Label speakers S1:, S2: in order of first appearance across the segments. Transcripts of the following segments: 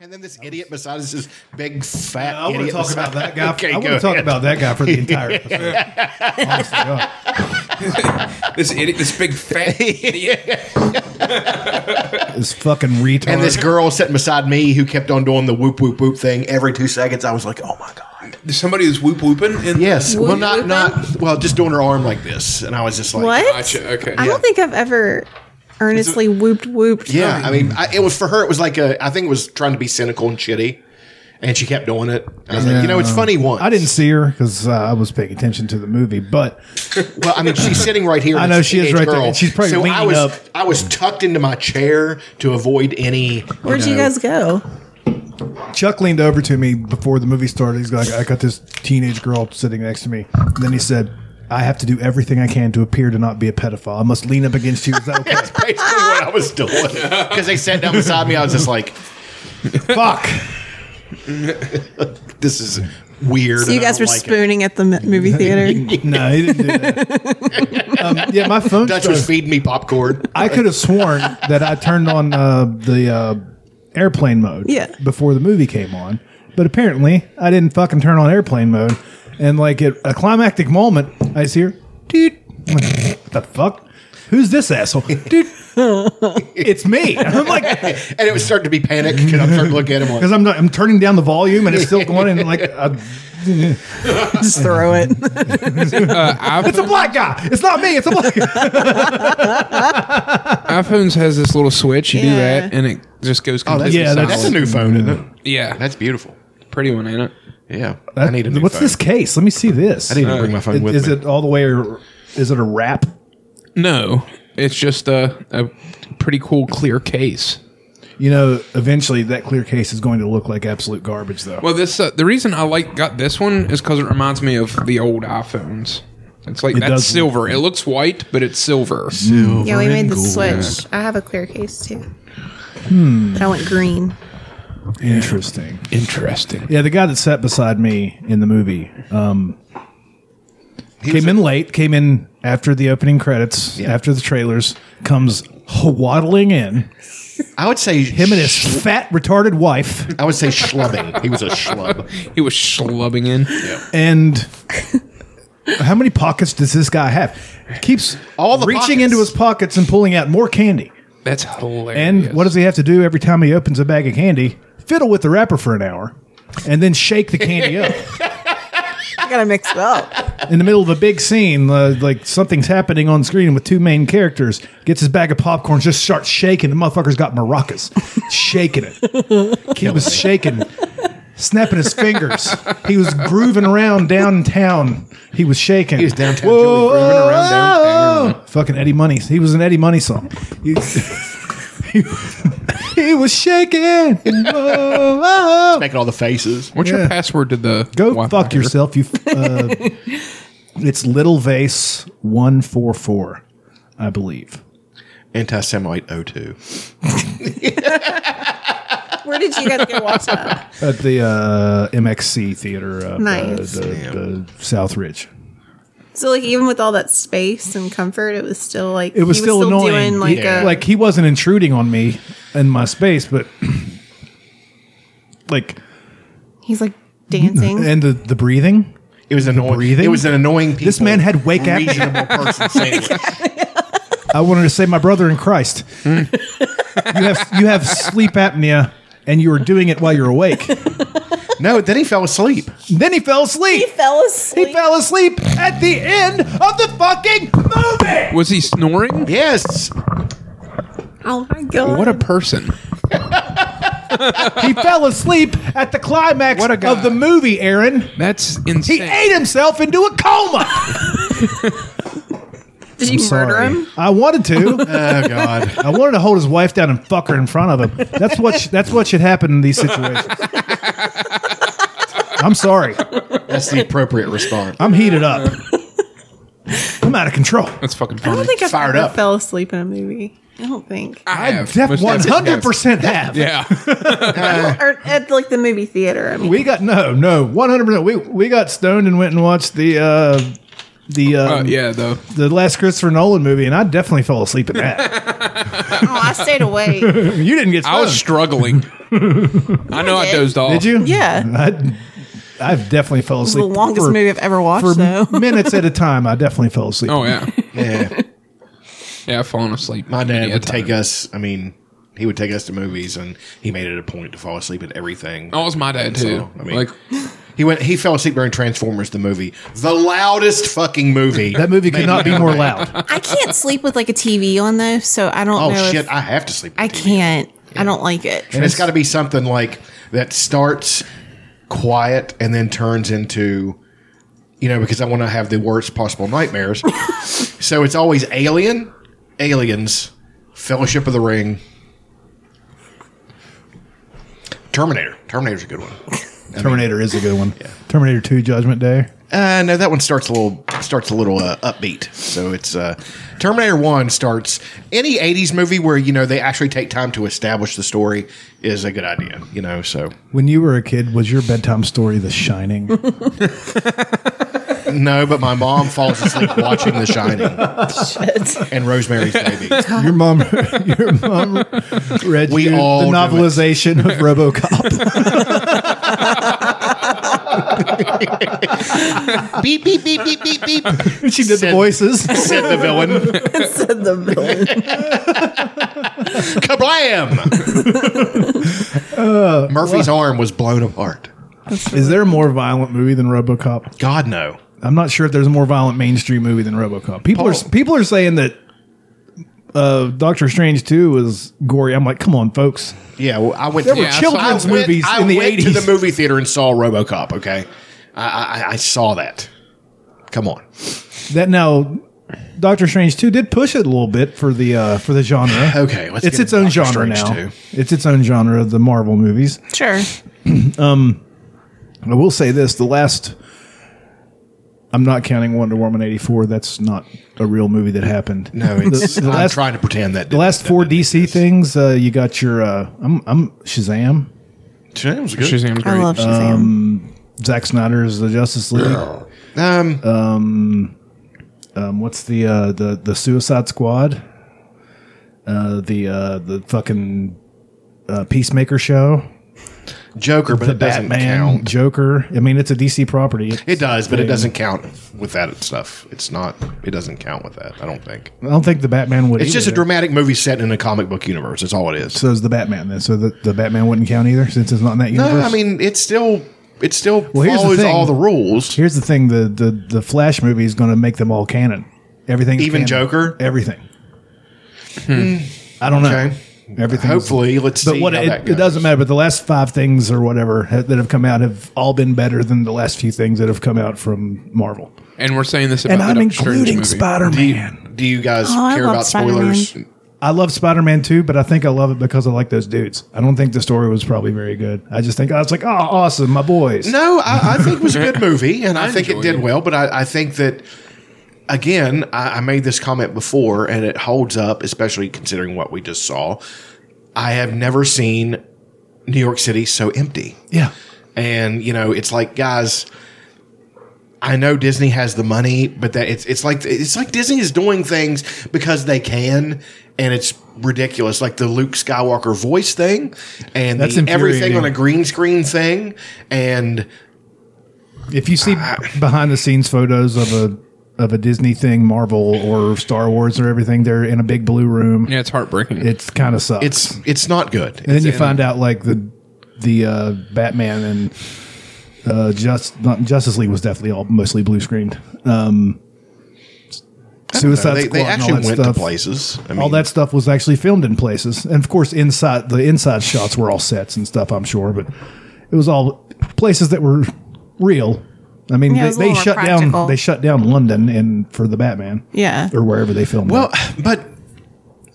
S1: And then this idiot beside us, this big fat.
S2: I want to
S1: idiot
S2: talk
S1: beside-
S2: about that guy.
S1: Okay,
S2: I want
S1: go
S2: to talk
S1: ahead.
S2: about that guy for the entire episode. Honestly, God.
S3: This idiot, this big fat idiot.
S2: This fucking retard.
S1: And this girl sitting beside me who kept on doing the whoop whoop whoop thing every two seconds. I was like, oh my god.
S3: Somebody was whoop whooping. In-
S1: Yes. well,
S4: Whoop
S1: not
S4: whooping?
S1: not well, just doing her arm like this, and I was just like,
S4: What?
S3: Gotcha, okay.
S4: I
S3: Yeah.
S4: don't think I've ever earnestly whooped whooped.
S1: Yeah, I mean, I, it was for her. It was like a. I think it was trying to be cynical and shitty, and she kept doing it. I was like, you know, it's funny once.
S2: I didn't see her because uh, I was paying attention to the movie, but
S1: Well, I mean, she's sitting right here.
S2: I
S1: and
S2: know
S1: it's a
S2: she is
S1: teenage
S2: right there,
S1: girl.
S2: and she's probably
S1: so I
S2: leaning
S1: was,
S2: up.
S1: I was tucked into my chair to avoid any.
S4: Where'd you
S1: know-
S4: guys go?
S2: Chuck leaned over to me before the movie started. He's like, I got this teenage girl sitting next to me. And then he said, I have to do everything I can to appear to not be a pedophile. I must lean up against you. Is that okay?
S1: Basically, what I was doing because they sat down beside me. I was just like,
S2: Fuck.
S1: this is weird.
S4: So you
S1: and I
S4: guys
S1: don't
S4: were
S1: like it.
S4: spooning at the m- movie theater.
S2: No, he didn't do that. Um, yeah, my phone.
S1: Dutch
S2: started-
S1: was feeding me popcorn.
S2: I could have sworn that I turned on uh, the uh, airplane mode
S4: Yeah.
S2: before the movie came on, but apparently I didn't fucking turn on airplane mode. And like at a climactic moment, I just hear, dude, I'm like, what the fuck? Who's this asshole? Dude, it's me. I'm like,
S1: and it was starting to be panic because I'm starting to look at him like,
S2: because I'm, I'm turning down the volume and it's still going, and like, uh,
S4: Just throw it.
S3: Uh, iPhone-
S2: it's a black guy. It's not me. It's a black guy.
S3: iPhones has this little switch. You do
S4: Yeah.
S3: that, and it just goes
S1: oh, that's,
S3: completely
S2: Yeah,
S3: silent.
S1: that's a new phone, isn't it?
S3: yeah, that's
S1: That's beautiful.
S3: pretty one, ain't it?
S1: Yeah, I need a new
S2: What's
S1: phone.
S2: this case? Let me see this.
S1: I need to bring my phone with
S2: is
S1: me.
S2: it all the way, or is it a wrap?
S3: No, it's just a, a pretty cool clear case.
S2: You know, eventually that clear case is going to look like absolute garbage, though.
S3: Well, this uh, the reason I like got this one is because it reminds me of the old iPhones. It's like
S2: does
S3: that's silver. It looks white, but it's silver.
S4: yeah, we made the switch. I have a clear case too. But I went green.
S2: Interesting.
S3: Interesting.
S2: Yeah, the guy that sat beside me in the movie um, came in late, came in after the opening credits, after the trailers, comes waddling in.
S1: I would say
S2: Him and his fat, retarded wife,
S1: I would say schlubbing. He was a schlub.
S3: He was schlubbing in.
S2: and. How many pockets does this guy have? Keeps
S1: All the
S2: reaching
S1: pockets.
S2: into his pockets and pulling out more candy.
S3: That's hilarious.
S2: And what does he have to do every time he opens a bag of candy? Fiddle with the wrapper for an hour and then shake the candy up.
S4: I gotta mix it up.
S2: In the middle of a big scene, uh, like something's happening on screen with two main characters, gets his bag of popcorn, just starts shaking. The motherfucker's got maracas, shaking it. He was shaking, snapping his fingers. He was grooving around downtown. He was shaking. He
S1: was downtown, Joey, grooving around
S2: downtown. Fucking Eddie Money. He was an Eddie Money song. He, he- he was shaking. Whoa, whoa.
S1: Making all the faces.
S3: What's your password to the
S2: Go
S3: Wi-Fi
S2: fuck
S3: here?
S2: yourself. You. f- Uh, it's Little Vase one four four, I believe.
S1: Anti Semite 02.
S4: Where did you guys go watch that?
S2: At the uh, MXC theater, up,
S4: Nice.
S2: uh, the, the South Ridge.
S4: So like even with all that space and comfort, it was still like
S2: It was
S4: he
S2: still, annoying.
S4: doing like uh,
S2: he,
S4: a
S2: like he wasn't intruding on me in my space, but like
S4: he's like dancing.
S2: and the the breathing.
S1: It was annoying.
S2: breathing?
S1: It was an annoying people.
S2: This man had wake apnea.
S1: reasonable person sandwich.
S2: I wanted to say, my brother in Christ, you have you have sleep apnea, and you are doing it while you're awake.
S1: No, then he fell asleep.
S2: then he fell asleep.
S4: fell asleep.
S2: He fell asleep at the end of the fucking movie.
S3: Was he snoring?
S1: Yes.
S4: Oh my god!
S3: What a person.
S2: He fell asleep at the climax
S3: What a guy.
S2: of the movie, Aaron.
S3: That's
S2: He
S3: insane.
S2: ate himself into a coma.
S4: did you murder him?
S2: I wanted to.
S1: Oh, God.
S2: I wanted to hold his wife down and fuck her in front of him. That's what sh- that's what should happen in these situations. I'm sorry.
S1: That's the appropriate response.
S2: I'm heated up. I'm out of control.
S3: That's fucking
S4: I
S3: funny.
S4: don't think I've
S1: Fired
S4: ever
S1: up.
S4: fell asleep in a movie. I don't think.
S3: I have.
S2: Def
S3: Most
S2: one
S3: definitely
S2: hundred percent have.
S3: have. Yeah.
S4: or at like the movie theater. I mean,
S2: We got no, no, one hundred percent. We we got stoned and went and watched the uh, the
S3: Uh,
S2: um,
S3: yeah, the
S2: the last Christopher Nolan movie, and I definitely fell asleep in that.
S4: Oh, I stayed awake.
S2: you didn't get.
S3: I was
S2: stoned,
S3: struggling. I know I
S4: did.
S3: dozed off.
S2: did you?
S5: Yeah.
S2: I, I've definitely fell
S5: It's the
S2: asleep.
S5: longest
S2: for-
S5: movie I've ever watched,
S2: for
S5: though.
S2: minutes at a time. I definitely fell asleep.
S3: Oh yeah,
S1: Yeah.
S3: yeah. I've fallen asleep.
S1: My dad
S3: many a
S1: would
S3: time.
S1: take us. I mean, he would take us to movies, and he made it a point to fall asleep at everything.
S3: Oh, it was my dad too.
S1: So, I mean-
S3: like
S1: He went. He fell asleep during Transformers the movie, the loudest fucking movie.
S2: That movie could not be more loud.
S5: I can't
S4: Sleep with like a TV on though, so I don't
S1: Oh
S4: know.
S1: shit!
S4: If,
S1: I have to sleep. with
S4: I
S1: TV.
S4: can't. I don't like it.
S1: And it's got to be something like that starts quiet and then turns into, you know, because I want to have the worst possible nightmares. so it's always Alien, Aliens, Fellowship of the Ring, Terminator. Terminator's a good one.
S2: Terminator is a good one. Terminator Two: Judgment Day.
S1: Uh, no, that one starts a little starts a little uh, upbeat. So it's uh, Terminator One starts any '80s movie where you know they actually take time to establish the story is a good idea. You know, so
S2: When you were a kid, was your bedtime story The Shining?
S1: no, but my mom falls asleep watching The Shining and Rosemary's Baby.
S2: your mom, your mom read
S1: We
S2: you
S1: all do
S2: the
S1: it.
S2: novelization of RoboCop.
S1: beep beep beep beep beep beep.
S2: she did the
S1: Said-
S2: voices.
S1: Said the villain.
S5: said the villain.
S1: Kablam!
S2: Uh,
S1: Murphy's arm was blown apart.
S2: Is there a more violent movie than RoboCop?
S1: God no.
S2: I'm not sure if there's a more violent mainstream movie than RoboCop. People
S1: Paul-
S2: are people are saying that uh, Doctor Strange 2 was gory. I'm like, come on, folks.
S1: Yeah, well, I went.
S2: There
S1: to-
S2: were
S1: I saw-
S2: children's
S1: I went-
S2: movies
S1: I
S2: in the
S1: went to
S2: 80s.
S1: the movie theater and saw RoboCop. Okay, I, I, I saw that. Come on,
S2: That now Doctor Strange 2 did push it a little bit for the uh, for the genre.
S1: Okay, let's
S2: it's
S1: get
S2: its own
S1: into Doctor
S2: genre now.
S1: Strange 2.
S2: It's its own genre of the Marvel movies.
S4: Sure.
S2: I will say this: the last, I'm not counting Wonder Woman '84. That's not a real movie that happened.
S1: no, it's,
S2: the
S1: I'm
S2: last-
S1: trying to pretend that
S2: The last four DC things, uh, you got your uh, I'm, I'm Shazam,
S1: Shazam was good.
S3: Shazam's
S4: I
S3: great.
S4: love Shazam.
S2: Um, Zack Snyder's The Justice League.
S1: Um,
S2: Uh, Um, what's the uh, the the Suicide Squad? Uh, the uh, the fucking uh, Peacemaker show,
S1: Joker, but
S2: the
S1: it doesn't
S2: Batman,
S1: count.
S2: Joker. I mean, it's a DC property.
S1: It does, but it doesn't count with that stuff. It's not. It doesn't count with that. I don't think.
S2: I don't think the Batman would.
S1: It's just a
S2: either.
S1: dramatic movie set in a comic book universe. That's all it is.
S2: So is the Batman then? So the, the Batman wouldn't count either, since it's not in that universe.
S1: no, I mean it's still it still
S2: Well, here's the
S1: follows
S2: thing.
S1: all the rules.
S2: Here's the thing: the the the Flash movie is going to make them all canon. Everything,
S1: Even Joker?
S2: everything. Hmm. I don't know.
S1: Okay.
S2: Everything.
S1: Hopefully, let's
S2: but
S1: see
S2: what
S1: how that
S2: it, it
S1: goes.
S2: doesn't matter. But the last five things or whatever ha- that have come out have all been better than the last few things that have come out from Marvel.
S3: and we're saying this
S2: And
S3: about the
S2: I'm
S3: Doctor Strange
S2: including
S3: movie.
S2: Spider
S1: Do
S2: Man.
S1: you, do you guys
S4: Oh, I
S1: care
S4: love
S1: about
S4: Spider-Man.
S1: spoilers?
S2: I love Spider Man too, but I think I love it because I like those dudes. I don't think the story was probably very good. I just think I was like, oh, awesome, my boys.
S1: No, I, I think it was a good movie, and I,
S3: I
S1: think it
S3: enjoyed
S1: did
S3: it.
S1: well. But I, I think that again, I, I made this comment before, and it holds up, especially considering what we just saw. I have never seen New York City so empty,
S2: Yeah.
S1: and you know, it's like guys. I know Disney has the money, but that it's it's like it's like Disney is doing things because they can, and it's ridiculous. Like the Luke Skywalker voice thing, and
S2: That's
S1: the everything
S2: infuriating.
S1: on a green screen thing, and
S2: If you see behind the scenes photos of a of a Disney thing, Marvel or Star Wars or everything, they're in a big blue room.
S3: Yeah, it's heartbreaking.
S2: It's kind of sucks.
S1: it's it's not good.
S2: and then you
S3: in-
S2: find out like the the uh, Batman and uh, just not, Justice League was definitely all mostly blue screened. Um, Suicide
S1: they,
S2: Squad,
S1: they
S2: and
S1: actually
S2: all that
S1: went
S2: stuff.
S1: to places. I mean,
S2: all that stuff was actually filmed in places, and of course, inside the inside shots were all sets and stuff. I'm sure, but it was all places that were real. I mean,
S4: Yeah, it was a
S2: they, they
S4: little more
S2: shut
S4: practical.
S2: down they shut down London and for the Batman,
S5: Yeah.
S2: or wherever they filmed.
S1: Well,
S2: it.
S1: but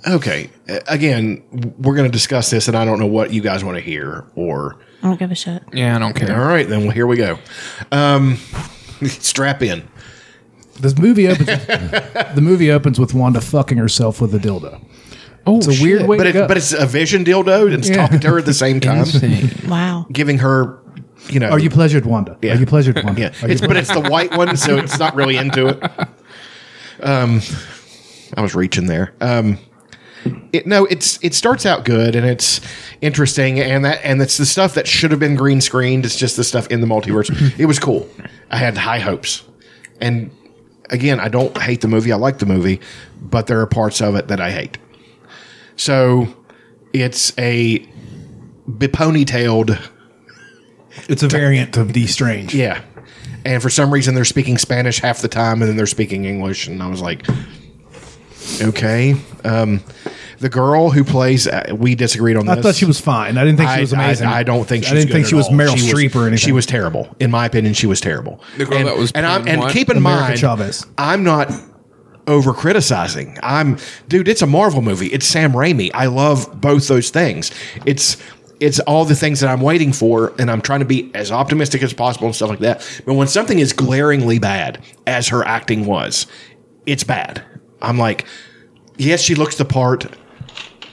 S1: okay. uh, Again, we're going to discuss this, and I don't know what you guys want to hear. Or
S5: I don't give a shit.
S3: yeah, I don't
S1: all
S3: care.
S1: right, then well, here we go. Um, strap in.
S2: this movie opens. the movie opens with Wanda fucking herself with a dildo.
S3: Oh,
S2: It's a weird way
S1: But
S2: to
S1: it,
S2: go.
S1: but it's a vision dildo, and it's
S2: Yeah.
S1: talking to her at the same time,
S3: Insane.
S5: Wow.
S1: giving her you know.
S2: Are you pleasured, Wanda?
S1: Yeah.
S2: Are you pleasured, Wanda?
S1: Yeah,
S2: Are you
S1: it's, but it's the white one, so it's not really into it. Um, I was reaching there. Um, it, no, it's it starts out good and it's interesting and that and it's the stuff that should have been green screened. It's just the stuff in the multiverse. it was cool. I had high hopes, and again, I don't hate the movie. I like the movie, but there are parts of it that I hate. So it's a beponytailed
S2: it's a variant of D Strange.
S1: yeah. And for some reason, they're speaking Spanish half the time, and then they're speaking English. And I was like, okay. Um, the girl who plays, uh, we disagreed on
S2: I
S1: this.
S2: thought she was fine. I didn't think
S1: I,
S2: she was amazing.
S1: I, I don't think she's
S2: I didn't
S1: good
S2: think
S1: at
S2: she was
S1: all.
S2: Meryl Streep or anything.
S1: She was terrible. In my opinion, she was terrible.
S3: The girl
S1: and,
S3: that was
S1: and, I'm,
S3: playing
S1: and
S3: what?
S1: keep in
S2: America
S1: mind,
S2: Chavez.
S1: I'm not over criticizing. I'm dude, it's a Marvel movie. It's Sam Raimi. I love both those things. It's it's all the things that I'm waiting for, and I'm trying to be as optimistic as possible and stuff like that. But when something is glaringly bad, as her acting was, it's bad. I'm like, yes, she looks the part.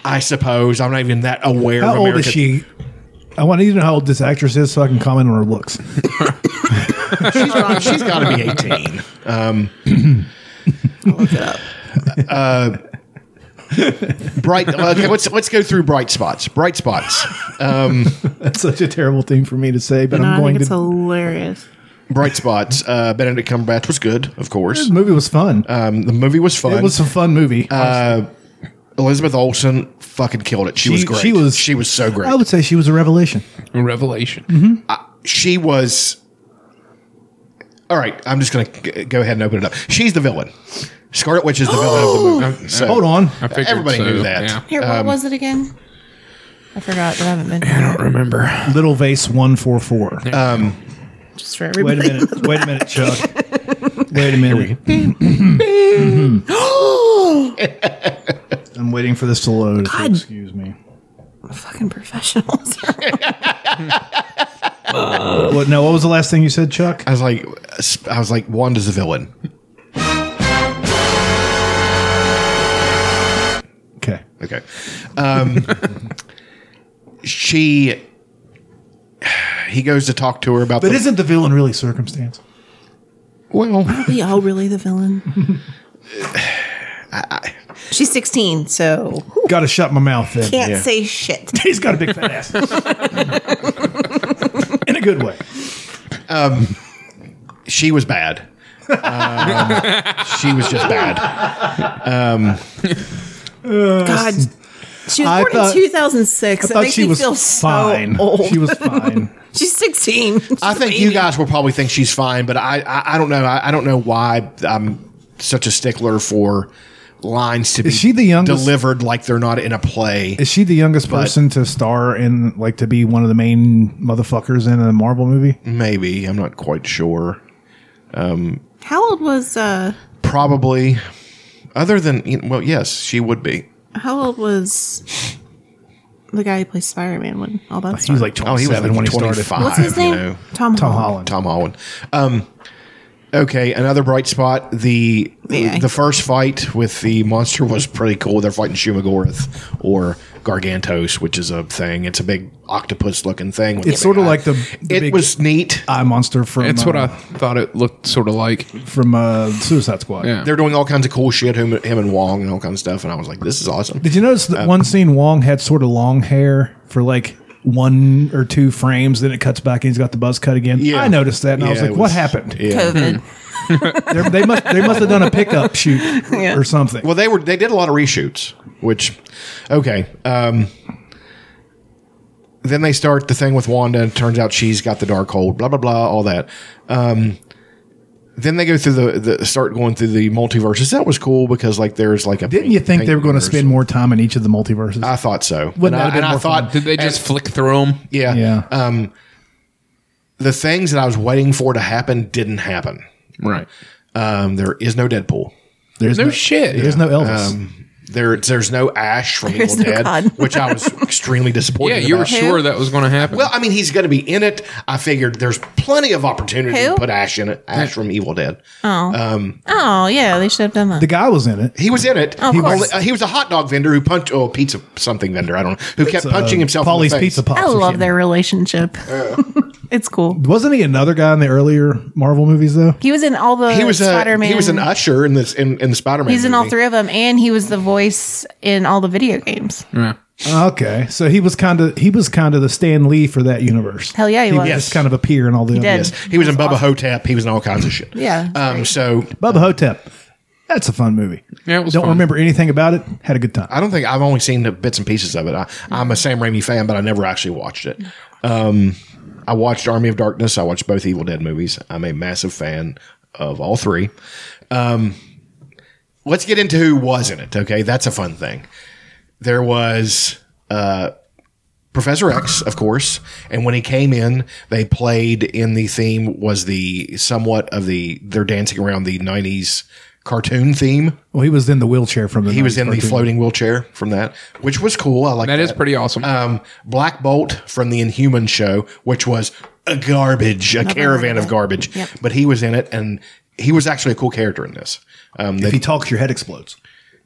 S1: I suppose I'm not even that aware.
S2: How
S1: of
S2: old is
S1: America-
S2: she? I want to know how old this actress is so I can comment on her looks.
S1: She's got, she's got to be 18.
S4: Um,
S1: Um,
S4: Look it up.
S1: uh, Bright. Okay, let's let's go through bright spots. Bright spots. Uh,
S2: That's such a terrible thing for me to say, but
S4: No,
S2: I'm
S4: I
S2: going
S4: think
S2: to.
S4: it's hilarious.
S1: Bright spots. Uh, Benedict Cumberbatch was good, of course.
S2: the movie was fun.
S1: Um, the movie was fun.
S2: it was a fun movie.
S1: Elizabeth Olsen fucking killed it. She, was great.
S2: She was
S1: she was so great.
S2: I would say she was a revelation.
S3: Revelation.
S1: she was. All right, I'm just gonna g- go ahead and open it up. She's the villain. Scarlet Witch is the villain of the movie.
S3: I-
S1: So-
S2: Hold on.
S3: I figured
S1: Everybody
S3: so,
S1: knew that.
S3: yeah.
S4: Here, what
S2: Um,
S4: was it again? I forgot, but I haven't been here.
S3: I don't remember.
S2: Little Vase 144.
S4: Just for
S2: Wait a
S4: everybody.
S2: minute. Wait a minute, Chuck. Wait a minute. Mm-hmm. I'm waiting for this to load. if you'll
S4: God.
S2: Excuse me.
S4: Fucking professionals.
S2: What, no, what was the last thing you said, Chuck?
S1: I was like, sp- I was like, Wanda's the villain.
S2: Okay.
S1: Okay. Um, she. He goes to talk to her about.
S2: But
S1: the,
S2: isn't the villain really circumstance?
S1: well?
S4: we all really the villain. She's 16, so who
S2: Got to shut my mouth then.
S4: can't
S1: Yeah.
S4: say shit.
S2: He's got a big fat ass. In a good way.
S1: she was bad. Um, she was just bad.
S4: God. She was
S2: I
S4: born
S2: thought-
S4: in 2006. That makes me feel
S2: fine.
S4: so old.
S2: She was fine.
S4: She's 16.
S1: I think you guys will probably think she's fine, but I I, I don't know. I, I don't know why I'm such a stickler for lines to be
S2: she the youngest?
S1: delivered like they're not in a play.
S2: Is she the youngest person to star in, like, to be one of the main motherfuckers in a Marvel movie?
S1: Maybe I'm not quite sure.
S4: How old was uh
S1: Probably. Other than you know, well, yes, she would be.
S4: how old was the guy who plays Spider-Man when all that
S2: He was like 27
S1: Oh, he was
S2: when
S1: like
S2: he started.
S1: 25.
S4: What's his
S1: you
S4: name?
S1: know.
S4: Tom,
S2: Tom Holland.
S4: Holland.
S1: Tom Holland. Um, okay, another bright spot. The
S4: Yeah.
S1: the first fight with the monster was pretty cool. They're fighting Shumagorith or Gargantos, which is a thing. It's a big octopus looking thing. with a
S2: It's
S1: big
S2: sorta
S1: eye.
S2: like the- the
S1: it
S2: big-
S1: was neat.
S2: Eye monster from
S3: It's what I
S2: uh,
S3: thought it looked sort of like.
S2: from uh, Suicide Squad.
S3: Yeah.
S1: They're doing all kinds of cool shit. Him, him and Wong and all kinds of stuff. And I was like, this is awesome.
S2: Did you notice that one scene Wong had sort of long hair for like one or two frames, then it cuts back and he's got the buzz cut again?
S1: Yeah.
S2: I noticed that and I
S1: Yeah,
S2: was like,
S1: it
S2: what
S1: was-
S2: happened?
S1: Yeah.
S4: COVID.
S2: They're- They must they must have done a pickup shoot or something.
S1: Well, they were they did a lot of reshoots, which okay. Um, then they start the thing with Wanda, and it turns out she's got the dark hold, blah blah blah, all that. Um, then they go through the, the start going through the multiverses. That was cool because like there's like a
S2: Didn't you think they were going to spend more time in each of the multiverses?
S1: I thought so.
S2: Wouldn't that
S1: and
S2: have
S1: I,
S2: been
S1: and I
S2: more fun?
S1: thought
S3: Did they just flick through them?
S1: yeah,
S2: yeah.
S1: Um, the things that I was waiting for to happen didn't happen.
S3: Right.
S1: Um, there is no Um, Deadpool.
S2: there's
S3: No shit.
S2: There's no Elvis.
S1: There, there's no Ash from
S5: There's
S1: Evil
S5: no
S1: Dead,
S5: God.
S1: which I was extremely disappointed.
S3: Yeah, you were
S1: about.
S3: sure that was going to happen.
S1: Well, I mean, he's going to be in it. I figured there's plenty of opportunity
S5: Who? Uh,
S1: to put Ash in it. Ash from Evil Dead.
S5: Oh yeah, they should have done that.
S2: The guy was in it.
S1: He was in it.
S5: of
S1: he,
S5: course.
S1: was, he was a hot dog vendor who punched, oh, pizza something vendor. I don't know. Who kept punching himself
S2: Polly's
S1: in the face.
S2: uh, Pizza Pops.
S5: I
S2: or
S5: love
S2: something.
S5: their relationship. it's cool.
S2: Wasn't he another guy in the earlier Marvel movies though?
S5: He was in all the
S1: He was a
S5: Spider-Man.
S1: he was an usher in this in, in the Spider Man.
S5: He's in all three of them, and he was the voice in all the video games.
S3: yeah.
S2: Okay, so he was kind of he was kind of the Stan Lee for that universe.
S5: Hell yeah, he was.
S2: just kind of appear in all the
S5: did.
S2: other.
S1: Yes, he was in Bubba Hotep. He was in all kinds of shit.
S5: Yeah.
S1: Um. So
S2: Bubba Hotep. That's a fun movie.
S3: Yeah, it was
S2: Don't
S3: fun.
S2: remember anything about it. Had a good time.
S1: I don't think I've only seen the bits and pieces of it. I, I'm a Sam Raimi fan, but I never actually watched it. Um, I watched Army of Darkness. I watched both Evil Dead movies. I'm a massive fan of all three. Um, let's get into who was in it. Okay, that's a fun thing. There was uh, Professor X, of course, and when he came in, they played in the theme was the somewhat of the they're dancing around the '90s cartoon theme.
S2: Well, he was in the wheelchair from the.
S1: He was in the
S2: 90s cartoon.
S1: floating wheelchair from that, which was cool. I like that.
S3: That is pretty awesome.
S1: Um, Black Bolt from the Inhuman show, which was a garbage, a caravan of garbage, but he was in it, and he was actually a cool character in this. Um,
S2: If
S1: they,
S2: he talks, your head explodes.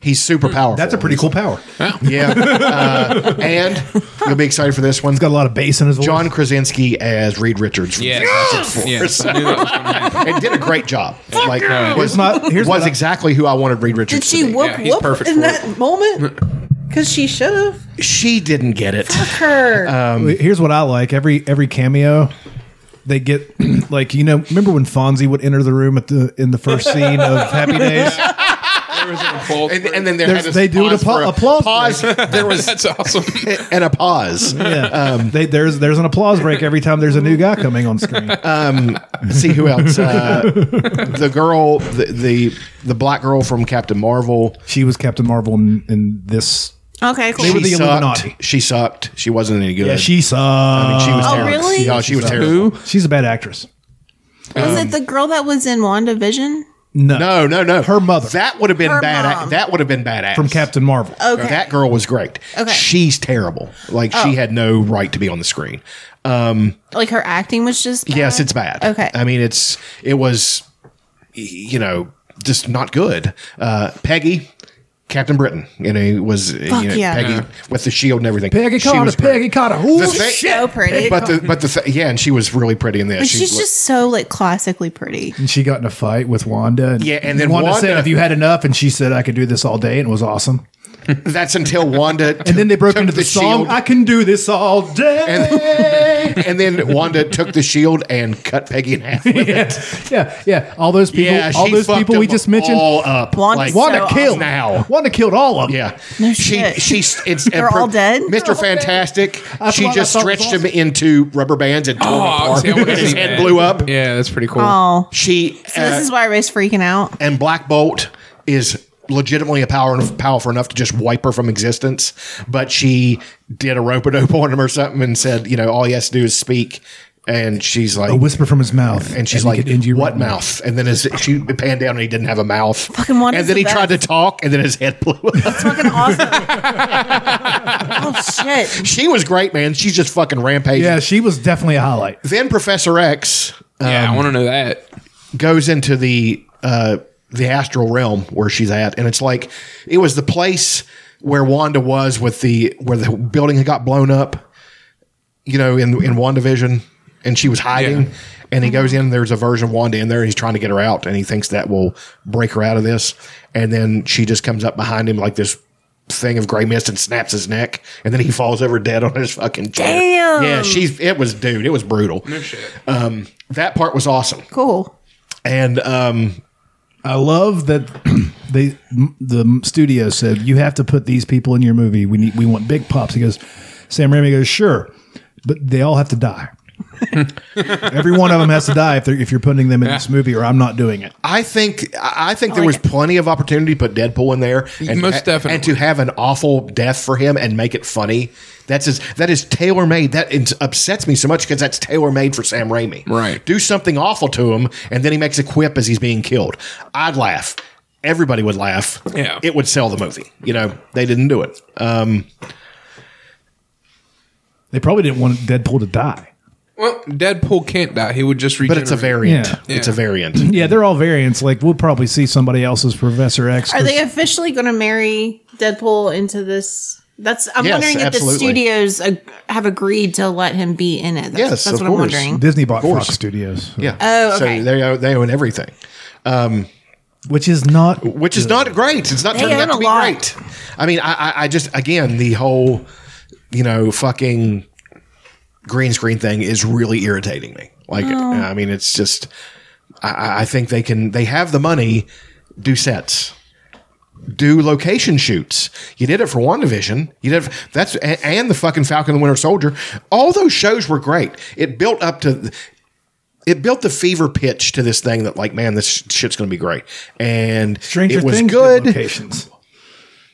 S1: he's super powerful.
S2: Hmm. That's a pretty cool power. He's
S1: yeah. Uh, and you'll be excited for this one.
S2: got a lot of bass in his voice.
S1: John Krasinski as Reed Richards. from
S3: Yeah.
S1: Fantastic Four.
S3: Yes. I knew that was gonna happen. uh,
S1: and did a great job. Like was,
S2: Here's my- here's
S1: was
S2: what I-
S1: exactly who I wanted Reed Richards.
S6: Did she
S1: to be.
S6: whoop
S3: Yeah, he's
S6: whoop
S3: perfect
S6: in
S3: for
S6: that moment? Because she should have.
S1: She didn't get it.
S6: Her.
S2: Here's what I like. Every every cameo, they get like you know. Remember when Fonzie would enter the room at the in the first scene of Happy Days?
S3: There was an applause
S1: And,
S3: break.
S1: and then there
S2: There's-
S1: had this
S2: they do an
S1: pause for
S2: appa-
S1: a-
S2: applause
S1: Pause. There was
S3: that's awesome.
S1: and a pause.
S2: Yeah.
S1: Um,
S2: they, there's there's an applause break every time there's a new guy coming on screen.
S1: Uh, Let's see who else. Uh, the girl, the, the the black girl from Captain Marvel.
S2: she was Captain Marvel in, in this.
S4: Okay, cool.
S2: They were
S1: She
S2: the Illuminati.
S1: sucked. She sucked. She wasn't any good.
S2: Yeah, she sucks.
S1: I mean, she was
S4: Oh,
S1: terrible.
S4: really?
S1: Yeah, she was terrible.
S3: Who?
S2: She's a bad actress.
S4: was it the girl that was in WandaVision?
S2: No,
S1: No, no, no.
S2: Her mother.
S1: That would have been
S4: Her
S1: bad.
S4: mom.
S1: That would have been badass
S2: from Captain Marvel.
S4: Okay.
S1: That girl was great.
S4: Okay. Oh.
S1: She's terrible. Like she had no right to be on the screen.
S4: Like her acting was just bad?
S1: Yes, it's bad.
S4: Okay.
S1: I mean, it's it was, y- you know, just not good. Uh, Peggy, Captain Britain, you know, was you know,
S4: yeah.
S1: Peggy with the shield and everything.
S2: Uh-huh. Peggy
S1: She
S2: Carter.
S1: was great.
S2: Peggy Carter. Ooh,
S1: The thing-
S4: so pretty.
S1: But the but the th- yeah, and she was really pretty in this.
S4: But she's
S1: was-
S4: just so like classically pretty.
S2: And she got in a fight with Wanda. And
S1: Yeah, and then
S2: Wanda, said,
S1: Wanda-
S2: "Have you had enough?" And she said, "I could do this all day." And it was awesome.
S1: that's until Wanda.
S2: And then they broke into the, song. I can do this all day.
S1: and then Wanda took the shield and cut Peggy in half. With it.
S2: yeah, yeah. All those people.
S1: Yeah,
S2: all
S1: she
S2: those
S1: fucked
S2: people we
S1: them
S2: just mentioned.
S1: All up.
S4: Wanda's so
S2: Wanda
S4: awesome.
S2: killed
S1: now.
S2: Wanda killed all of them.
S1: Yeah,
S4: No
S1: she
S4: shit.
S1: she's it's
S4: They're all dead?
S1: Mister Fantastic.
S2: That's
S1: She
S2: what I
S1: just
S2: thought was
S1: stretched
S2: awesome.
S1: him into rubber bands and tore him
S3: Oh,
S1: apart.
S3: see, I would've
S1: His
S3: seen
S1: head
S3: that.
S1: blew up.
S3: Yeah, that's pretty cool.
S4: Oh.
S1: She
S4: So this
S1: uh,
S4: is why everybody's freaking out.
S1: and Black Bolt is legitimately a power powerful enough to just wipe her from existence. But she did a rope a dope on him or something and said, you know, all he has to do is speak. And she's like,
S2: A whisper from his mouth,
S1: and she's
S2: he
S1: like,
S2: could end Oh, you
S1: "What
S2: right now."
S1: mouth?" And then his, she panned down, and he didn't have a mouth.
S4: Fucking Wanda's
S1: and then
S4: the
S1: he tried to talk, and then his head blew up.
S4: Fucking awesome. oh shit.
S1: she was great, man. She's just fucking rampaging.
S2: Yeah, she was definitely a highlight.
S1: Then Professor X
S3: yeah, I want to know that.
S1: goes into the uh, the astral realm where she's at, and it's like it was the place where Wanda was with the where the building had got blown up, you know, in in WandaVision, and she was hiding.
S3: Yeah.
S1: And he goes in, there's a version of Wanda in there, and he's trying to get her out, and he thinks that will break her out of this. And then she just comes up behind him like this thing of gray mist and snaps his neck, and then he falls over dead on his fucking chair.
S4: Damn.
S1: Yeah, she's it was dude, it was brutal. Um, that part was awesome.
S4: Cool.
S1: And um,
S2: I love that they the studio said you have to put these people in your movie. We need we want big pops. He goes, Sam Raimi goes, sure, but they all have to die. Every one of them has to die if they're if you're putting them in this movie, or I'm not doing it.
S1: I think I I think there was plenty of opportunity to put Deadpool in there, and,
S3: Oh, Most definitely.
S1: and to have an awful death for him and make it funny. That's his, that is tailor made. That it upsets me so much because that's tailor made for Sam Raimi.
S3: Right.
S1: Do something awful to him, and then he makes a quip as he's being killed. I'd laugh. everybody would laugh.
S3: Yeah.
S1: It would sell the movie. You know, they didn't do it. Um,
S2: They probably didn't want Deadpool to die.
S3: Well, Deadpool can't die. He would just regenerate.
S1: but it's a variant.
S2: Yeah.
S1: It's a
S3: Yeah.
S1: variant.
S2: Yeah, they're all variants. Like we'll probably see somebody else's Professor X.
S5: Are they officially going to marry Deadpool into this? That's I'm
S1: Yes,
S5: wondering if
S1: absolutely.
S5: the studios ag- have agreed to let him be in it. That's,
S1: Yes,
S5: that's
S1: of
S5: what
S1: course.
S5: I'm wondering.
S2: Disney bought
S1: course.
S2: Fox Studios,
S1: Yeah.
S5: Oh, okay.
S1: So they own, they own everything,
S2: which is not.
S1: which is not great. It's not turning
S5: own
S1: out to
S5: a
S1: be
S5: lot.
S1: great. I mean, I, I, I just again the whole, you know, fucking green screen thing is really irritating me. Like,
S5: Oh.
S1: I mean, it's just. I- I, I think they can. They have the money. Do sets. Do location shoots. You did it for WandaVision. You did it, for- that's and, and the fucking Falcon and the Winter Soldier. All those shows were great. It built up to it built the fever pitch to this thing that like man this sh- shit's going to be great and
S2: Stranger
S1: it was
S2: Things did
S1: good
S2: locations.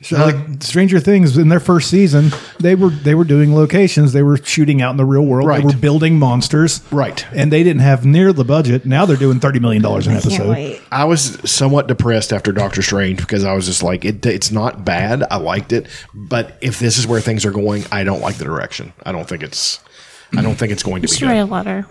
S2: So, like Stranger Things in their first season, they were they were doing locations. They were shooting out in the real world.
S1: Right.
S2: They were building monsters.
S1: Right.
S2: And they didn't have near the budget. Now they're doing thirty million dollars an episode.
S5: Can't wait.
S1: i was somewhat depressed after doctor strange because i was just like it, it's not bad i liked it but if this is where things are going i don't like the direction i don't think it's i don't think it's going to be
S5: Just write a
S1: good
S5: letter.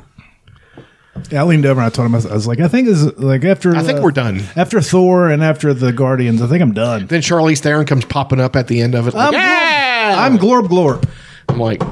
S2: Yeah, I leaned over and I told him I was, I was like, I think this is like after
S1: I think
S2: uh,
S1: we're done.
S2: after Thor and after the Guardians. I think I'm done.
S1: then charlize theron comes popping up at the end of it like,
S2: I'm, I'm Glorb Glorb.
S1: i'm like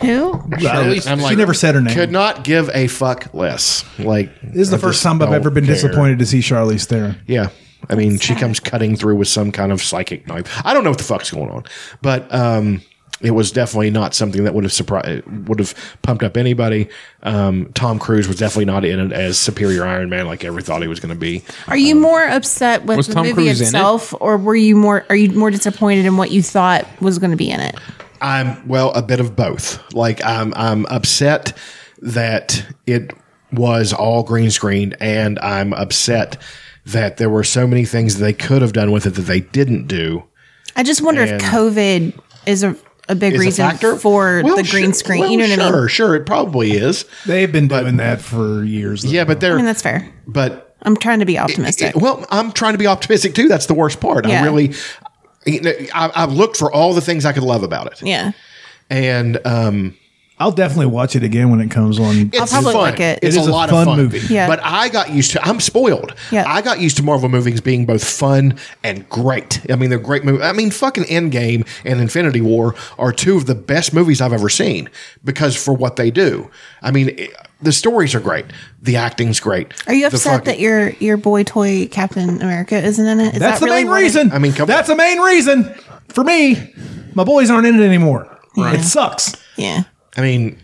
S5: Who?
S2: I- she never said her name.
S1: could not give a fuck less like
S2: This is the first time I've ever been disappointed to see Charlize Theron.
S1: Yeah. I mean, she comes cutting through with some kind of psychic knife. I don't know what the fuck's going on, but um, it was definitely not something that would have surprised, would have pumped up anybody. Um, Tom Cruise was definitely not in it as Superior Iron Man, like I ever thought he was going to be.
S5: Are you more upset with
S3: Was
S5: the
S3: Tom
S5: movie
S3: Cruise in it?
S5: itself, or were you more? Are you more disappointed in what you thought was going to be in it?
S1: I'm well, a bit of both. Like I'm, I'm upset that it was all green screened, and I'm upset that there were so many things that they could have done with it that they didn't do.
S5: I just wonder
S1: And-
S5: if COVID is a, a big
S1: Is a
S5: reason
S1: factor?
S5: for
S1: Well,
S5: the green
S1: sure-
S5: screen.
S1: well,
S5: you know what I mean?
S1: Sure, sure, it probably is.
S2: They've been doing that for years. though.
S1: Yeah, but
S5: I
S1: they're
S5: mean that's fair.
S1: but
S5: I'm trying to be optimistic.
S1: well, I'm trying to be optimistic too. That's the worst part. I
S5: Yeah.
S1: really, you know, I, I've looked for all the things I could love about it,
S5: yeah,
S1: and um,
S2: I'll definitely watch it again when it comes on.
S1: it's
S5: probably
S1: fun.
S5: like it.
S1: It's
S2: It
S1: a
S2: is a
S1: lot
S2: fun
S1: of fun
S2: movie.
S5: Yeah.
S1: But I got used to. I'm spoiled.
S5: Yeah.
S1: I got used to Marvel movies being both fun and great. I mean, they're great movies. I mean, fucking Endgame and Infinity War are two of the best movies I've ever seen because for what they do. I mean, it- the stories are great. The acting's great.
S5: Are you
S1: The
S5: upset
S1: fucking-
S5: that your your boy toy Captain America isn't in it? Is
S2: That's
S5: that
S2: the
S5: really
S2: main
S5: what it-
S2: reason.
S1: I mean, come
S2: that's
S1: on.
S2: the main reason for me. My boys aren't in it anymore. It sucks.
S5: Yeah.
S1: I mean,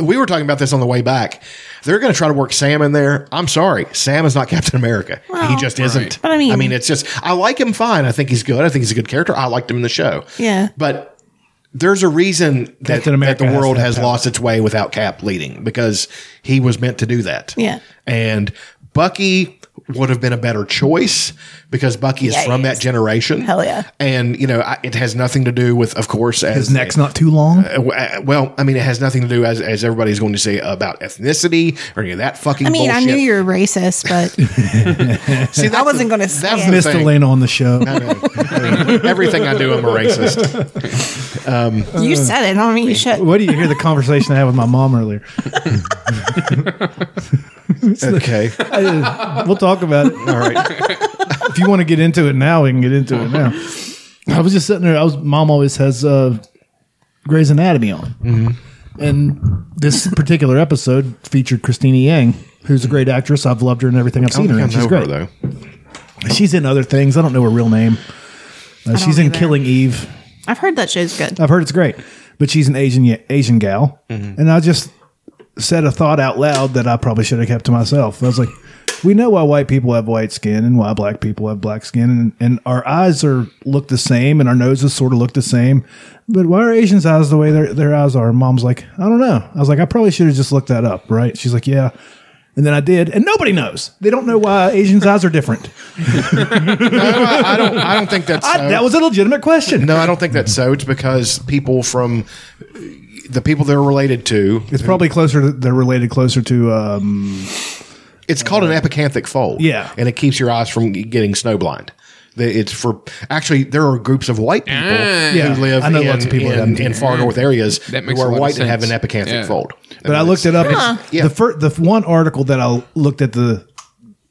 S1: we were talking about this on the way back. They're going to try to work Sam in there. I'm sorry, Sam is not Captain America. he just isn't.
S5: but I mean-
S1: I mean, it's just I like him fine. I think he's good. I think he's a good character. I liked him in the show.
S5: Yeah.
S1: but there's a reason that,
S2: Captain
S1: that
S2: America
S1: the
S2: has
S1: world
S2: that
S1: has
S2: power.
S1: lost its way without Cap leading because he was meant to do that.
S5: Yeah.
S1: and Bucky would have been a better choice because Bucky is
S5: Yeah, he
S1: from that
S5: is.
S1: generation.
S5: Hell yeah.
S1: And you know, I, it has nothing to do with, of course, as
S2: His neck's not too long.
S1: uh, w- uh, well, I mean, it has nothing to do as as everybody's going to say about ethnicity or any of that fucking.
S5: I mean,
S1: bullshit.
S5: I knew you were racist, but
S1: See, that's
S5: I wasn't
S1: the-
S5: going to say
S1: that's
S5: it.
S1: the
S2: Missed
S1: thing.
S2: Elena on the show.
S1: I mean, everything I do, I'm a racist.
S5: you said it. I don't mean you should.
S2: What do you hear the conversation I had with my mom earlier?
S1: Okay,
S2: I- we'll talk about it.
S1: all right.
S2: if you want to get into it now, we can get into it now. I was just sitting there. I was mom always has uh, Grey's Anatomy on,
S1: Mm-hmm.
S2: and this particular episode featured Christina Yang, who's a great actress. I've loved her and everything I've
S1: I
S2: seen her.
S1: think I
S2: in. She's
S1: know
S2: great.
S1: her though.
S2: She's in other things. I don't know her real name. Uh, she's in
S5: either.
S2: Killing Eve.
S5: I've heard that show's good.
S2: I've heard it's great, but she's an Asian Asian gal, and I just said a thought out loud that I probably should have kept to myself. I was like, we know why white people have white skin and why black people have black skin, and, and our eyes are look the same and our noses sort of look the same, but why are Asians' eyes the way their their eyes are? Mom's like, I don't know. I was like, I probably should have just looked that up, right? She's like, yeah. And then I did, and nobody knows. They don't know why Asians' eyes are different.
S1: No, I, I don't. I don't think that's.
S2: I,
S1: so.
S2: that was a legitimate question.
S1: no, I don't think that's so. It's because people from the people they're related to.
S2: It's probably closer. To, they're related closer to um,
S1: It's called an epicanthic fold.
S2: Yeah.
S1: and it keeps your eyes from getting snowblind. The- It's for actually there are groups of white people
S3: Ah. Mm-hmm.
S1: who
S2: Yeah,
S1: live
S2: I know
S1: in,
S2: lots of people that
S1: in,
S2: have-
S1: in far north areas
S3: That makes
S1: who
S3: a
S1: are
S3: lot of
S1: white and have an
S3: sense.
S1: epicanthic
S3: Yeah.
S1: fold.
S2: But I looked it up.
S1: Yeah.
S2: The fir- the one article that I looked at the,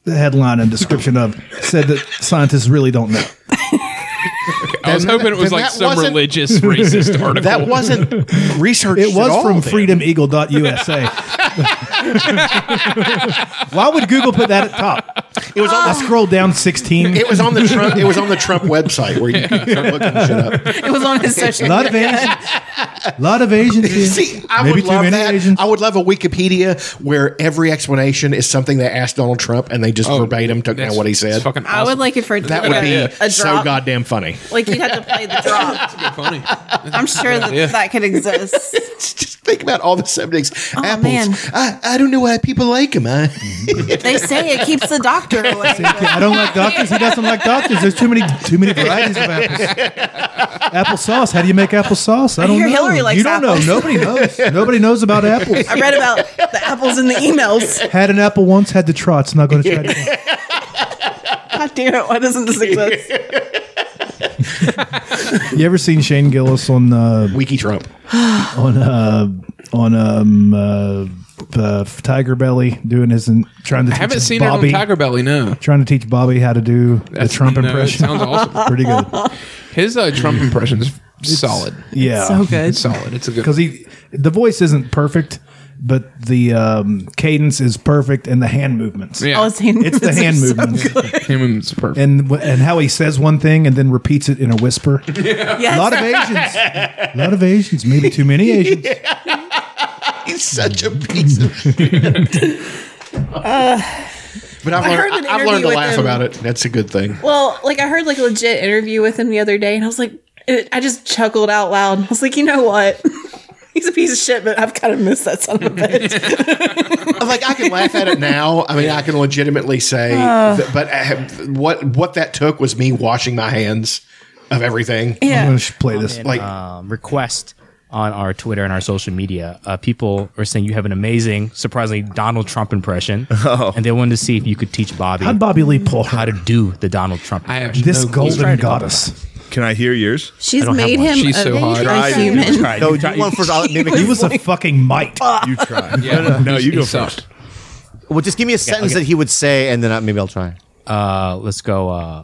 S2: the headline and description of said that scientists really don't know.
S3: I was
S1: Then-
S3: hoping it was
S1: then
S3: like
S1: that
S3: some
S1: wasn't-
S3: religious racist article.
S1: That wasn't research.
S2: It was
S1: at all,
S2: from
S1: then.
S2: freedomeagle.usa. Why would Google put that at top?
S1: It was on
S2: I scrolled down 16.
S1: It was on the Trump. It was on the Trump website where you can start looking shit up.
S5: It was on his social.
S2: a lot of Asians. A lot of Asians. here.
S1: See, I
S2: Maybe
S1: would
S2: too
S1: love
S2: many
S1: that.
S2: Asians.
S1: I would love a Wikipedia where every explanation is something they asked Donald Trump and they just verbatim took down
S3: Oh, That's-
S1: what he said.
S3: that's fucking
S5: I would
S3: awesome.
S5: like it for it to
S1: that
S5: be
S1: would
S5: like
S1: be
S5: a, a
S1: so
S5: drop.
S1: goddamn funny.
S5: like you'd have to play the drop.
S3: funny.
S5: I'm sure that
S3: Yeah.
S5: that could exist.
S1: Just think about all the subjects. Apples.
S5: Oh, man.
S1: I, I don't know why people like them. I,
S5: They say it keeps the doctor away.
S2: I don't like doctors. He doesn't like doctors. There's too many too many varieties of apples. Applesauce. How do you make applesauce? I don't
S5: hear
S2: know.
S5: Hillary likes
S2: you don't
S5: apples.
S2: know. Nobody knows. Nobody knows about apples.
S5: I read about the apples in the emails.
S2: Had an apple once, had the trots. Not going to try it again.
S5: God damn it! Why doesn't this exist?
S2: You ever seen Shane Gillis on uh,
S1: Wiki Trump.
S2: on uh, on um, uh, uh, Tiger Belly doing his and trying to
S3: I haven't
S2: teach
S3: seen
S2: Bobby
S3: it on Tiger Belly. No,
S2: trying to teach Bobby how to do the Trump
S3: No, it
S2: impression.
S3: sounds awesome.
S2: Pretty good.
S3: His uh, Trump impression's solid.
S2: Yeah.
S5: good.
S3: It's solid. It's a good.
S2: because he the voice isn't perfect, but the um, cadence is perfect and the hand movements.
S3: Yeah.
S5: I was saying
S2: It's the
S5: this
S2: hand
S5: is so
S2: movements
S3: Him and it's perfect.
S2: and wh- and how he says one thing and then repeats it in a whisper.
S5: Yes.
S2: A lot of Asians, a lot of Asians, maybe too many Asians.
S1: He's such a piece of shit. but I've
S5: Uh, I
S1: learned,
S5: heard
S1: I've learned
S5: an interview
S1: to
S5: with
S1: laugh
S5: him.
S1: about it. That's a good thing.
S6: Well, like I heard like a legit interview with him the other day, and I was like, it, I just chuckled out loud. I was like, you know what? He's a piece of shit, but I've kind of missed that son of a bitch.
S1: like I can laugh at it now. I mean, I can legitimately say,
S5: Uh.
S1: th- but I have- what what that took was me washing my hands of everything.
S2: I'm
S6: yeah.
S2: going to play this.
S1: Like,
S7: um, request on our Twitter and our social media. Uh, people were saying you have an amazing, surprisingly Donald Trump impression,
S8: Oh.
S7: and they wanted to see if you could teach Bobby
S2: How'd Bobby Lee pull
S7: how
S2: her?
S7: to do the Donald Trump.
S3: I have
S7: impression.
S2: This
S3: no clue.
S2: golden goddess.
S8: Can I hear yours?
S4: She's
S7: don't have
S4: made
S7: one.
S4: him
S3: She's
S4: a
S3: so hot.
S4: very
S8: Tried.
S4: human.
S7: Try it.
S8: No,
S7: You
S8: you
S7: try-
S8: want first. I'll mimic
S2: He
S8: you.
S2: was a fucking mite.
S5: Oh.
S8: You try.
S3: Yeah.
S8: No, no, no, you
S3: He
S8: go
S3: sucked.
S8: first. Well, just give me a sentence
S7: okay.
S8: that he would say, and then I, maybe I'll try.
S7: uh, let's go. Uh,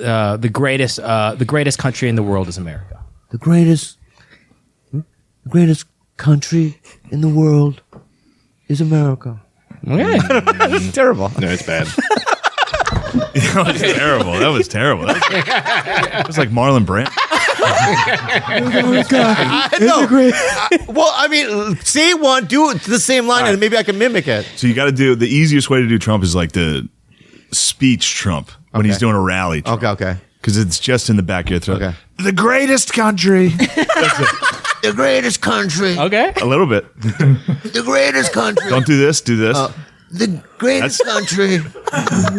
S7: uh, the greatest, uh, the greatest country in the world is America.
S9: the greatest hmm, the greatest country in the world is America.
S7: Okay.
S8: Terrible.
S1: no, it's bad.
S8: That was terrible. That was terrible. That was, that was like Marlon Brand.
S2: It's a great-
S8: Well, I mean,
S9: Say one, do it to the same line, and maybe I can mimic it.
S8: so you got to do the easiest way to do Trump is like the speech Trump when he's doing a rally. Trump.
S9: Okay, okay.
S8: Because it's just in the back of your throat.
S9: Okay.
S8: The greatest country.
S9: The greatest country.
S7: okay.
S8: a little bit.
S9: The greatest country.
S8: Don't do this. Do this.
S9: the greatest country.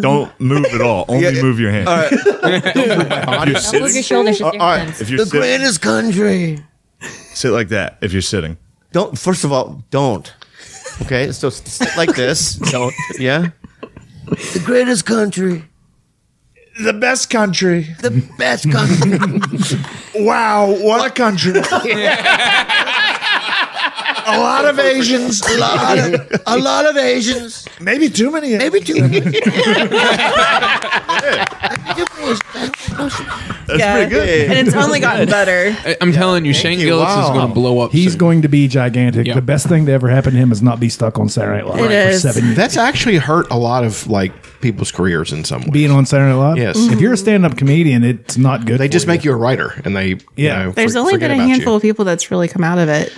S8: Don't move at all. Only move your hand. If you're
S10: Look
S8: sitting,
S10: your shoulders. Just your
S9: all right.
S10: hands.
S8: if you're
S9: The
S8: sitting,
S9: greatest country.
S8: sit like that. If you're sitting.
S9: Don't first of all, don't. Okay, so s- sit like this. Don't. Yeah. The greatest country.
S8: The best country.
S9: The best country.
S8: Wow, what a country. a lot of Asians.
S9: a lot of a lot of Asians.
S8: Maybe too many.
S9: Maybe two.
S8: That's pretty good.
S5: And it's only gotten better.
S3: I- I'm telling you, Shane
S9: you.
S3: Gillis
S9: Wow.
S3: is going to blow up.
S2: He's
S3: soon.
S2: going to be gigantic.
S3: Yeah.
S2: The best thing to ever happen to him is not be stuck on Saturday Night Live
S5: It
S2: for
S5: is.
S2: seven years.
S1: That's actually hurt a lot of like people's careers in some way.
S2: Being on Saturday Night Live.
S1: Yes.
S2: If you're a stand-up comedian, it's not good.
S1: they
S2: for
S1: just make you a writer, and they
S2: Yeah.
S1: You know,
S5: There's
S1: for-
S5: only
S1: forget
S5: been a
S1: about
S5: handful
S1: you.
S5: of people that's really come out of it.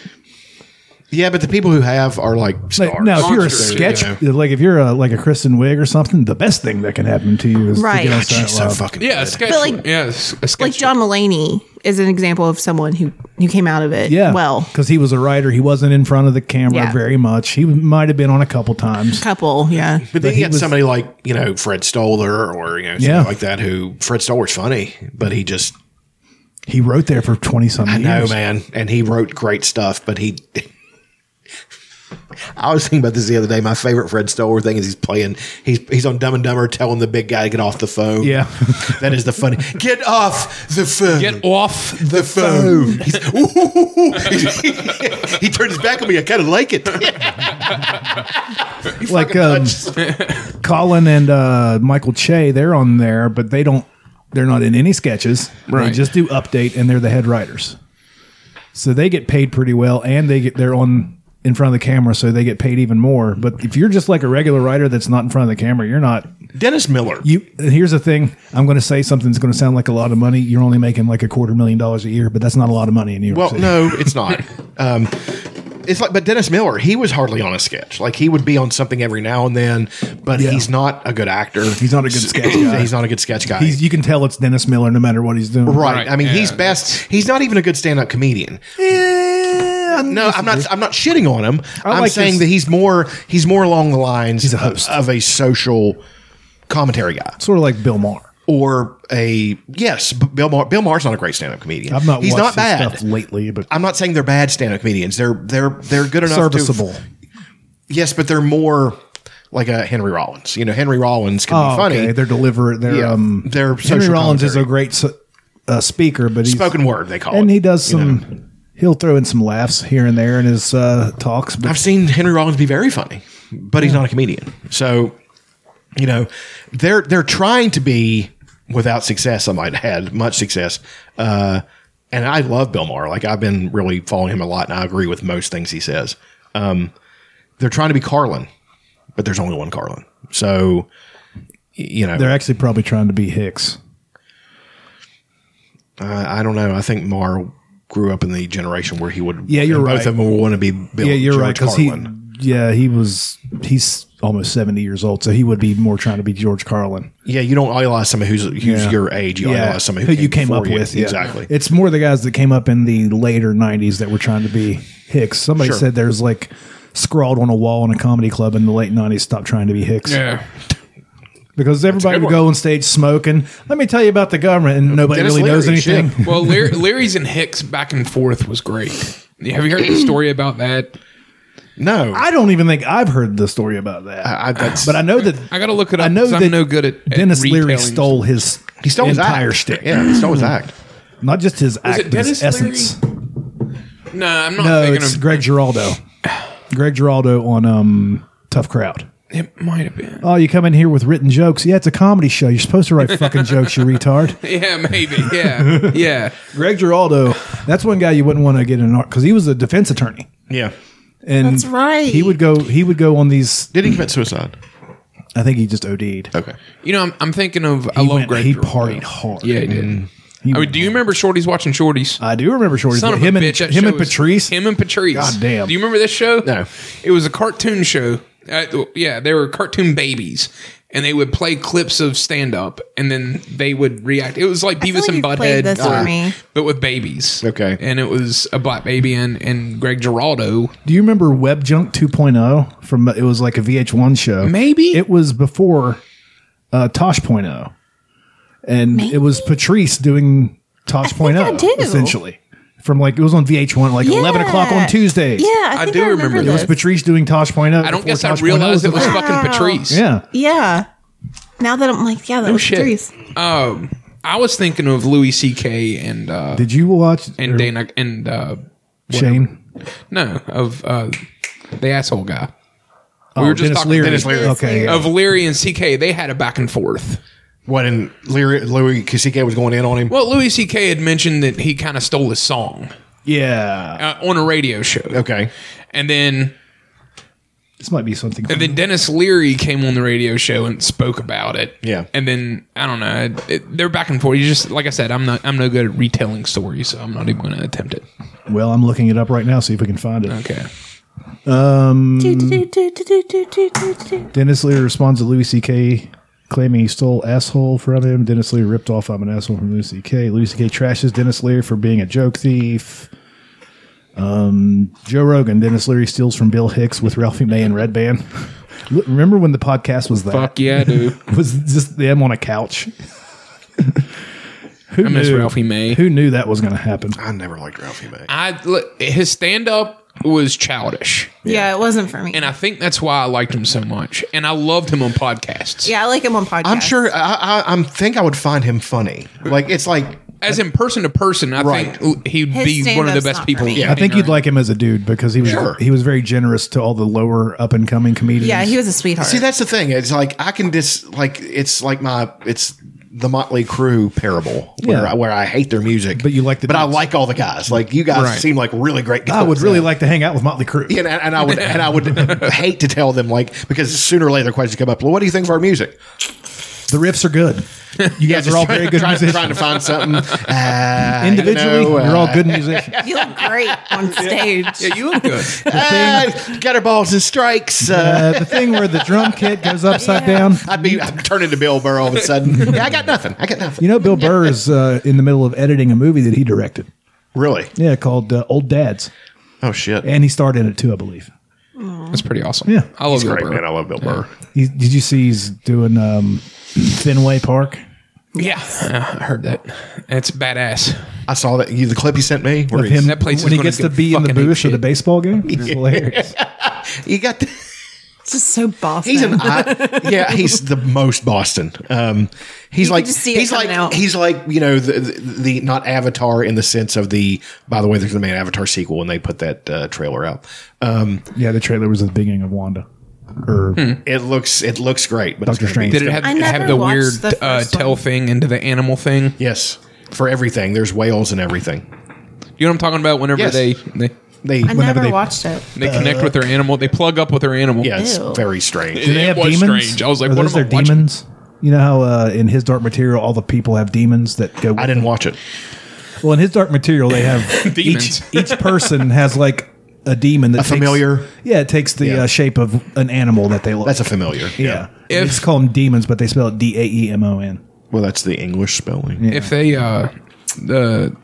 S1: Yeah, but the people who have are like stars.
S2: Like, now, if you're a
S3: Monsters,
S2: sketch,
S1: you know.
S2: like if you're a, like a Kristen Wiig or something, the best thing that can happen to you is
S5: Right.
S2: to get on
S5: God,
S2: Saturday
S1: She's so
S2: Night Live.
S1: fucking.
S3: Yeah, a
S1: good.
S3: sketch.
S5: But like-
S3: yeah, a s- a sketch.
S5: Like John Mulaney is an example of someone who who came out of it.
S2: Yeah,
S5: well,
S2: because he was a writer, he wasn't in front of the camera
S5: Yeah.
S2: very much. He might have been on a couple times.
S5: couple. Yeah,
S1: But then
S2: he
S1: you get
S2: was-
S1: somebody like you know Fred Stoller or you know somebody
S2: Yeah.
S1: like that who Fred Stoller's funny, but he just
S2: He wrote there for twenty something
S1: I know,
S2: years.
S1: man. And he wrote great stuff, but he. I was thinking about this the other day. My favorite Fred Stoller thing is he's playing. He's he's on Dumb and Dumber, telling the big guy to get off the phone.
S2: Yeah.
S1: that is the funny. Get off the phone.
S3: Get off.
S1: the phone. He's, ooh. he turned his back on me. I kind of like it.
S2: like um, Colin and uh, Michael Che, they're on there, but they don't. They're not in any sketches. They
S3: Right.
S2: just do update, and they're the head writers. So they get paid pretty well, and they get they're on in front of the camera, so they get paid even more. But if you're just like a regular writer that's not in front of the camera, you're not.
S1: Dennis Miller.
S2: You and here's the thing: I'm going to say something that's going to sound like a lot of money. You're only making like a quarter million dollars a year, but that's not a lot of money in New York
S1: Well,
S2: City.
S1: no, it's not. Um, it's like, but Dennis Miller, he was hardly on a sketch. Like he would be on something every now and then, but
S2: Yeah.
S1: he's not a good actor.
S2: He's not a good sketch guy.
S1: he's not a good sketch guy.
S2: He's, you can tell it's Dennis Miller no matter what he's doing.
S1: right.
S3: Right,
S1: I mean, he's
S3: yeah,
S1: best. He's not even a good stand-up comedian.
S2: Yeah,
S1: No, I'm not. I'm not shitting on him.
S2: I
S1: I'm
S2: like
S1: saying
S2: this-
S1: that he's more. He's more along the lines
S2: He's a host.
S1: Of, of a social commentary guy
S2: Sort of like Bill Maher.
S1: or a yes. B- Bill Mar- Bill Maher's not a great stand-up comedian.
S2: I've not
S1: he's
S2: watched
S1: not
S2: his
S1: bad.
S2: stuff lately, but
S1: I'm not saying they're bad stand-up comedians. They're they're they're good enough
S2: serviceable.
S1: To, yes, but they're more like a Henry Rollins. You know, Henry Rollins can
S2: oh,
S1: be funny.
S2: okay. They're deliver. They're
S1: Yeah.
S2: um.
S1: They're
S2: Henry
S1: social
S2: Rollins is a
S1: commentary.
S2: great s- uh, speaker, but he's
S1: spoken word they call
S2: and
S1: it.
S2: he does
S1: you know.
S2: some. He'll throw in some laughs here and there in his uh, talks, but
S1: I've seen Henry Rollins be very funny, but he's not a comedian. So, you know, they're they're trying to be without success. I might add much success. Uh, and I love Bill Maher. Like I've been really following him a lot, and I agree with most things he says. Um, they're trying to be Carlin, but there's only one Carlin. So, y- you know,
S2: they're actually probably trying to be Hicks.
S1: I, I don't know. I think Maher grew up in the generation where he would.
S2: Yeah, you're
S1: both
S2: right.
S1: Both of them would want to be Bill.
S2: yeah, you're right.
S1: Because
S2: Because he, yeah, he was. He's almost seventy years old, so he would be more trying to be George Carlin.
S1: Yeah, you don't idolize someone who's who's
S2: Yeah.
S1: your age. You idolize someone who,
S2: who you came up
S1: before you.
S2: with. yeah.
S1: Exactly.
S2: It's more the guys that came up in the later '90s that were trying to be Hicks. Somebody
S1: Sure.
S2: said there's like scrawled on a wall in a comedy club in the late '90s. Stop trying to be Hicks
S3: Yeah.
S2: because everybody
S3: good
S2: would go on stage smoking. Let me tell you about the government, and nobody
S1: Dennis
S2: really knows
S1: Leary, shit.
S2: anything.
S3: Well, Larry, Larry's and Hicks back and forth was great. Have you heard the story about that?
S1: no, I,
S2: I don't even think I've heard the story about that.
S1: I, that's,
S2: but I know that
S3: I gotta look it up.
S2: I know
S3: 'cause
S2: that
S3: I'm no good at, at
S2: Dennis Leary
S3: retailing
S2: stole his
S1: he stole his
S2: entire
S1: act.
S2: shtick, Mm-hmm.
S1: Yeah, he stole his act.
S2: not just his
S3: it
S2: act, but his
S3: Dennis Leary?
S2: essence.
S3: stuff. No, I'm not
S2: No,
S3: thinking
S2: it's
S3: of.
S2: Greg Giraldo. Greg Giraldo on um, Tough Crowd.
S3: It might have been.
S2: Oh, you come in here with written jokes. Yeah, it's a comedy show. You're supposed to write fucking jokes, you retard.
S3: Yeah, maybe. Yeah, yeah.
S2: Greg Giraldo, that's one guy you wouldn't want to get in an art because he was a defense attorney.
S1: Yeah,
S2: And
S5: That's right.
S2: He would go. He would go on these.
S1: did he commit suicide?
S2: I think he just OD'd.
S1: Okay,
S3: You know, I'm, I'm thinking of.
S2: He
S3: I love
S2: went-
S3: Greg.
S2: He
S3: Giraldo.
S2: partied hard.
S3: Yeah, he did.
S2: He
S3: I mean,
S2: went
S3: do you remember Shorty's watching Shorty's?
S2: I do remember Shorty's
S3: Son of
S2: him
S3: a
S2: and
S3: bitch, that
S2: him
S3: show
S2: and
S3: was-
S2: Patrice.
S3: Him and Patrice.
S2: God damn.
S3: Do you remember this show?
S1: No.
S3: It was a cartoon show. Uh, yeah, they were cartoon babies, and they would play clips of stand up, and then they would react. It was like
S5: feel
S3: Beavis
S5: like
S3: and
S5: you've played
S3: Butthead, uh,
S5: this for me.
S3: but with babies.
S1: Okay.
S3: and it was a black baby and and Greg Giraldo.
S2: Do you remember Web Junk 2.0 from? It was like a VH1 show.
S3: Maybe.
S2: it was before uh, Tosh.0, and it was Patrice doing
S5: I
S2: Tosh.0
S5: do.
S2: essentially. From like it was on VH1, like eleven o'clock on
S5: Yeah.
S2: Tuesdays.
S5: Yeah, I,
S3: I
S5: think
S3: do
S5: I remember,
S3: remember
S5: this.
S2: it was Patrice doing Tosh.0.
S3: I don't
S2: before
S3: guess I
S2: Tosh.0
S3: realized it was
S2: around.
S3: fucking Patrice.
S2: Yeah,
S5: yeah. Now that I'm like, yeah, that was
S3: shit.
S5: Patrice.
S3: Um, I was thinking of Louis C.K. and uh,
S2: did you watch
S3: and Dana and uh,
S2: Shane?
S3: no of uh, the asshole guy. We were just talking- Oh, Dennis Leary.
S2: Oh, Okay, yeah.
S3: Of Leary and CK, they had a back and forth.
S1: what? And Leary, Louis Kasike was going in on him.
S3: Well, Louis C.K. had mentioned that he kind of stole his song
S2: yeah.
S3: uh, on a radio show.
S1: Okay,
S3: And then
S2: This might be something.
S3: and then Dennis Leary came on the radio show and spoke about it.
S1: Yeah.
S3: And then I don't know, it, they're back and forth. You just like I said, I'm not I'm no good at retelling stories, so I'm not even going to attempt it.
S2: well, I'm looking it up right now. See if we can find it.
S3: Okay.
S5: Do, do, do, do, do, do, do, do, do.
S2: Dennis Leary responds to Louis C.K. claiming he stole asshole from him. Dennis Leary ripped off I'm an asshole from Louis C.K. Louis C.K. trashes Dennis Leary for being a joke thief. Um, Joe Rogan, Dennis Leary steals from Bill Hicks with Ralphie May and Red Band. Look, Remember when the podcast was that?
S3: Fuck yeah, dude.
S2: Was just them on a couch? Who
S3: I miss
S2: knew?
S3: Ralphie May.
S2: Who knew that was going to happen?
S1: I never liked Ralphie May.
S3: I look, his stand up was childish.
S5: Yeah, it wasn't for me.
S3: And I think that's why I liked him so much. And I loved him on podcasts.
S5: yeah, I like him on podcasts.
S1: I'm sure. I, I I'm think I would find him funny. Like it's like
S3: As in person to person, I
S1: Right.
S3: think he'd
S5: His
S3: be one of the
S5: stand-up's
S3: best
S5: not
S3: people.
S5: for me.
S2: I think you'd like him as a dude because he was
S1: Sure.
S2: he was very generous to all the lower up and coming comedians.
S5: Yeah, he was a sweetheart.
S1: See, that's the thing. It's like I can dis like it's like my it's the Motley Crue parable where
S2: Yeah.
S1: I, where I hate their music,
S2: But you like the
S1: but I
S2: dudes.
S1: like all the guys. Like you guys
S3: Right.
S1: seem like really great guys.
S2: I would really like to hang out with Motley Crue.
S1: And, and I would and I would hate to tell them like because sooner or later the questions come up. Well, what do you think of our music?
S2: The riffs are good. You guys are all very good
S1: trying,
S2: musicians.
S1: trying to find something uh,
S2: Individually,
S1: you know,
S2: you're all
S1: uh,
S2: good musicians.
S5: you look great on stage.
S3: Yeah, you look good.
S1: uh, gutter balls and strikes. Uh,
S2: Uh, the thing where the drum kit goes upside down.
S1: I'd be I'd turn into Bill Burr all of a sudden. yeah, I got nothing. I got nothing.
S2: You know, Bill Burr is uh, in the middle of editing a movie that he directed.
S1: Really?
S2: Yeah, called uh, Old Dads,
S1: Oh shit.
S2: and he starred in it too, I believe.
S3: That's pretty awesome.
S2: Yeah.
S3: I love
S1: He's
S3: Bill
S1: great,
S3: Burr.
S1: man. I love Bill Burr.
S2: He, did you see he's doing um, Fenway Park?
S3: Yeah, I heard that. That's badass.
S1: I saw that you, the clip you sent me where
S2: Of
S1: he's-
S2: him
S3: That place is
S2: when he
S3: gonna
S2: gets to
S3: get
S2: be in the
S3: fucking ape
S2: booth for the
S3: shit.
S2: baseball game. It's hilarious.
S1: You got the,
S5: It's just so Boston.
S1: he's an I, yeah he's the most Boston. Um, he's
S5: You
S1: like
S5: can just see it
S1: he's
S5: coming
S1: like
S5: out.
S1: he's like you know the, the the not Avatar in the sense of the by the way there's gonna be an Avatar sequel when they put that uh, trailer out. Um,
S2: yeah, the trailer was at the beginning of Wanda. Or
S3: Hmm.
S1: it looks it looks great, but it's
S2: Doctor
S1: gonna be-
S2: Strange.
S3: Did it have,
S5: I
S3: have
S5: never
S3: the
S5: watched
S3: weird
S5: the
S3: uh,
S5: first one.
S3: tail thing into the animal thing?
S1: Yes, for everything there's whales and everything.
S3: You know what I'm talking about? Whenever
S1: Yes.
S3: they they,
S1: They
S5: I
S2: whenever
S5: never
S2: they-
S5: watched it.
S3: they
S2: Uh,
S3: connect with their animal, they plug up with their animal.
S1: yeah, it's
S5: Ew.
S1: very strange.
S2: Do they
S3: It
S2: have
S3: was
S2: demons?
S3: strange. I was like,
S2: Are
S3: what
S2: those
S3: am I
S2: their
S3: watching?
S2: demons? You know how uh, in His Dark Material, all the people have demons that go.
S1: I didn't watch it.
S2: Well, in His Dark Material, they have
S3: Demons.
S2: each each person has like a demon that
S1: A
S2: takes-
S1: familiar?
S2: Yeah, it takes the
S1: Yeah.
S2: uh, shape of an animal that they love.
S1: That's a familiar.
S2: yeah.
S3: If-
S2: it's called them demons, but they spell it D A E M O N.
S1: Well, that's the English spelling.
S3: If they uh the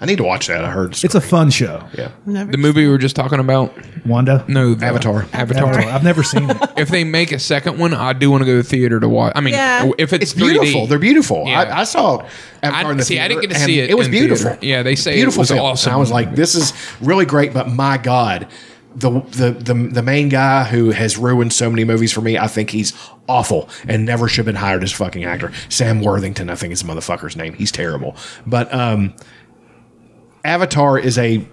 S1: I need to watch that. I heard
S2: It's a fun show.
S1: yeah.
S3: the movie we were just talking about,
S2: Wanda.
S3: no the-
S1: Avatar.
S3: Avatar.
S2: I've never seen it.
S3: If they make a second one, I do want to go to the theater to watch. I mean,
S5: Yeah.
S3: if it's,
S1: It's beautiful.
S3: 3D,
S1: They're beautiful.
S3: Yeah.
S1: I, I saw Avatar
S3: I,
S1: in the
S3: see, I
S1: theater,
S3: didn't get to
S1: and
S3: see it.
S1: It was
S3: in
S1: beautiful.
S3: theater. Yeah, they say
S1: beautiful
S3: it was
S1: film.
S3: awesome.
S1: And I was like, this is really great, but my God, the, the the the main guy who has ruined so many movies for me, I think he's awful and never should have been hired as a fucking actor. Sam Worthington, I think is the motherfucker's name. He's terrible. But um Avatar is a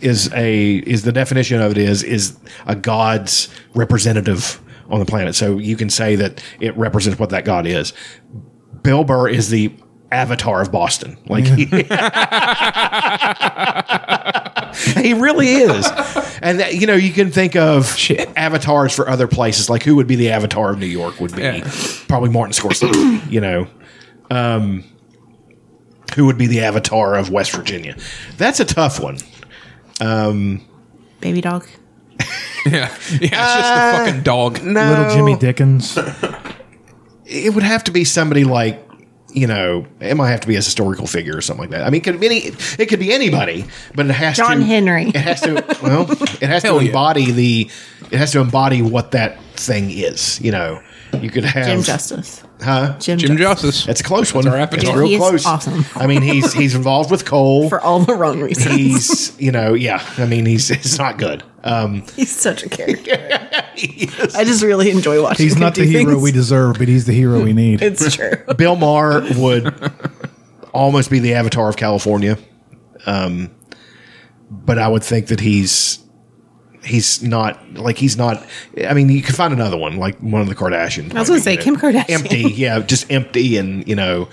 S1: is a is the definition of it is is a god's representative on the planet. So you can say that it represents what that god is. Bill Burr is the avatar of Boston. Like he, he really is. And that, you know, you can think of avatars for other places. Like who would be the avatar of New York would be
S3: Yeah.
S1: probably Martin Scorsese, you know. Um who would be the avatar of West Virginia? That's a tough one.
S5: Baby dog.
S3: yeah, yeah, it's just
S5: Uh,
S3: the fucking dog.
S2: Little Jimmy Dickens.
S1: it would have to be somebody like you know it might have to be a historical figure or something like that i mean it could be any it could be anybody but it has
S5: John
S1: to
S5: Henry.
S1: it has to well it has
S3: Hell
S1: to
S3: yeah.
S1: embody the it has to embody what that thing is you know you could have
S5: Jim Justice. Huh? Jim,
S3: Jim
S5: Justice.
S3: Justice.
S1: that's a close one
S3: our
S1: it's
S3: avatar.
S1: real
S5: He is
S1: close
S5: awesome.
S1: i mean he's he's involved with coal
S5: For all the wrong reasons.
S1: he's you know yeah i mean he's it's not good um
S5: He's such a character. I just really enjoy watching
S2: He's
S5: him
S2: not
S5: do
S2: the hero
S5: things.
S2: we deserve, but he's the hero we need.
S5: It's true.
S1: bill maher would almost be the avatar of california Um, but I would think that he's he's not like he's not. I mean, you could find another one like one of the Kardashians.
S5: I was gonna say Kim Kardashian.
S1: Empty, yeah, just empty and you know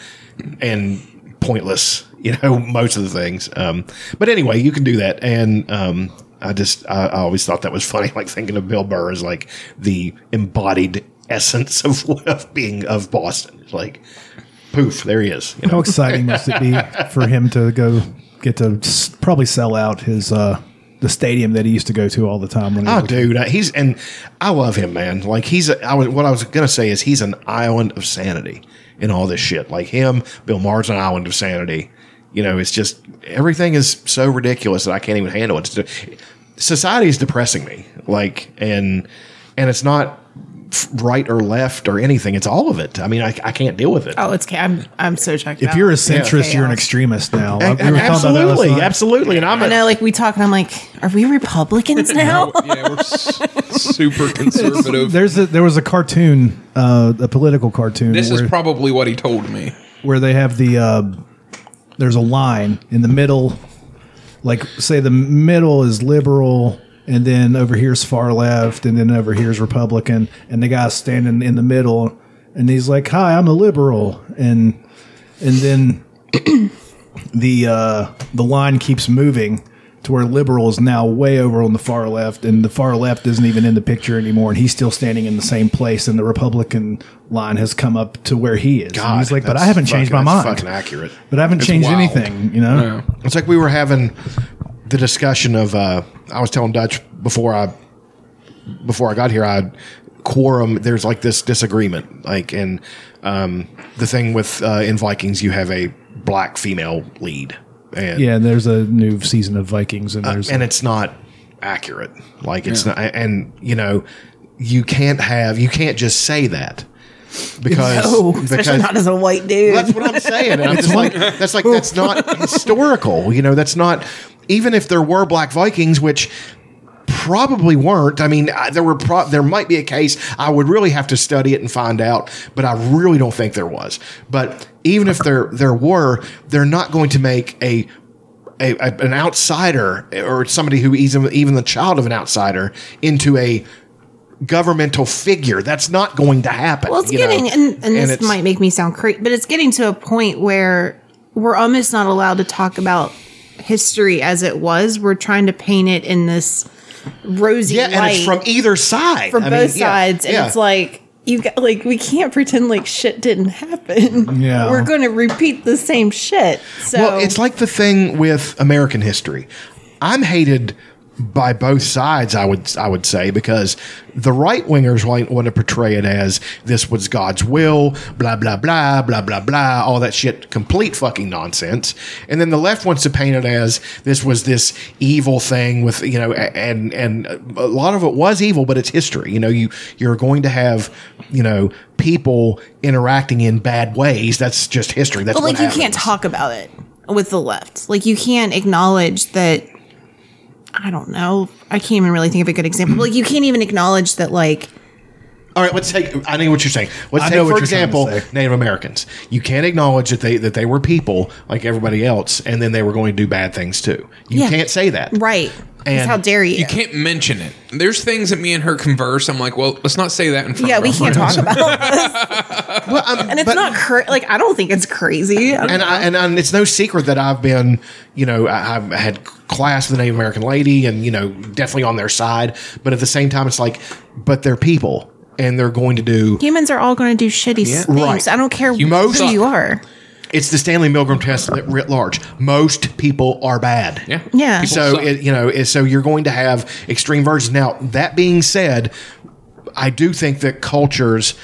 S1: and pointless. You know most of the things. Um, but anyway, you can do that, and um, I just I, I always thought that was funny. Like thinking of Bill Burr as like the embodied essence of, of being of Boston. It's Like poof, there he is. You know?
S2: How exciting must it be for him to go get to s- probably sell out his uh, the stadium that he used to go to all the time? When he
S1: Oh,
S2: was-
S1: dude, I- he's and I love him, man. Like he's a, I was what I was gonna say is he's an island of sanity in all this shit. Like him, Bill Maher's an island of sanity. You know, it's just everything is so ridiculous that I can't even handle it. It's de- Society is depressing me, like and and it's not f- right or left or anything. It's all of it. I mean, I, I can't deal with it.
S5: Oh, it's ca- I'm I'm so checked
S2: If
S5: out.
S2: you're a centrist, you're an
S5: Chaos.
S2: extremist now.
S1: A-
S2: Like, we were talking about that last
S1: absolutely,
S2: night.
S1: absolutely. And I'm
S5: I
S1: a,
S5: know, like we talk, and I'm like, are we Republicans now?
S3: yeah, we're s- super conservative.
S2: There's a, there was a cartoon, uh, a political cartoon.
S3: this
S2: where-
S3: is probably what he told me.
S2: where they have the uh, there's a line in the middle, like say the middle is liberal, and then over here's far left, and then over here's Republican, and the guy's standing in the middle, and he's like, "Hi, I'm a liberal," and and then the uh, the line keeps moving. To where liberal is now way over on the far left, and the far left isn't even in the picture anymore, and he's still standing in the same place, and the Republican line has come up to where he is. And
S1: God,
S2: he's like, "But
S1: that's
S2: I haven't changed my
S1: fucking-
S2: mind."
S1: that's Fucking accurate.
S2: But I haven't
S1: It's
S2: changed
S1: wild.
S2: anything, you know?
S1: It's like we were having the discussion of uh, I was telling Dutch before I before I got here I quorum there's like this disagreement like and um, the thing with uh, in Vikings you have a black female lead and
S2: Yeah, and there's a new season of Vikings, and there's
S1: Uh, and it's not accurate like it's not and you know you can't have you can't just say that because because
S5: Oh, not as a white dude.
S1: That's what I'm saying. And I'm just like, that's like, that's not historical. You know, that's not, even if there were black Vikings, which probably weren't. I mean, I, there were, pro- there might be a case. I would really have to study it and find out, but I really don't think there was. But even if there, there were, they're not going to make a, a, a- an outsider or somebody who is even the child of an outsider into a governmental figure. That's not going to happen.
S5: Well, it's
S1: you know?
S5: getting, and, and, this
S1: it's-
S5: might make me sound crazy, but it's getting to a point where we're almost not allowed to talk about history as it was. We're trying to paint it in this rosy
S1: Yeah,
S5: light
S1: and it's from either side.
S5: from
S1: I mean,
S5: both
S1: yeah,
S5: sides, and
S1: yeah.
S5: it's like you got like we can't pretend like shit didn't happen.
S2: Yeah.
S5: we're going to repeat the same shit. So
S1: well, it's like the thing with American history. I'm hated by both sides. I would I would say because the right wingers want, want to portray it as this was God's will, blah blah blah blah blah blah, all that shit, complete fucking nonsense. And then the left wants to paint it as this was this evil thing with you know, a- and and a lot of it was evil, but it's history. You know, you you're going to have you know people interacting in bad ways. That's just history. That's
S5: but like
S1: what
S5: you
S1: happens.
S5: can't talk about it with the left like you can't acknowledge that i don't know i can't even really think of a good example like you can't even acknowledge that like
S1: All right, let's take. I know what you're saying. Let's
S2: I
S1: take,
S2: know
S1: for
S2: what you're trying to
S1: example,
S2: say.
S1: Native Americans. You can't acknowledge that they that they were people like everybody else, and then they were going to do bad things too. You
S5: Yeah.
S1: can't say that.
S5: right 'Cause
S1: And
S5: how dare you,
S3: You can't mention it. There's things that me and her converse. I'm like, well, let's not say that in front.
S5: yeah
S3: of
S5: we
S3: her.
S5: can't talk about it
S1: Well, um,
S5: and it's
S1: but-
S5: not cra- like i don't think it's crazy I don't-
S1: And, I, and and it's no secret that I've been, you know, I, I've had class with the Native American lady, and you know, definitely on their side. But at the same time, it's like, but they're people, and they're going to do.
S5: humans are all going to do shitty things
S1: Right.
S5: i don't care
S3: Humans
S5: who
S3: suck.
S5: you are
S1: It's the Stanley Milgram test lit- writ large. Most people are bad.
S3: Yeah.
S5: yeah
S1: so
S3: suck.
S1: it, you know it- so you're going to have extreme versions now that being said i do think that cultures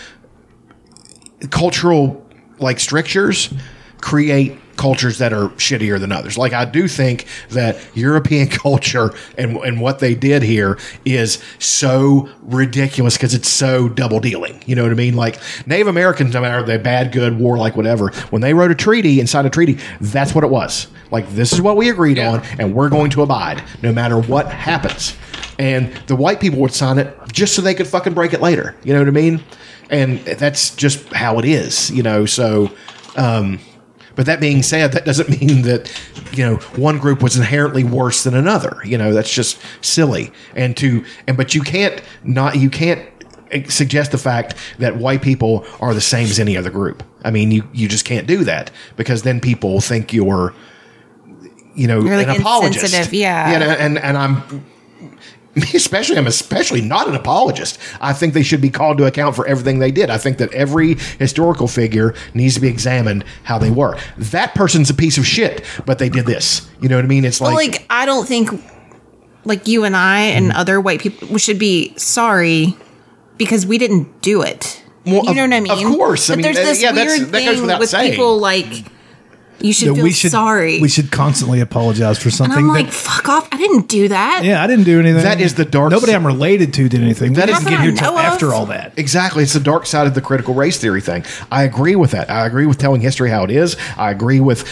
S1: cultural like strictures create cultures that are shittier than others like i do think that european culture and and what they did here is so ridiculous because it's so double dealing you know what i mean like native americans no matter if they're bad good warlike whatever when they wrote a treaty and signed a treaty that's what it was like this is what we agreed on and we're going to abide no matter what happens and the white people would sign it just so they could fucking break it later you know what i mean and that's just how it is, you know. So, um, but that being said, that doesn't mean that you know one group was inherently worse than another. You know, that's just silly. And to and but you can't not you can't eh, suggest the fact that white people are the same as any other group. I mean, you you just can't do that because then people think you're you know
S5: like,
S1: an apologist.
S5: insensitive, yeah.
S1: You know, and and I'm especially I'm especially not an apologist. I think they should be called to account for everything they did. I think that every historical figure needs to be examined how they were. That person's a piece of shit, but they did this. You know what I mean? It's
S5: But,
S1: like, Hmm.
S5: like I don't think like you and I and other white people we should be sorry because we didn't do it.
S1: Well,
S5: you know
S1: of-
S5: what I mean?
S1: of course. I
S5: But
S1: mean,
S5: there's
S1: uh,
S5: this
S1: yeah, that's-
S5: weird
S1: that goes
S5: thing
S1: without
S5: with
S1: saying.
S5: people like You should
S2: that
S5: feel
S2: we should
S5: sorry.
S2: we should constantly apologize for
S5: and
S2: something.
S5: I'm
S2: that,
S5: like, fuck off. I didn't do that.
S2: yeah, I didn't do anything.
S1: That is the dark
S2: Nobody
S1: s-
S2: I'm related to did anything.
S1: That
S2: That we
S1: is-
S2: didn't get
S5: Not
S2: here
S5: that I
S2: till
S5: know of.
S2: after all that.
S1: Exactly. It's the dark side of the critical race theory thing. I agree with that. I agree with telling history how it is. I agree with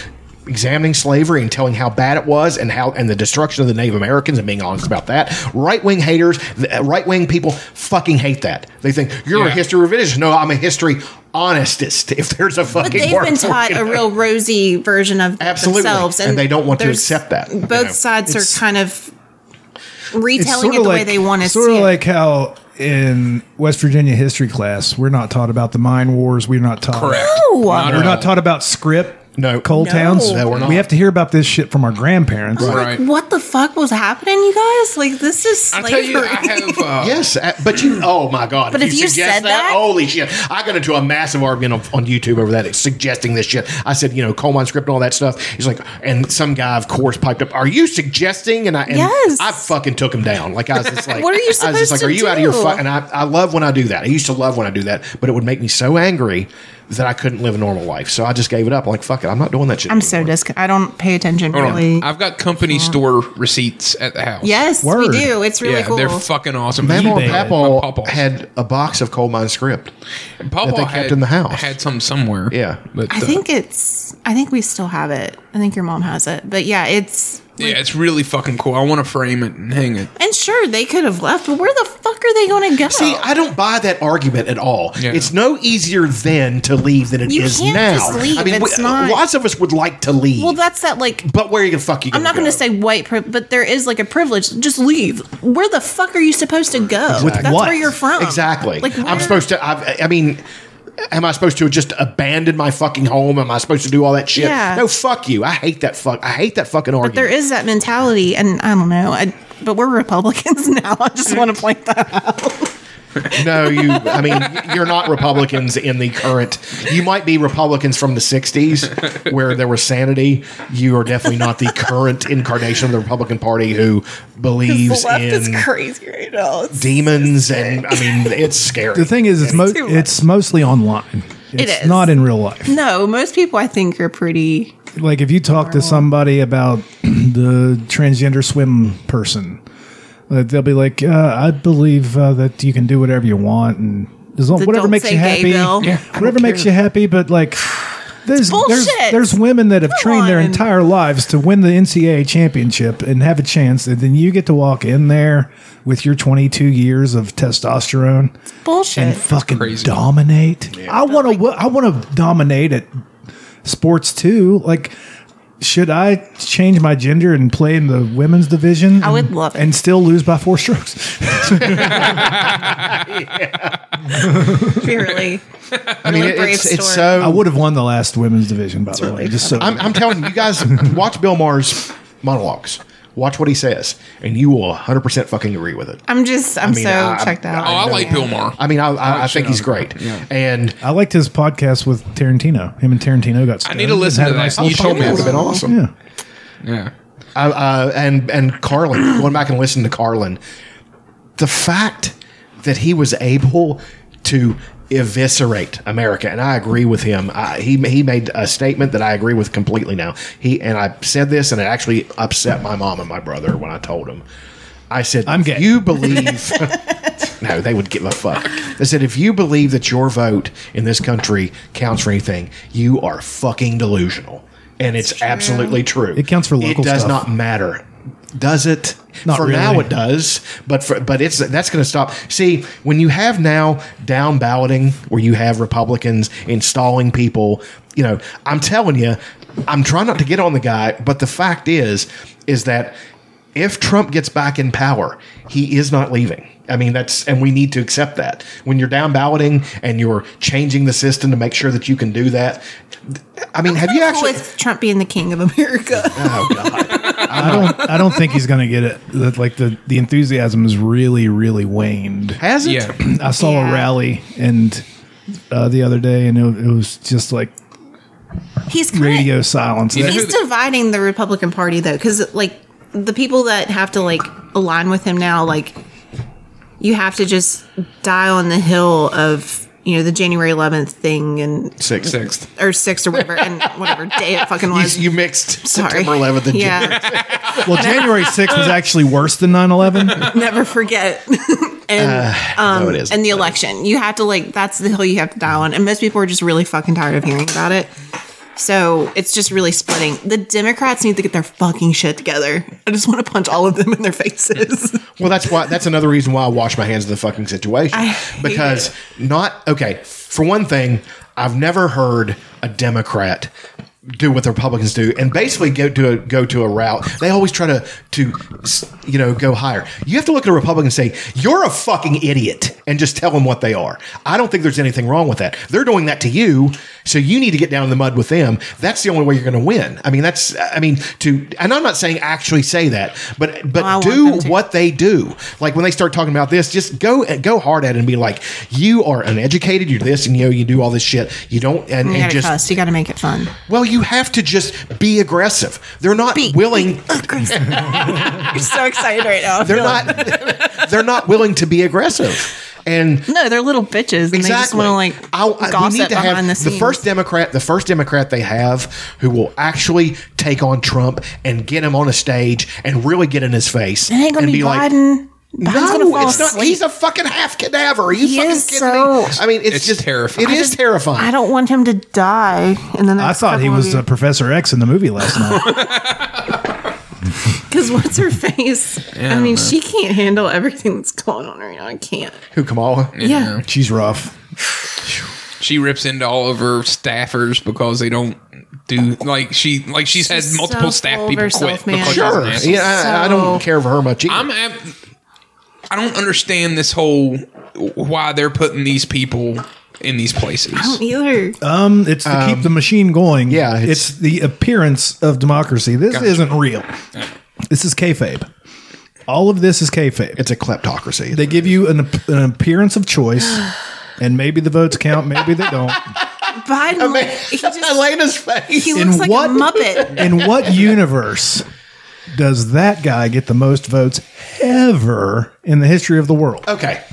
S1: examining slavery and telling how bad it was and how and the destruction of the Native Americans and being honest about that. Right wing haters, right wing people fucking hate that. They think you're a
S3: Yeah.
S1: history revisionist. No, I'm a history honestist. If there's a fucking
S5: But they've
S1: word
S5: been
S1: for
S5: taught
S1: it.
S5: a real rosy version of
S1: Absolutely.
S5: themselves,
S1: And they don't want to
S5: there's-
S1: accept that, you
S5: Both
S1: know.
S5: sides
S2: It's-
S5: are kind of
S2: It's
S5: retelling
S2: sorta
S5: it the way they want to
S2: sorta
S5: see
S2: like how in West Virginia history class, we're not taught about the mine wars. We're not taught.
S3: Correct.
S5: No.
S3: Not
S2: We're
S3: at
S2: not
S3: all.
S2: taught about script.
S1: No.
S2: coal
S1: No.
S2: towns.
S1: No, we're not.
S2: We have to hear about this shit from our grandparents.
S5: it.
S3: Right.
S5: What the fuck was happening, you guys? Like this is
S3: I
S5: slavery.
S3: tell you, I have. Uh,
S1: Yes, uh, but you. Oh my God!
S5: But if you
S1: suggest
S5: said that-
S1: holy shit! I got into a massive argument on, on YouTube over that, suggesting this shit. I said, you know, coal mine script and all that stuff. He's like, and some guy, of course, piped up, "Are you suggesting?" And I, and
S5: Yes.
S1: I fucking took him down. Like I was just like,
S5: What are you
S1: I was just
S5: supposed
S1: like,
S5: to
S1: "Are you out of your
S5: do?
S1: fuck?" And I, I love when I do that. I used to love when I do that, but it would make me so angry that I couldn't live a normal life. So I just gave it up. like, fuck it, I'm not doing that shit.
S5: I'm so disc. I don't pay attention
S3: Hold on.
S5: really.
S3: Oh, I've got company store receipts at the house.
S5: yes,
S2: Word.
S5: we do. It's really
S3: yeah,
S5: cool.
S3: they're fucking awesome.
S1: Mamma and
S3: My
S1: Papaw
S3: Papaws.
S1: had a box of coal mine script.
S3: Papa
S1: that they kept
S3: had,
S1: in the house.
S3: Had some somewhere.
S1: Yeah.
S3: but
S5: I
S3: uh,
S5: think it's. I think we still have it. I think your mom has it. But yeah, it's.
S3: yeah, it's really fucking cool. I want to frame it and hang it.
S5: And sure, they could have left, but where the fuck are they going to go?
S1: See, I don't buy that argument at all.
S3: Yeah.
S1: It's no easier then to leave than it is
S5: You can't
S1: now.
S5: just leave.
S1: I mean,
S5: It's
S1: we-
S5: not-
S1: lots of us would like to leave.
S5: well, that's that like
S1: but where the fuck you?
S5: I'm not going to say white, pri- but there is like a privilege. Just leave. Where the fuck are you supposed to go?
S2: With
S5: That's
S2: what?
S5: where you're from.
S1: exactly.
S5: Like
S1: I'm supposed to. I've, I mean. Am I supposed to just abandon my fucking home? Am I supposed to do all that shit?
S5: Yeah.
S1: No, fuck you. I hate that fuck. I hate that fucking argument.
S5: There is that mentality, and I don't know. I, but we're Republicans now. I just want to point that.
S1: No, you. I mean, y- you're not Republicans in the current. You might be Republicans from the '60s, where there was sanity. You are definitely not the current incarnation of the Republican Party who believes
S6: The left is
S1: in
S6: crazy right now. It's-
S1: demons, and I mean, it's scary.
S2: The thing is, it's mo- it's mostly online. It's
S5: is.
S2: not in real life.
S5: No, most people I think are pretty.
S2: Like if you talk to somebody about the transgender swim person, uh, they'll be like, uh, "I believe uh, that you can do whatever you want and as long,
S5: The
S2: whatever
S5: don't
S2: makes
S5: say
S2: you
S5: gay
S2: happy,
S5: bill. Yeah,
S2: whatever makes you happy." But like. There's, there's
S5: bullshit.
S2: there's women that have trained their
S5: on.
S2: entire lives to win the NCAA championship and have a chance, and then you get to walk in there with your 22 years of testosterone and
S5: Bullshit.
S2: fucking
S3: crazy.
S2: dominate. I want to. I want to dominate at sports too. Like, should I change my gender and play in the women's division?
S5: I would
S2: and-
S5: love it.
S2: and still lose by four strokes.
S5: really.
S1: I mean,
S5: really brave
S1: it's, it's
S5: story.
S2: I
S1: so.
S2: would have won the last women's division, by the way. Just so
S1: I'm, I'm telling you guys, watch Bill Maher's monologues. Watch what he says, and you will 100 percent fucking agree with it.
S5: I'm just. I'm
S1: mean,
S5: so
S1: I-
S5: checked out.
S3: Oh, I, like Bill Maher.
S1: I mean, I, I, I think he's great, and
S2: I liked his podcast with Tarantino. Him and Tarantino got.
S3: I
S2: stoned
S3: need to
S2: and
S3: listen
S2: had
S3: to
S2: a
S3: that.
S2: nice
S3: You
S2: little
S3: told me
S1: it would have been
S3: about it.
S1: awesome.
S2: Yeah.
S3: Yeah.
S1: I- uh, and and Carlin, going back and listening to Carlin, the fact that he was able to eviscerate America, and I agree with him. I, he he made a statement that I agree with completely. Now he and I said this, and it actually upset my mom and my brother when I told him. I said,
S2: I'm
S1: "If
S2: gay."
S1: You believe? no, they would give a fuck. They said, if you believe that your vote in this country counts for anything, you are fucking delusional, and it's absolutely true.
S2: It counts for local
S1: It does
S2: stuff.
S1: not matter. Does it?
S2: Not
S1: for
S2: really.
S1: now, it does. But for, but it's that's going to stop. See, when you have now down balloting, where you have Republicans installing people, you know, I'm telling you, I'm trying not to get on the guy. But the fact is, is that if Trump gets back in power, he is not leaving. I mean, that's, and we need to accept that. When you're down balloting and you're changing the system to make sure that you can do that, I mean, have you
S5: Cool
S1: actually?
S5: with Trump being the king of America.
S1: Oh, God.
S2: I don't. I don't think he's gonna get it. That, Like the the enthusiasm is really really waned.
S1: Has it?
S3: Yeah.
S2: I saw a
S5: Yeah.
S2: rally and uh, the other day, and it, it was just like
S5: He's kinda-
S2: radio silence.
S3: You know
S5: He's
S3: who the-
S5: dividing the Republican Party though, because like the people that have to like align with him now, like you have to just die on the hill of you know, the January 11th thing and
S1: Six.
S3: Sixth.
S5: or 6th or whatever and whatever day it fucking
S1: You,
S5: was.
S1: you mixed
S5: Sorry.
S1: September 11th and January.
S5: yeah,
S2: Well, January 6th was actually worse than 9 11.
S5: never forget. and
S1: Uh,
S5: um,
S1: no, it isn't.
S5: and the election. You have to like that's the hill you have to die on. And most people are just really fucking tired of hearing about it. So it's just really splitting. The Democrats need to get their fucking shit together. I just want to punch all of them in their faces.
S1: Well, that's why. That's another reason why I wash my hands of the fucking situation. because not okay. For one thing, I've never heard a Democrat do what the Republicans do and basically go to a, go to a route. They always try to to s- you know go higher. You have to look at a Republican and say you're a fucking idiot and just tell them what they are. I don't think there's anything wrong with that. They're doing that to you, so you need to get down in the mud with them. That's the only way you're going to win. I mean, that's I mean to and I'm not saying actually say that, but but
S5: I want
S1: do
S5: them to.
S1: what they do. Like when they start talking about this, just go go hard at it and be like, you are uneducated, you're this, and you know you do all this shit. You don't and,
S5: You
S1: and
S5: gotta
S1: just
S5: cuss. You gotta make it fun.
S1: well, you have to just be aggressive. They're not willing.
S5: I'm so excited right now.
S1: they're not. they're not willing to be aggressive. And
S5: No, they're little bitches, and they just want to like
S1: I'll- I- we
S5: gossip
S1: need to have
S5: behind the scenes.
S1: first Democrat, the first Democrat they have who will actually take on Trump and get him on a stage and really get in his face
S5: it ain't gonna
S1: and
S5: be, Biden. Biden's gonna
S1: No,
S5: fall
S1: it's not.
S5: asleep.
S1: He's a fucking half cadaver. Are you
S5: He
S1: fucking
S5: is
S1: kidding
S5: so-
S1: me? I mean, it's,
S3: It's
S1: just
S3: terrifying.
S1: It is terrifying.
S5: I don't want him to die. And then
S2: I thought he was uh, Professor X in the movie last night.
S5: because what's her face? I mean, she can't handle everything that's going on right now. I can't.
S1: Who Kamala?
S5: Yeah.
S2: She's rough.
S3: She rips into all of her staffers because they don't do like she like she's,
S5: She's
S3: had multiple
S5: so
S3: staff
S5: full of
S3: people
S5: herself,
S3: quit
S5: man.
S3: because she's
S1: Sure.
S3: an asshole.
S1: Yeah, I, I don't
S5: So-
S1: care for her much either.
S3: I'm at, I don't understand this whole why they're putting these people in these places.
S5: Either.
S2: Um, it's to keep the machine going.
S1: yeah, it's-
S2: It's, the appearance of democracy. This isn't real. This is kayfabe. All of this is kayfabe.
S1: it's a kleptocracy.
S2: They give you an, ap- an appearance of choice, and maybe the votes count, maybe they don't.
S5: Biden, he just
S1: Elena's face.
S5: he
S2: in
S5: looks like
S2: what-
S5: a muppet.
S2: In what universe does that guy get the most votes ever in the history of the world?
S1: okay.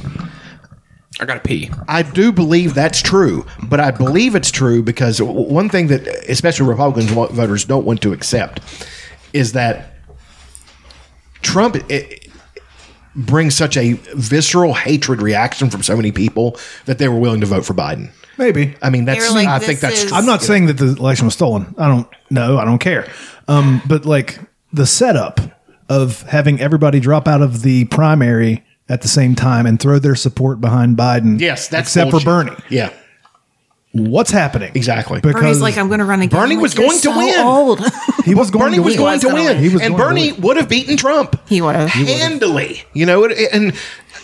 S3: I gotta pee.
S1: I do believe that's true, but I believe it's true because w- one thing that especially Republicans wa- voters don't want to accept is that Trump i- i brings such a visceral hatred reaction from so many people that they were willing to vote for Biden.
S2: Maybe.
S1: I mean, that's
S5: were like,
S1: I think
S5: "This
S1: that's
S5: is-
S1: true.
S2: I'm not saying that the election was stolen. I don't know. I don't care. Um, but like the setup of having everybody drop out of the primary at the same time and throw their support behind Biden.
S1: Yes, that's
S2: except
S1: bullshit.
S2: for Bernie.
S1: Yeah,
S2: What's happening?
S1: exactly.
S2: Because
S5: Bernie's like, I'm going to run again.
S1: Bernie
S5: I'm
S1: was
S5: like,
S1: going
S5: "You're
S1: to win."
S5: Old.
S2: he was going
S1: Bernie
S2: to
S1: was
S2: win.
S1: going to win,
S2: He was
S1: and
S2: going to
S1: Bernie
S2: win.
S1: would have beaten Trump.
S5: he would have.
S1: handily. You know, it- and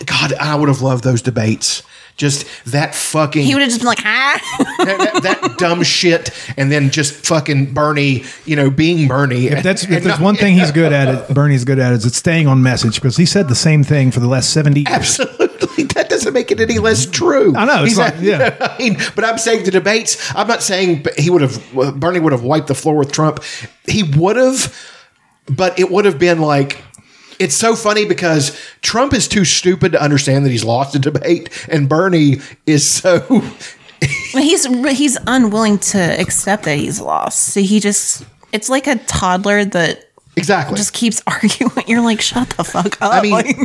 S1: God, I would have loved those debates. Just that fucking
S5: He would have just been like, ah.
S1: that, that, that dumb shit, and then just fucking Bernie. You know, being Bernie.
S2: If that's if there's one thing he's good at, it Bernie's good at is it's staying on message because he said the same thing for the last seventy years.
S1: Absolutely, that doesn't make it any less true.
S2: I know, it's
S1: He's
S2: like-
S1: a-
S2: yeah.
S1: I mean, but I'm saying the debates. I'm not saying b- he would have uh, Bernie would have wiped the floor with Trump. He would have, but it would have been like. It's so funny because Trump is too stupid to understand that he's lost a debate, and Bernie is so
S5: he's he's unwilling to accept that he's lost. So he just, it's like a toddler that
S1: exactly.
S5: just keeps arguing. You're like, shut the fuck up.
S1: I mean,
S5: Like,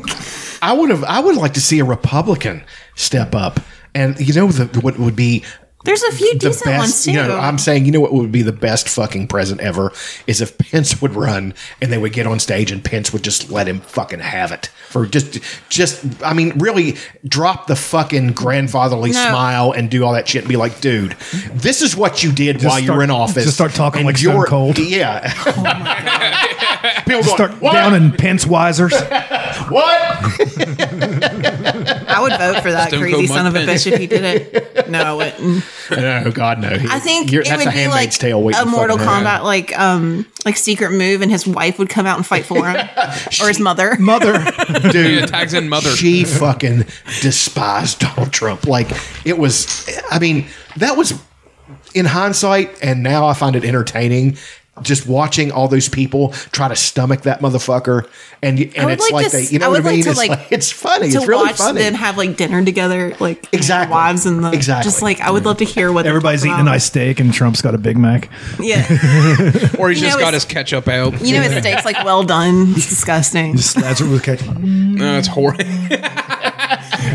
S1: I would have. I would like to see a Republican step up, and you know the, what would be
S5: there's a few
S1: the
S5: decent ones
S1: best.
S5: too.
S1: You know, I'm saying you know what would be the best fucking president ever is if Pence would run and they would get on stage and Pence would just let him fucking have it for just just. I mean, really drop the fucking grandfatherly smile and do all that shit and be like, dude, this is what you did while you
S2: start-
S1: were in office.
S2: just start talking
S1: and
S2: like Stone
S1: you're-
S2: Cold. Oh
S1: Yeah. People going,
S2: Start
S1: what?
S2: down in Pence Wisers.
S1: what?
S5: I would vote for that
S3: Stone
S5: crazy
S3: Cold
S5: son of a
S3: Mike Pence.
S5: bitch if he did it. No, I wouldn't.
S1: No, God no.
S5: I think
S1: You're-
S5: it would be like
S1: waiting
S5: a
S1: to fucking
S5: Mortal
S1: happen.
S5: Kombat, like um, like secret move, and his wife would come out and fight for him, or his mother.
S2: Mother,
S3: Yeah, tags in mother.
S1: She fucking despised Donald Trump. Like it was. I mean, that was in hindsight, and now I find it entertaining. just watching all those people try to stomach that motherfucker, and y- and
S5: would
S1: it's
S5: like
S1: like,
S5: to
S1: they,
S5: s-
S1: you know
S5: I
S1: what I
S5: would like
S1: mean?
S5: to,
S1: it's
S5: like,
S1: like it's funny.
S5: to
S1: it's really
S5: watch
S1: funny.
S5: them have like dinner together, like and their
S1: Exactly.
S5: wives and the
S1: Exactly.
S5: Just like I would love to hear what they're
S2: Everybody's
S5: talking
S2: eating a
S5: about.
S2: nice steak, and Trump's got a Big Mac.
S5: Yeah,
S3: Or he's
S5: You
S3: just got
S5: know, it's-
S3: his ketchup out.
S5: you know, his steak's like well done. It's disgusting.
S2: Just slides it with ketchup.
S3: No, it's horrible.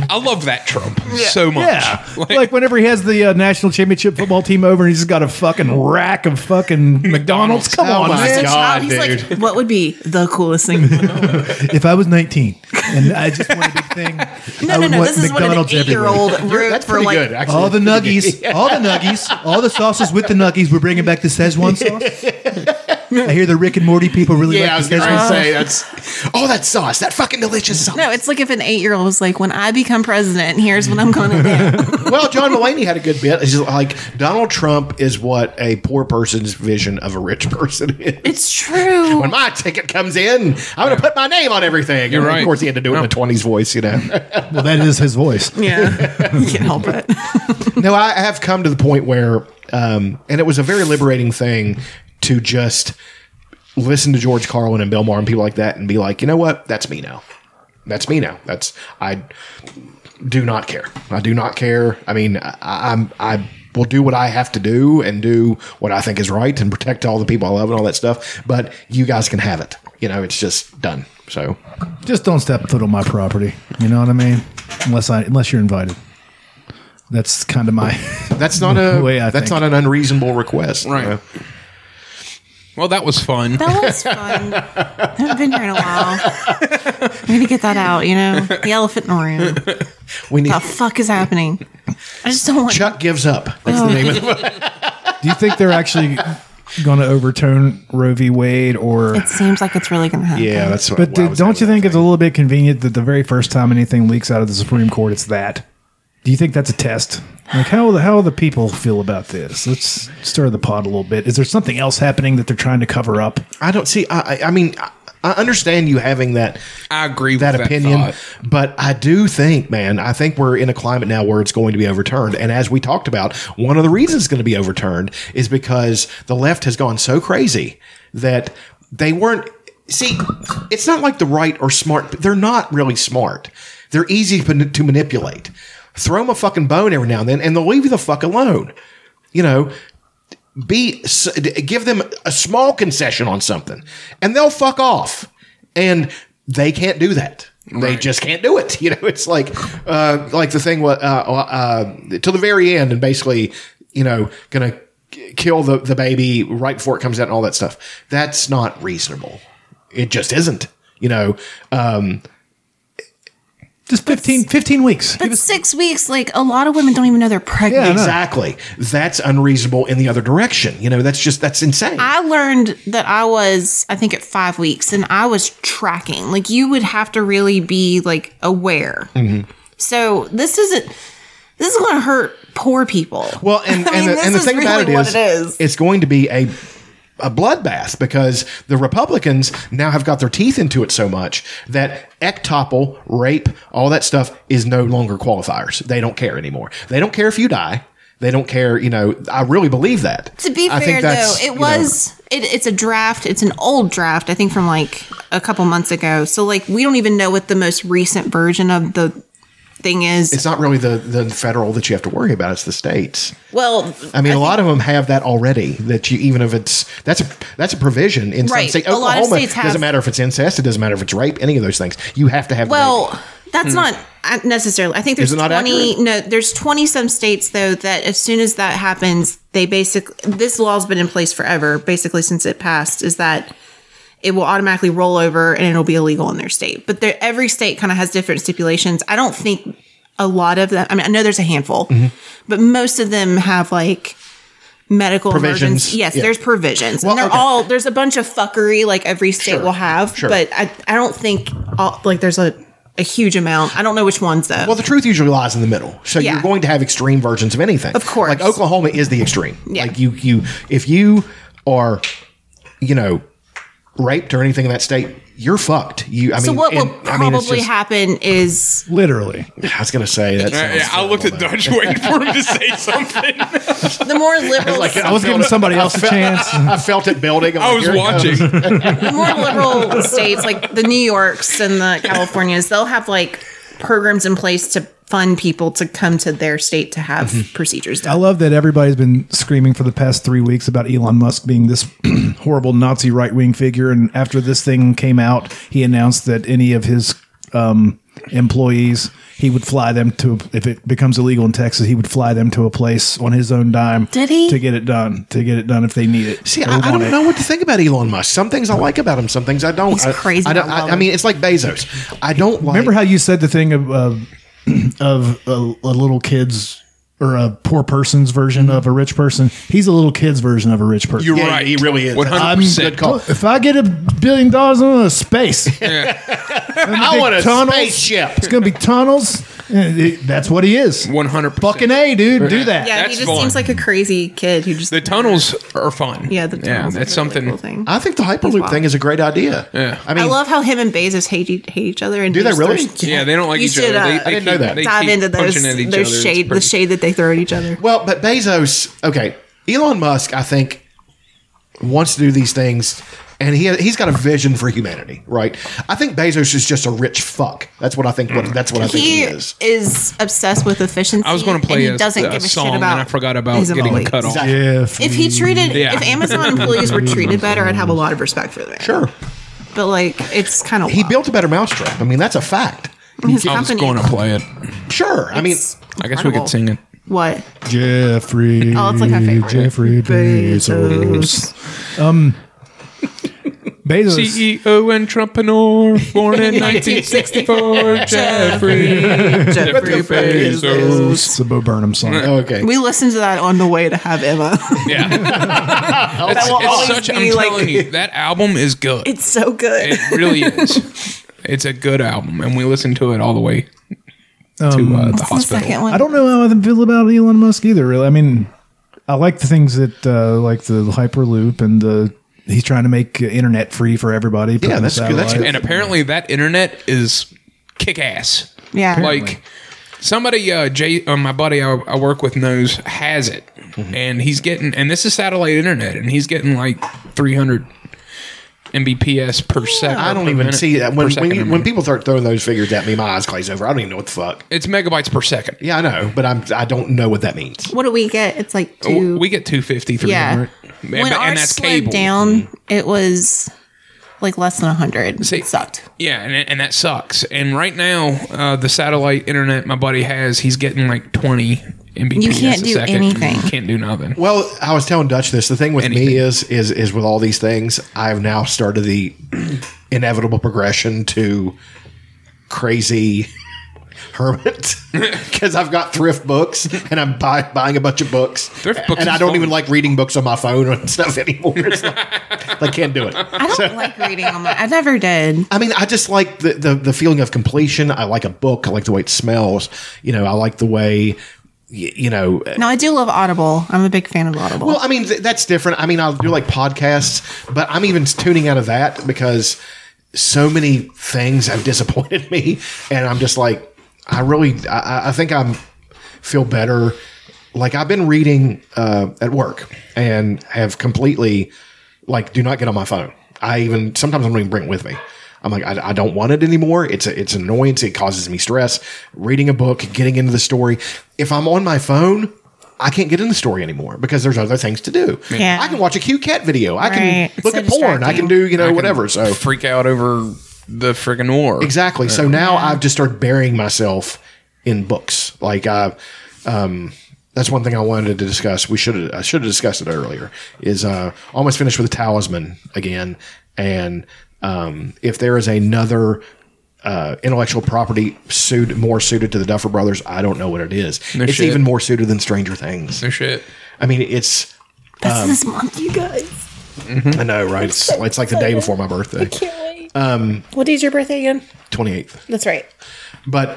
S3: I love that Trump so much.
S2: Yeah, like, whenever he has the uh, national championship football team over, and he's just got a fucking rack of fucking McDonald's. Come
S1: Oh
S2: on,
S1: my
S2: man.
S5: As a
S1: God,
S5: child, he's
S1: dude.
S5: like, what would be the coolest thing?
S2: If I was 19 and I just want a big thing, I
S5: No, no,
S2: would
S5: no.
S2: want
S5: This is what an
S2: McDonald's everywhere.
S5: eight-year-old wrote
S1: That's
S5: for
S1: pretty
S5: like.
S1: good. Actually,
S2: All the
S1: That's pretty good.
S2: nuggies, all the nuggies, all the sauces with the nuggies. We're bringing back the Szechuan sauce. I hear the Rick and Morty people really
S1: Yeah, I
S2: like
S1: was
S2: the
S1: going
S2: Szechuan
S1: to
S2: sauce.
S1: say that's. Oh, that sauce, that fucking delicious sauce.
S5: No, it's like if an eight-year-old was like, "When I become president, here's what I'm going to do."
S1: well, John Mulaney had a good bit. It's just like Donald Trump is what a poor person's vision of a rich person is.
S5: It's true.
S1: when my ticket comes in, I'm going to put my name on everything.
S3: You're
S1: And
S3: right.
S1: Of course, he had to do it in a 20s voice, you know.
S2: Well, that is his voice.
S5: Yeah, you can't help it.
S1: no, I I have come to the point where, um, and it was a very liberating thing to just listen to George Carlin and Bill Maher and people like that and be like, you know what? That's me now. That's me now. That's, I do not care. I do not care. I mean, I, I'm, I will do what I have to do and do what I think is right and protect all the people I love and all that stuff, but you guys can have it. You know, it's just done. So
S2: Just don't step foot on my property. You know what I mean? Unless I, unless you're invited. That's kind of my.
S1: that's not a,
S2: The way I
S1: that's
S2: think.
S1: not an unreasonable request. you
S3: Right.
S1: know?
S3: Well, that was fun.
S5: That was fun. I haven't been here in a while. We need to get that out. You know, the elephant in the room.
S1: We need,
S5: The fuck is happening? I just don't want. Oh,
S1: Chuck gives up. That's the name of the
S2: Do you think they're actually going to overturn Roe v. Wade or?
S5: it seems like it's really going to happen.
S1: Yeah, that's what.
S2: But
S1: why I
S2: do-
S1: was
S2: don't you
S1: having
S2: think it's a little bit convenient that the very first time anything leaks out of the Supreme Court, it's that? Do you think that's a test? Like how the how the people feel about this? Let's stir the pot a little bit. Is there something else happening that they're trying to cover up?
S1: that. I don't see. I, I- I mean, I, I understand you having that
S3: I agree with
S1: that
S3: that,
S1: opinion,
S3: thought.
S1: but I do think, man, I think we're in a climate now where it's going to be overturned. And as we talked about, one of the reasons it's going to be overturned is because the left has gone so crazy that they weren't. See, it's not like the right are smart. But they're not really smart. They're easy to to manipulate. Throw them a fucking bone every now and then, and they'll leave you the fuck alone. You know, be s- d- give them a small concession on something and they'll fuck off and they can't do that they just can't do it you know it's like uh like the thing wa- uh, uh, uh to the very end and basically you know gonna k- kill the the baby right before it comes out and all that stuff that's not reasonable it just isn't you know um
S2: Just 15, 15 weeks.
S5: But six weeks, like a lot of women don't even know they're pregnant.
S1: exactly that's unreasonable in the other direction you know that's just that's insane
S5: I learned that I was, I think, at five weeks, and I was tracking. Like you would have to really be like aware.
S1: Mm-hmm.
S5: So this isn't. This is going to hurt poor people.
S1: Well, and,
S5: I
S1: and,
S5: mean,
S1: the,
S5: this
S1: and the
S5: is
S1: thing about it
S5: really
S1: is,
S5: what it is.
S1: it's going to be a a bloodbath because the Republicans now have got their teeth into it so much that ectopple, rape, all that stuff is no longer qualifiers. They don't care anymore. They don't care if you die. They don't care. You know, I really believe that.
S5: to be
S1: I think
S5: fair, though,
S1: that's, you
S5: it
S1: know,
S5: was it, it's a draft. It's an old draft, I think, from like a couple months ago. So like we don't even know what the most recent version of the thing is.
S1: it's not really the the federal that you have to worry about. It's the states.
S5: well,
S1: I mean, a lot of them have that already. That you even if it's that's a that's a provision in some
S5: Right.
S1: states.
S5: A lot of
S1: Oklahoma
S5: states have-
S1: doesn't matter if it's incest. It doesn't matter if it's rape. Any of those things, you have to have. the baby.
S5: Well, that's not uh, necessarily. I think there's
S1: Hmm. Is it not
S5: 20 no, there's 20 some states though that as soon as that happens, they basically this law's been in place forever basically since it passed is that it will automatically roll over and it'll be illegal in their state. But there, every state kind of has different stipulations. I don't think a lot of them. I mean, I know there's a handful,
S1: Mm-hmm.
S5: but most of them have like medical
S1: Provisions.
S5: emergencies. Yes,
S1: Yeah.
S5: there's provisions,
S1: Well,
S5: and they're
S1: okay.
S5: all there's a bunch of fuckery like every state
S1: Sure.
S5: will have.
S1: Sure.
S5: But I, I don't think all, like there's a, a huge amount. I don't know which ones though.
S1: Well, the truth usually lies in the middle. So
S5: Yeah.
S1: you're going to have extreme versions of anything. Of
S5: course.
S1: Like Oklahoma is the extreme.
S5: Yeah.
S1: Like you you if you are, you know, raped or anything in that state, you're fucked. You, I
S5: So
S1: mean,
S5: what will
S1: and- I
S5: probably
S1: mean, it's just-
S5: happen is
S2: Literally.
S1: I was gonna say that.
S3: Yeah, yeah,
S1: sounds
S3: I looked at
S1: horrible,
S3: Dutch waiting for him to say something.
S5: the more liberal
S1: though.
S2: I was giving
S1: felt it-
S2: somebody
S1: I
S2: else a
S1: felt-
S2: chance.
S1: I felt it building. I'm
S3: I
S1: like,
S3: was
S1: here it comes.
S3: watching.
S5: the more liberal states like the New Yorks and the Californias, they'll have like programs in place to fund people to come to their state to have
S1: Mm-hmm.
S5: procedures
S2: I
S5: done.
S2: love that everybody's been screaming for the past three weeks about Elon Musk being this horrible Nazi right wing figure. And after this thing came out, he announced that any of his um, employees, he would fly them to, if it becomes illegal in Texas, he would fly them to a place on his own dime.
S5: Did he?
S2: To get it done, to get it done if they need it.
S1: See,
S2: or
S1: I, I
S2: want
S1: don't
S2: it.
S1: know what to think about Elon Musk. Some things I like about him, some things I don't.
S5: He's
S1: I-
S5: crazy.
S1: I, don't-
S5: I love
S1: I, I mean, it's like Bezos. I don't like.
S2: Remember how you said the thing of of, of a, a little kid's or a poor person's version
S1: Mm-hmm.
S2: of a rich person? He's a little kid's version of a rich person.
S3: You're
S1: Yeah,
S3: right.
S1: he really is.
S3: One
S1: good
S3: hundred percent.
S1: call.
S2: If I get a billion dollars, I want a space.
S1: I want a
S2: tunnels.
S1: spaceship.
S2: It's gonna be tunnels. And it- That's what he is.
S3: One hundred percent.
S2: Fucking a dude, do that.
S5: Yeah, he
S3: That's
S5: just
S3: fun.
S5: seems like a crazy kid who just
S3: The tunnels are fun.
S5: yeah the tunnels
S3: yeah,
S5: are
S3: that's
S5: a really
S3: something.
S5: cool thing. I,
S1: I think the Hyperloop
S5: wild.
S1: thing is a great idea. Yeah. I mean,
S5: love how him and Bezos hate e- hate each other and
S1: Do they
S5: just
S1: really?
S5: throw-
S3: Yeah, they don't like
S5: You
S3: each
S5: should,
S3: other. They-
S5: uh,
S3: they
S1: I didn't know
S3: keep-
S1: that.
S3: they
S5: dive
S3: keep
S5: into those
S3: punching at each
S5: those
S3: other. It's
S5: shade the
S3: pretty-
S5: shade that they throw at each other.
S1: well, but Bezos, okay, Elon Musk, I think wants to do these things, and he he's got a vision for humanity, right? I think Bezos is just a rich fuck. That's what I think. What that's what I think he,
S5: He
S1: is.
S5: is. obsessed with efficiency.
S3: I was going to play
S5: and
S3: a, a song, and I forgot about
S5: his
S3: getting
S5: employees.
S3: cut off.
S2: If
S5: If he treated,
S3: Yeah.
S5: if Amazon employees were treated better, I'd have a lot of respect for them.
S1: Sure,
S5: but like it's kind of
S1: he built a better mousetrap. I mean, that's a fact.
S5: his
S3: I was
S5: company.
S3: going to play it.
S1: Sure, I mean,
S5: It's
S3: I guess we
S5: incredible.
S3: could sing it.
S5: What?
S2: Jeffrey,
S5: Oh, it's like my favorite.
S2: Jeffrey Bezos. Um, Bezos.
S3: CEO E entrepreneur, born in 1964, Jeffrey Jeffrey Bezos.
S2: It's a Bo Burnham song.
S1: okay.
S5: We listened to that on the way to have Emma.
S3: Yeah, it's,
S5: will
S3: it's
S5: always
S3: such. I'm
S5: be like-
S3: telling you, that album is good.
S5: it's so good.
S3: It really is. It's a good album, and we listened to it all the way to
S1: Um,
S3: uh, the
S5: the
S3: hospital.
S5: second one.
S2: I don't know how I feel about Elon Musk either. Really, I mean, I like the things that uh, like the Hyperloop and the he's trying to make uh, internet free for everybody. putting
S1: that's
S2: the
S1: good. That's
S2: satellite.
S1: good.
S3: And apparently, that internet is kick ass.
S5: Yeah.
S3: Like somebody, uh, Jay, uh, my buddy I, I work with knows has it,
S1: Mm-hmm.
S3: and he's getting, and this is satellite internet, and he's getting like 300 mbps per second.
S1: I don't
S3: per
S1: even
S3: minute-
S1: see that. When
S3: per
S1: when,
S3: second, I
S1: you,
S3: mean.
S1: when people start throwing those figures at me, my eyes glaze over. I don't even know what the fuck.
S3: it's megabytes per second.
S1: Yeah, I know, but I'm I don't know what that means.
S5: What do we get? It's like two.
S3: Oh, We get 250, 300. And,
S5: when
S3: but-
S5: ours
S3: and that's
S5: slowed
S3: cable.
S5: down, it was like less than hundred.
S3: See-
S5: It sucked.
S3: Yeah, and, and that sucks. And right now, uh, the satellite internet my buddy has, he's getting like 20 mbps
S5: You can't
S3: a
S5: do
S3: second.
S5: anything.
S3: You can't do nothing.
S1: Well, I was telling Dutch this. The thing with me is is is with all these things, I've now started the inevitable progression to crazy hermit because I've got thrift books and I'm buy, buying a bunch of books.
S3: Thrift books
S1: and I
S3: is
S1: don't
S3: fun.
S1: even like reading books on my phone and stuff anymore. It's like, I can't do it.
S5: I don't like reading on my. I never did.
S1: I mean, I just like the, the the feeling of completion. I like a book. I like the way it smells. You know, I like the way y- you know. uh,
S5: No, I do love Audible. I'm a big fan of Audible.
S1: Well, I mean, th- that's different. I mean, I'll do like podcasts, but I'm even tuning out of that because so many things have disappointed me, and I'm just like, I really, I, I- I think I'm feel better. Like I've been reading uh, at work and have completely like do not get on my phone. I even sometimes I don't even bring it with me. I'm like I, I don't want it anymore. It's a, it's an annoyance. It causes me stress. Reading a book, getting into the story. If I'm on my phone, I can't get in the story anymore because there's other things to do.
S5: Yeah.
S1: I can watch a cute cat video. I
S5: Right.
S1: can look
S5: So
S1: at porn. I can
S5: distracting.
S1: do you know whatever. So
S3: freak out over the friggin' war.
S1: Exactly. So now I've just started burying myself in books. Like I, um, that's one thing I wanted to discuss. We should I should have discussed it earlier. Is uh, almost finished with the talisman again, and um, if there is another. Uh, intellectual property suit more suited to the Duffer Brothers. I don't know what it is. it's
S3: shit.
S1: even more suited than Stranger Things.
S3: No shit.
S1: I mean, it's um, Mm-hmm.
S5: That's this month, you guys.
S1: I know, right? It's, it's like the day before my birthday,
S6: Can't wait. Um, what day's your birthday again?
S1: twenty eighth.
S6: That's right.
S1: but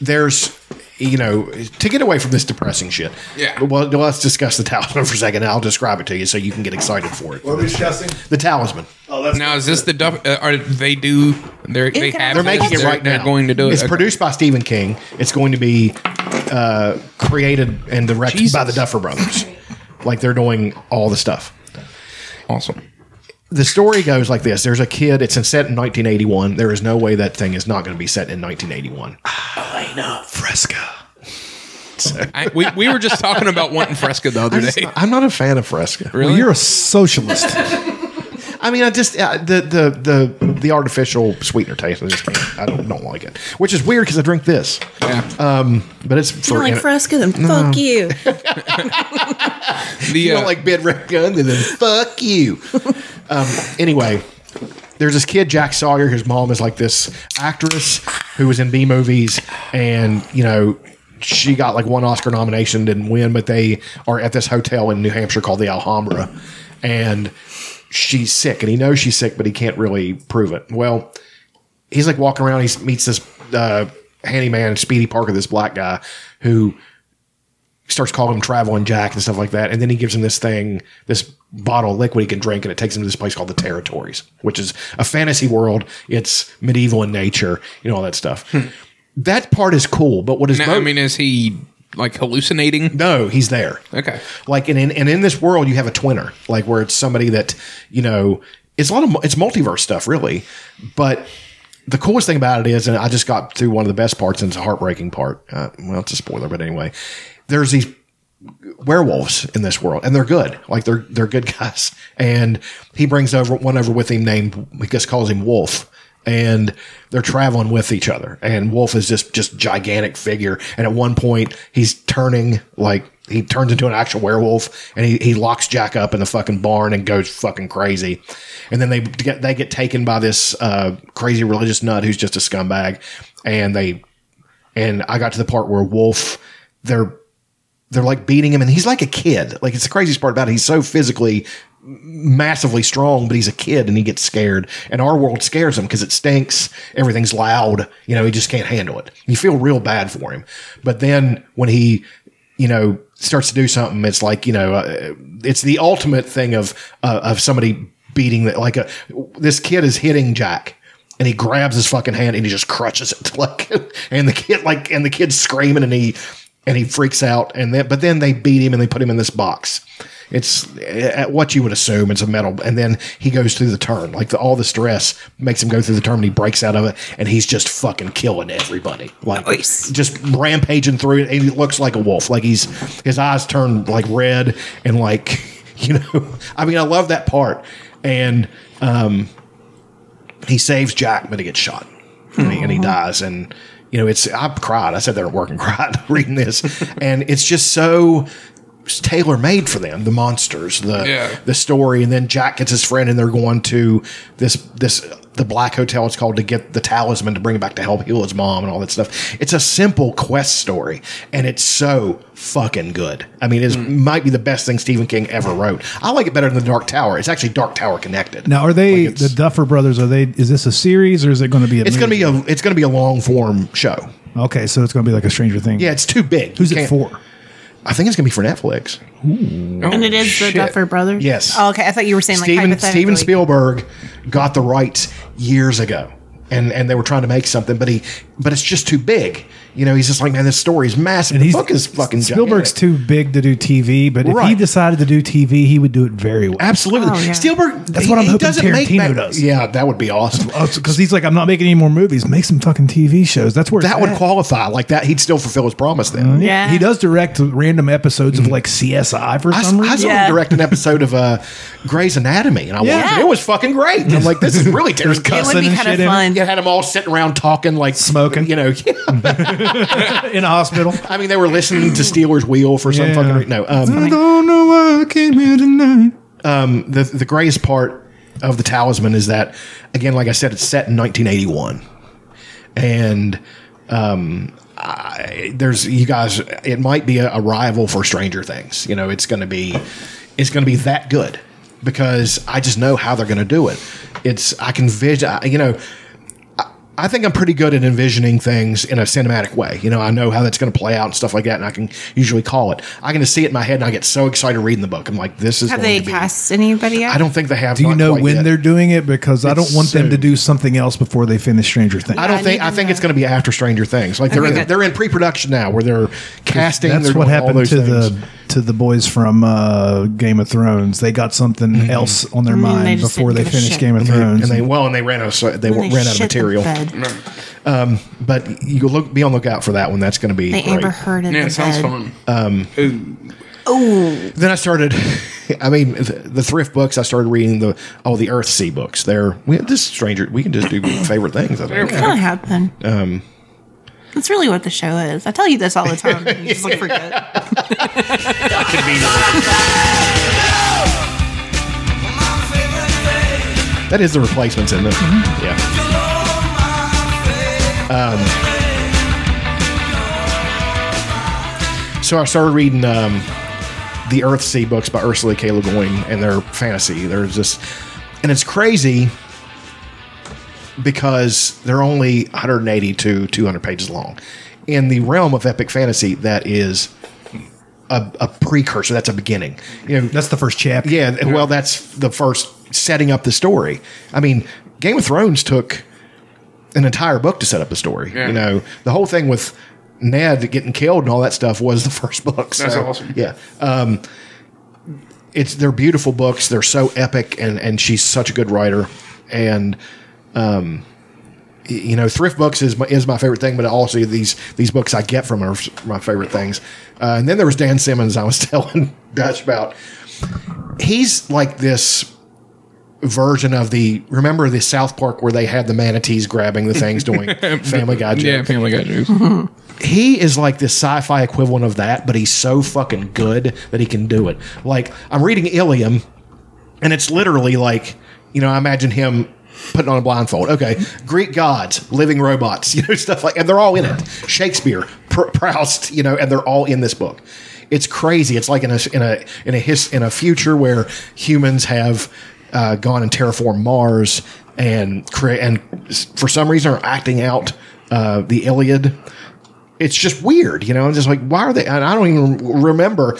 S1: there's you know to get away from this depressing shit
S3: Yeah.
S1: well let's discuss the talisman for a second and i'll describe it to you so you can get excited for it
S2: What are we discussing?
S1: the talisman
S2: Oh,
S8: Oh, that's
S3: Now is this the duff? Uh, are they do? They're, they
S5: can
S3: have.
S5: I-
S1: They're
S3: this,
S1: making it right now.
S3: They're going to do it.
S1: It's
S3: Okay.
S1: produced by Stephen King. It's going to be uh, created and directed
S3: Jesus.
S1: by the Duffer Brothers. like they're doing all the stuff.
S3: Awesome.
S1: The story goes like this: There's a kid. It's in- set in 1981. There is no way that thing is not going to be set in 1981.
S5: Oh,
S3: I, we, we were just talking about wanting Fresca the other day.
S1: I'm not a fan of Fresca.
S3: Really?
S2: Well, you're a socialist.
S1: I mean, I just uh, the the the the artificial sweetener taste. I just can't. I don't don't like it. Which is weird because I drink this.
S3: Yeah.
S1: Um, but it's
S5: You
S1: for
S5: don't like Fresca? Then fuck you.
S3: the,
S1: you
S3: uh,
S1: don't like bed red gun, then fuck you. um, anyway, there's this kid Jack Sawyer whose mom is like this actress who was in B movies, and you know she got like one Oscar nomination, didn't win, but they are at this hotel in New Hampshire called the Alhambra, and she's sick, and he knows she's sick, but he can't really prove it. Well, he's like walking around, he meets this uh, handyman, Speedy Parker, this black guy who starts calling him traveling jack and stuff like that and then he gives him this thing this bottle of liquid he can drink and it takes him to this place called the territories which is a fantasy world it's medieval in nature you know all that stuff that part is cool but what is
S3: Hmm. now,
S1: mo-
S3: I mean, is he like hallucinating?
S1: no he's there
S3: Okay.
S1: like and in and in this world you have a twinner like where it's somebody that you know it's a lot of mu- it's multiverse stuff really but the coolest thing about it is and i just got through one of the best parts and it's a heartbreaking part uh, well it's a spoiler but anyway there's these werewolves in this world and they're good like they're they're good guys and he brings over one over with him named he just calls him wolf and they're traveling with each other and wolf is just just gigantic figure and at one point he's turning like he turns into an actual werewolf and he, he locks jack up in the fucking barn and goes fucking crazy and then they get they get taken by this uh, crazy religious nut who's just a scumbag and they and i got to the part where wolf they're they're like beating him and he's like a kid like it's the craziest part about it he's so physically massively strong but he's a kid and he gets scared and our world scares him because it stinks everything's loud you know he just can't handle it you feel real bad for him but then when he you know starts to do something it's like you know uh, it's the ultimate thing of uh, of somebody beating that like a, this kid is hitting jack and he grabs his fucking hand and he just crutches it like and the kid like and the kid's screaming and he and he freaks out and then but then they beat him and they put him in this box it's at what you would assume it's a metal and then he goes through the turn like the, all the stress makes him go through the turn and he breaks out of it and he's just fucking killing everybody like just rampaging through it and he looks like a wolf like he's his eyes turn like red and like you know i mean i love that part and um he saves Jack, but he gets shot and he, and he dies. And you know, it's I cried. I said that at work and cried reading this, and it's just so tailor made for them. The monsters, the
S3: Yeah.
S1: the story, and then Jack gets his friend, and they're going to this this the black hotel. It's called to get the talisman to bring him back to help heal his mom and all that stuff. It's a simple quest story, and it's so fucking good. I mean, it might be the best thing Stephen King ever wrote. I like it better than the Dark Tower. It's actually Dark Tower connected.
S2: Now, are they
S1: Like
S2: the
S1: it's-
S2: Duffer Brothers? Are they? Is this a series or is it going to be? A
S1: It's gonna be a it's gonna be a long form show.
S2: okay. So it's going to be like a Stranger Thing.
S1: Yeah, it's too big.
S2: Who's
S1: You
S2: it
S1: can't-
S2: for?
S1: I think it's gonna be for Netflix.
S5: And it is the Duffer Brothers.
S1: Yes.
S5: Oh, okay, I thought you were saying like
S1: Steven Steven
S5: hypothetically.
S1: Spielberg got the rights years ago, and and they were trying to make something, but he but it's just too big. You know, he's just like, man, this story is massive.
S2: And
S1: the
S2: he's
S1: book is fucking
S2: Spielberg's
S1: gigantic.
S2: too big to do TV, but if he
S1: Right.
S2: decided to do TV, he would do it very well.
S1: Absolutely,
S5: Oh, yeah.
S1: Spielberg.
S2: That's what I'm hoping Tarantino
S1: bad-
S2: does.
S1: Yeah, that would be awesome.
S2: Because Oh, he's like, I'm not making any more movies. Make some fucking TV shows. That's where
S1: That
S2: it's
S1: would
S2: at.
S1: qualify. Like that, he'd still fulfill his promise. Then
S5: Yeah.
S2: He does direct random episodes of like CSI for
S1: I,
S2: some
S1: I
S2: reason.
S1: saw
S5: Yeah.
S1: him direct an episode of uh, Grey's Anatomy, and I watched it. It was fucking great. And I'm like, this is really terrible.
S5: It would
S2: Cussing
S5: be
S2: and
S5: kind of
S2: shit in it.
S5: fun.
S1: You had them all sitting around talking, like
S2: Smoking.
S1: You know,
S2: in a hospital.
S1: I mean, they were listening to Steelers Wheel for some
S2: Yeah.
S1: fucking re- no. Um,
S2: don't know why I came here tonight.
S1: the the greatest part of the talisman is that again like i said it's set in 1981 and um I, there's you guys it might be a, a rival for stranger things you know it's going to be it's going to be that good because i just know how they're going to do it it's i can vision I, you know I- I think I'm pretty good at envisioning things in a cinematic way. You know, I know how that's going to play out and stuff like that, and I can usually call it. I can just see it in my head, and I get so excited reading the book. I'm like, this is.
S5: Have
S1: going
S5: they
S1: to be-
S5: cast anybody yet?
S1: I don't think they have.
S2: Do you
S1: not
S2: know
S1: quite
S2: when
S1: yet.
S2: they're doing it? Because I don't want them to
S1: soon.
S2: do something else before they finish Stranger Things.
S1: I don't
S5: I
S1: think.
S5: need
S1: I
S5: to
S1: think
S5: know.
S1: it's going to be after Stranger Things. Like they're
S5: Okay,
S1: in,
S5: good.
S1: they're in pre-production now, where they're casting.
S2: That's
S1: they're
S2: what
S1: doing all
S2: happened
S1: those
S2: to
S1: things.
S2: the to the boys from uh, Game of Thrones. They got something else on their
S5: Mm, they
S2: mind
S5: just
S2: before they
S5: didn't give a
S2: finished
S5: shit.
S2: Game of Thrones.
S1: And they well, and they ran out. Of, so- they
S5: They
S1: ran out of
S5: shit the
S1: material.
S5: bed.
S1: But you look, be on lookout for that one. That's going to be.
S5: They
S1: great.
S5: Amber Heard in
S3: Yeah,
S5: the
S3: it sounds
S5: bed.
S3: fun. Um,
S1: Then I started. I mean, the, the thrift books. I started reading the all the Earthsea books. They're we, this stranger. We can just do favorite things. I think.
S5: It's gonna happen. Um, that's really what the show is. I tell you this all the time. and You just like forget.
S1: That is the replacements in there. Yeah. Um, so I started reading um, the Earthsea books by Ursula K. Le Guin and their fantasy. There's just, and it's crazy because they're only 180 to 200 pages long. In the realm of epic fantasy, that is a, a precursor. That's a beginning. You know,
S2: That's the first chapter.
S1: yeah, th- well, that's the first setting up the story. I mean, Game of Thrones took an entire book to set up the story.
S3: Yeah.
S1: You know, the whole thing with Ned getting killed and all that stuff was the first book.
S3: That's
S1: so,
S3: awesome.
S1: Yeah, um, it's they're beautiful books. They're so epic, and and she's such a good writer. And um, y- you know, thrift books is my, is my favorite thing, but also these these books I get from her s- my favorite things. Uh, and then there was Dan Simmons. I was telling Dutch about. He's like this version of the remember the South Park where they had the manatees grabbing the things doing Family Guy jokes
S3: yeah, Family Guy jokes.
S1: he is like this sci-fi equivalent of that, but he's so fucking good that he can do it. Like I'm reading Ilium, and it's literally like you know I imagine him putting on a blindfold. Okay, Greek gods, living robots, you know stuff like, and they're all in it. Shakespeare, Pr- Proust, you know, and they're all in this book. It's crazy. It's like in a in a in a his, in a future where humans have uh, gone and terraformed Mars and cre- and s- for some reason are acting out uh, the Iliad it's just weird, you know. And just like, why are they? And I don't even remember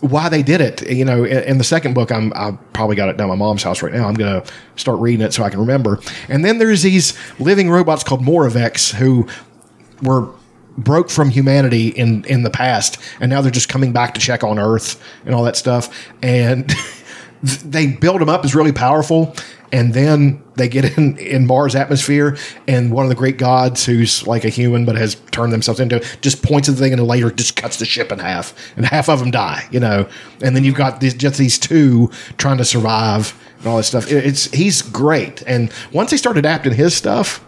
S1: why they did it. You know, in, in the second book, I'm I probably got it down at my mom's house right now. I'm gonna start reading it so I can remember. And then there's these living robots called Moraveks who were broke from humanity in in the past, and now they're just coming back to check on Earth and all that stuff. And th- they build them up as really powerful, and then they get in in Mars atmosphere, and one of the great gods, who's like a human but has turned themselves into, just points at the thing, and later just cuts the ship in half, and half of them die. You know, and then you've got these, just these two trying to survive. And all that stuff. It- It's he's great, and once they start adapting his stuff,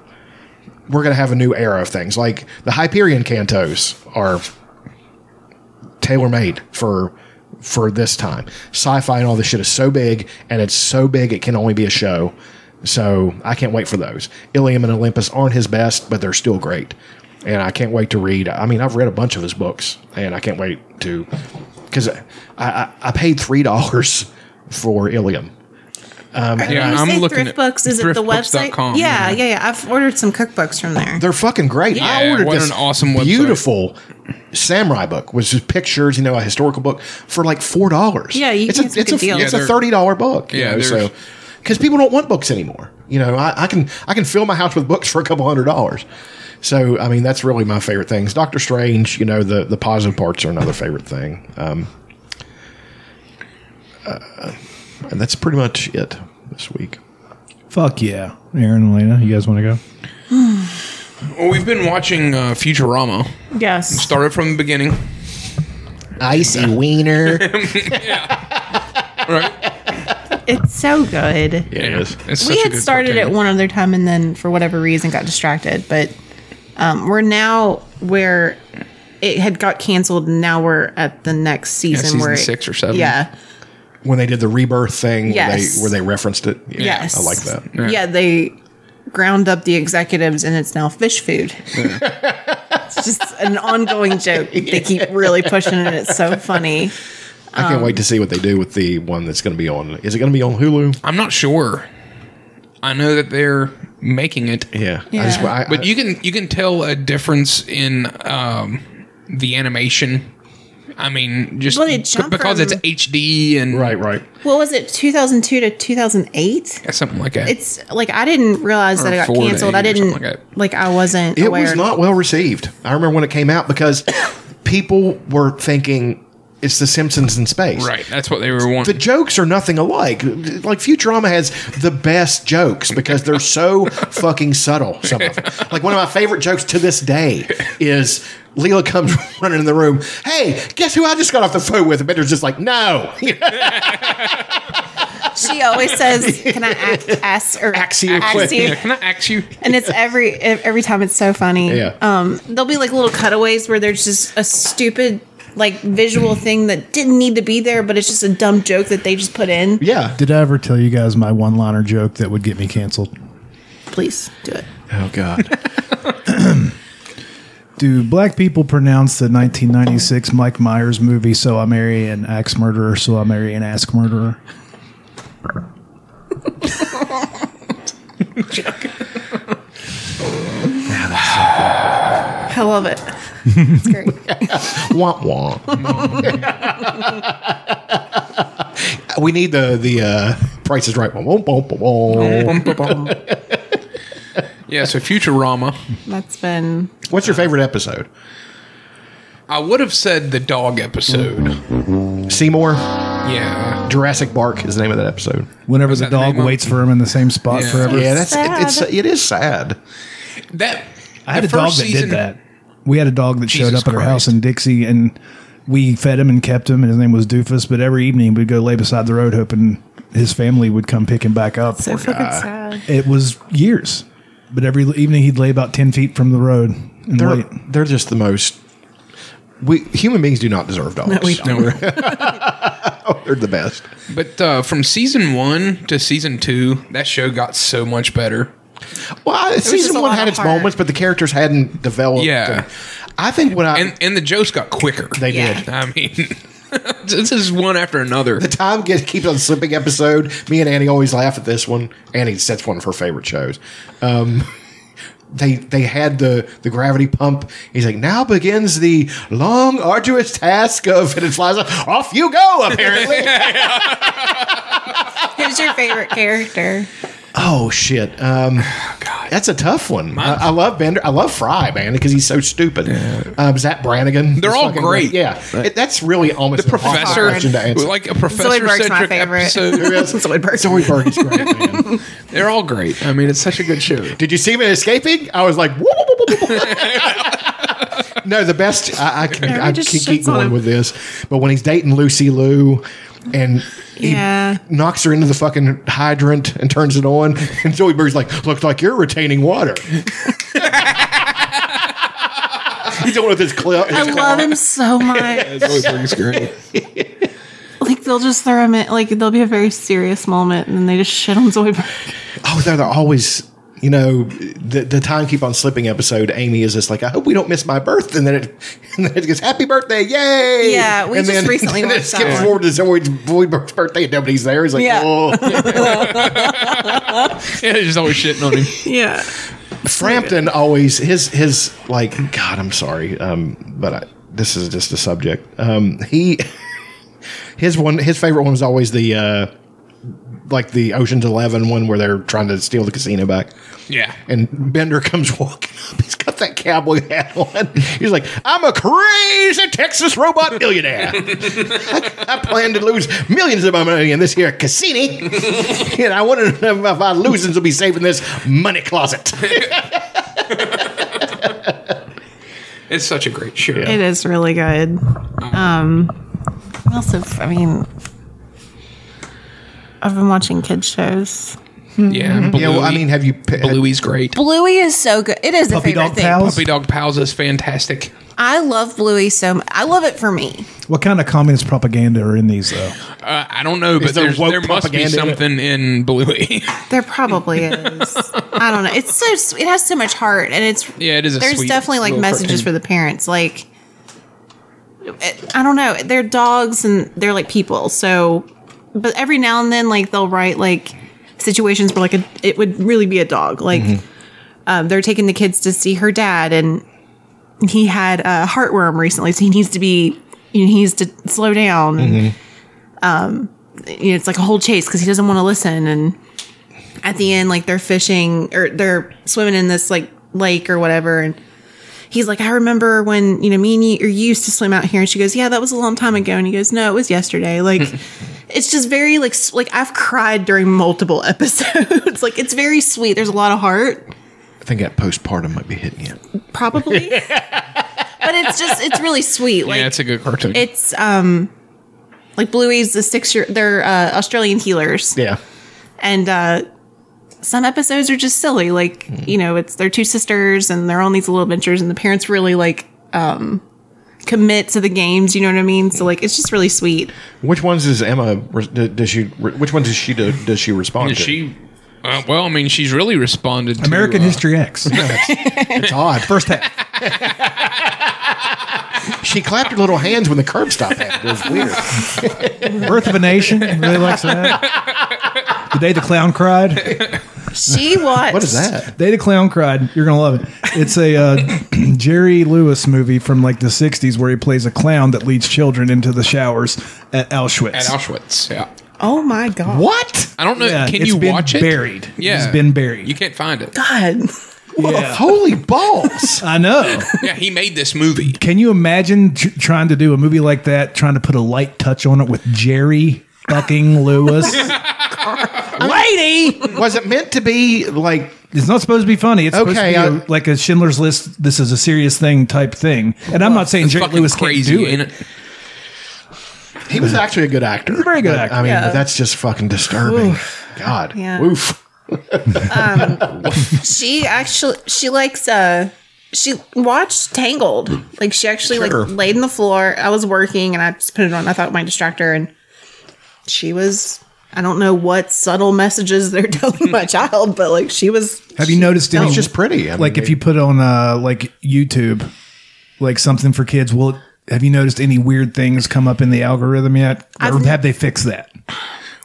S1: we're going to have a new era of things. Like the Hyperion cantos are tailor made for for this time. Sci-fi and all this shit is so big, and it's so big it can only be a show. So I can't wait for those. Ilium and Olympus aren't his best, but they're still great, and I can't wait to read. I mean, I've read a bunch of his books, and I can't wait to because I, I I paid three dollars for Ilium.
S3: Yeah,
S5: You
S3: I'm
S5: say
S3: looking
S5: thrift
S3: at
S5: books. Is it the website?
S3: thriftbooks.com,
S5: yeah, yeah, yeah. I've ordered some cookbooks from there.
S1: They're fucking great. I
S3: Yeah,
S1: ordered
S3: what
S1: this
S3: an awesome website.
S1: beautiful samurai book, which is pictures, you know, a historical book for like four dollars.
S5: Yeah, you
S1: it's
S5: can
S1: a,
S5: get
S1: it's
S5: a
S1: a,
S5: good deal.
S1: It's
S3: Yeah,
S1: a
S3: they're-
S1: thirty dollar book.
S3: Yeah,
S1: Yeah,
S3: there's-
S1: so because people don't want books anymore. You know, I, I can I can fill my house with books for a couple hundred dollars. So I mean, that's really my favorite things. Doctor Strange, you know, the the positive parts are another favorite thing. Um, uh, and that's pretty much it this week.
S2: Fuck yeah, Aaron, Elena, you guys want to go?
S3: Well, Oh, we've been watching uh, Futurama.
S5: yes.
S3: Started from the beginning.
S1: Icy wiener.
S3: Right?
S5: It's so good.
S1: yeah, it is.
S3: It's such
S5: we
S3: a
S5: had
S3: good
S5: started
S3: cartoon.
S5: it one other time and then for whatever reason got distracted but um, we're now where it had got canceled and now we're at the next season
S3: season
S5: where it-
S3: six or seven.
S5: yeah
S1: when they did the rebirth thing
S5: Yes.
S1: where, they, where they referenced it. Yeah,
S5: yes
S1: I like that.
S5: yeah. they ground up the executives and it's now fish food it's just an ongoing joke they keep really pushing it it's so funny
S1: I can't wait to see what they do with the one that's going to be on. Is it going to be on Hulu?
S3: I'm not sure. I know that they're making it.
S1: Yeah. I just, I,
S3: But
S1: I-
S3: you can you can tell a difference in um, the animation. I mean, just
S6: Well, it
S3: c-
S6: jumped
S3: because
S6: from-
S3: it's HD and
S1: right, right.
S6: What was it, 2002 to 2008?
S3: something like that.
S6: It's like I didn't realize that
S3: Or
S6: it got
S3: four
S6: canceled. I
S3: days or
S6: didn't
S3: something
S6: like,
S3: like that.
S6: I wasn't
S1: It
S6: aware.
S1: was not well received. I remember when it came out because people were thinking it's The Simpsons in space.
S3: right. That's what they were
S1: The
S3: wanting.
S1: jokes are nothing alike. Like Futurama has the best jokes because they're so fucking subtle. Some of them. Like one of my favorite jokes to this day is Leela comes running in the room. Hey, guess who I just got off the phone with? And Bender's just like, no, you know,
S5: She always says, "Can I act, ask or
S1: axe you
S5: axe
S1: quick.
S5: you?"
S3: Yeah, can I ask you?
S5: And it's every e, every time it's so funny.
S1: Yeah.
S5: Um, there'll be like little cutaways where there's just a stupid like visual thing that didn't need to be there, but it's just a dumb joke that they just put in.
S1: Yeah.
S2: Did I ever tell you guys my one liner joke that would get me canceled?
S5: Please do it.
S1: Oh God.
S2: Do black people pronounce the 1996 Mike Myers movie "So I Marry an Axe Murderer"? So I Marry an Axe Murderer.
S5: I love it.
S1: Womp womp. we need the the uh, Price is Right. Womp, womp, womp, womp.
S3: Yeah, so Futurama.
S5: That's been
S1: What's your favorite episode?
S3: I would have said the dog episode.
S1: Mm-hmm. Seymour
S3: Yeah.
S1: Jurassic Bark is the name of that episode.
S2: Whenever the
S3: that the
S2: dog
S3: name of-
S2: waits for him in the same spot
S3: Yeah.
S2: forever.
S1: Yeah, that's it's it is sad.
S3: That
S2: I had
S3: the
S2: a dog
S3: first
S2: that
S3: season-
S2: did that. We had a dog that showed
S3: Jesus
S2: up at our house
S3: Christ.
S2: in Dixie, and we fed him and kept him, and his name was Doofus. But every evening, we'd go lay beside the road, hoping his family would come pick him back up.
S5: so fucking
S1: Ah,
S5: sad.
S2: It was years, but every evening he'd lay about ten feet from the road and
S1: They're
S2: wait.
S1: they're just the most. We human beings do not deserve dogs.
S3: No.
S1: They're the best.
S3: But uh, from season one to season two, that show got so much better.
S1: Well, I-
S5: just
S1: season
S5: a
S1: one
S5: lot
S1: had
S5: of
S1: its
S5: heart.
S1: moments, but the characters hadn't developed.
S3: Yeah.
S1: I think when I
S3: And and the jokes got quicker.
S1: they did.
S3: I mean, this is one after another.
S1: The time gets keeps on slipping. Episode. Me and Annie always laugh at this one. Annie, that's one of her favorite shows. Um, they they had the the gravity pump. He's like, now begins the long, arduous task of, and it flies off. Off you go. Apparently.
S5: Who's your favorite character?
S1: Oh shit! Um,
S3: Oh,
S1: that's a tough one. I, I love Bender. I love Fry, man, because he's so stupid. Um, Zach Brannigan.
S3: They're
S1: is
S3: all
S1: fucking
S3: great.
S1: Yeah, It- that's really almost the
S3: Professor,
S1: question to answer.
S3: like a professor
S5: Zoidberg's my
S3: centric
S5: favorite.
S3: episode.
S1: Zoidberg. Zoidberg is great. Man.
S3: They're all great. I mean, it's such a good show.
S1: Did you see me escaping? I was like, whoop, whoop, whoop, whoop, whoop. no, the best. I, I can, I
S5: just
S1: can keep
S5: shits on
S1: going
S5: him.
S1: with this, but when he's dating Lucy Lou, and he
S5: Yeah.
S1: knocks her into the fucking hydrant and turns it on, and Zoidberg's like, "Looks like you're retaining water." He's doing with his clip.
S5: I love him so much.
S3: Zoidberg's great.
S5: Like they'll just throw him in. Like there'll be a very serious moment, and then they just shit on Zoidberg.
S1: oh, they're, they're always, you know, the, the time keep on slipping episode. Amy is just like, I hope we don't miss my birth. And then it, and then it gets, Happy birthday, yay!
S5: Yeah, we
S1: and
S5: just recently
S1: and then it
S5: watched that
S1: skips
S5: one.
S1: forward to Zoid Zoidberg's birthday and nobody's there. He's like,
S5: Yeah.
S1: oh.
S3: Yeah, they're just always shitting on him.
S5: Yeah.
S1: Frampton always, his, his, like, God, I'm sorry, um, but I, this is just a subject. Um, he, his one, his favorite one was always the, uh, like the Ocean's Eleven one where they're trying to steal the casino back.
S3: Yeah.
S1: And Bender comes walking up. He's got that cowboy hat on. He's like, I'm a crazy Texas robot millionaire. I plan to lose millions of my money in this here Cassini. and I want to know if I lose this, will be safe in this money closet.
S3: It's such a great show.
S5: It is really good. Um, also, I mean, I've been watching kids shows.
S3: Yeah. and
S1: Yeah, well, I
S3: Bluey-
S1: mean, have you. Pe-
S3: Bluey's great.
S5: Bluey is so good. It is the
S2: Puppy
S5: favorite
S2: dog
S5: thing.
S2: pals.
S3: Puppy Dog Pals is fantastic.
S5: I love Bluey so. Much. I love it for me.
S2: What kind of communist propaganda are in these though?
S3: Uh, I don't know, but
S1: there
S3: there's-
S1: woke
S3: there must be
S1: propaganda in it?
S3: something in Bluey.
S5: There probably is. I don't know. It's so. s- It has so much heart, and it's
S3: Yeah, it is a
S5: There's
S3: sweet
S5: definitely like
S3: little
S5: messages
S3: cartoon.
S5: for the parents. Like, it- I don't know. They're dogs and they're like people. So, but every now and then, like they'll write like situations where like a, it would really be a dog. Like um, they're taking the kids to see her dad, and he had a heartworm recently, so he needs to be you know, he needs to slow down. Um, you know, it's like a whole chase because he doesn't want to listen. And at the end, like they're fishing or they're swimming in this like lake or whatever, and he's like, I remember when, you know, me and you, or you used to swim out here. And she goes, Yeah, that was a long time ago. And he goes, No, it was yesterday. Like, it's just very, like, s- like I've cried during multiple episodes. like, it's very sweet. There's a lot of heart,
S1: I think that postpartum might be hitting you.
S5: probably. but it's just, it's really sweet. Like,
S3: yeah, it's a good cartoon.
S5: it's, um, like Bluey's the six year, they're uh, Australian healers.
S1: Yeah.
S5: And, uh, some episodes are just silly. Like,
S1: Mm-hmm.
S5: you know, it's their two sisters and they're on these little adventures and the parents really like, um, commit to the games. You know what I mean? So like, it's just really sweet.
S1: Which ones does Emma? re- d- Does she? re- Which ones does she? Do, does she respond
S3: And
S1: to?
S3: she, uh, well, I mean, she's really responded to
S2: American
S3: uh,
S2: History X.
S1: It's odd.
S2: First half.
S1: She clapped her little hands when the curb stop happened. It was weird.
S2: Birth of a Nation. Really likes that. The Day the Clown Cried.
S5: She watched.
S1: What is that?
S2: Day the Clown Cried. You're going to love it. It's a uh, Jerry Lewis movie from like the 60s where he plays a clown that leads children into the showers at Auschwitz.
S3: at Auschwitz. Yeah,
S6: Oh my god.
S1: What?
S3: I don't know.
S2: Yeah,
S3: can
S2: it's
S3: you
S2: been
S3: watch it?
S2: buried.
S3: Yeah,
S2: It's been buried.
S3: You can't find it.
S6: God.
S2: Yeah.
S1: Holy balls!
S2: I know.
S3: Yeah, he made this movie.
S2: Can you imagine tr- trying to do a movie like that, trying to put a light touch on it with Jerry fucking Lewis?
S1: Lady, was it meant to be like?
S2: It's not supposed to be funny. It's supposed to
S1: Okay,
S2: be a-
S1: I-
S2: like a Schindler's List. This is a serious thing type thing. And I'm not saying
S3: It's
S2: Jerry
S3: fucking
S2: Lewis
S3: crazy.
S2: can't do it.
S3: ain't it?
S1: He was actually a good actor.
S2: Very good
S1: But,
S2: actor.
S1: I mean, but that's just fucking disturbing. God.
S5: Yeah.
S1: Oof.
S6: She actually she likes uh she watched Tangled.
S5: Like she actually
S1: Sure.
S5: like laid on the floor. I was working and I just put it on. I thought it might distract her, and she was. I don't know what subtle messages they're telling my child, but like she was.
S2: Have you noticed any?
S1: It's just pretty. I mean,
S2: like if you put on uh, like YouTube, like something for kids. Will have you noticed any weird things come up in the algorithm yet? or have they fixed that?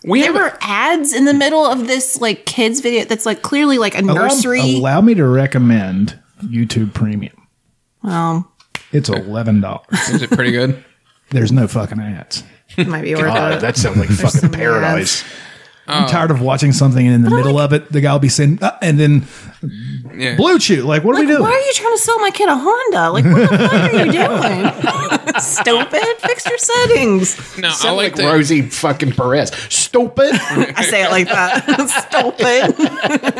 S3: We
S5: There
S3: have
S5: were ads in the middle of this like kids video that's like clearly like a
S2: Allow-
S5: nursery.
S2: Allow, me to recommend YouTube Premium.
S5: well,
S2: It's eleven dollars.
S3: is it pretty good?
S2: There's no fucking ads.
S5: it might be worth
S1: God,
S5: it.
S1: uh, that sounds like fucking
S5: some
S1: paradise.
S3: Oh.
S2: I'm tired of watching something and in the middle of it, the guy will be saying, uh, and then
S3: Yeah.
S2: Blue Chew. Like, what are we
S5: Like,
S2: doing?
S5: why are you trying to sell my kid a Honda? Like, what the fuck are you doing? Stupid. Fix your settings.
S3: No, I
S1: Sound
S3: like
S1: like,
S3: the,
S1: Rosie fucking Perez. Stupid.
S5: I say it like that. Stupid.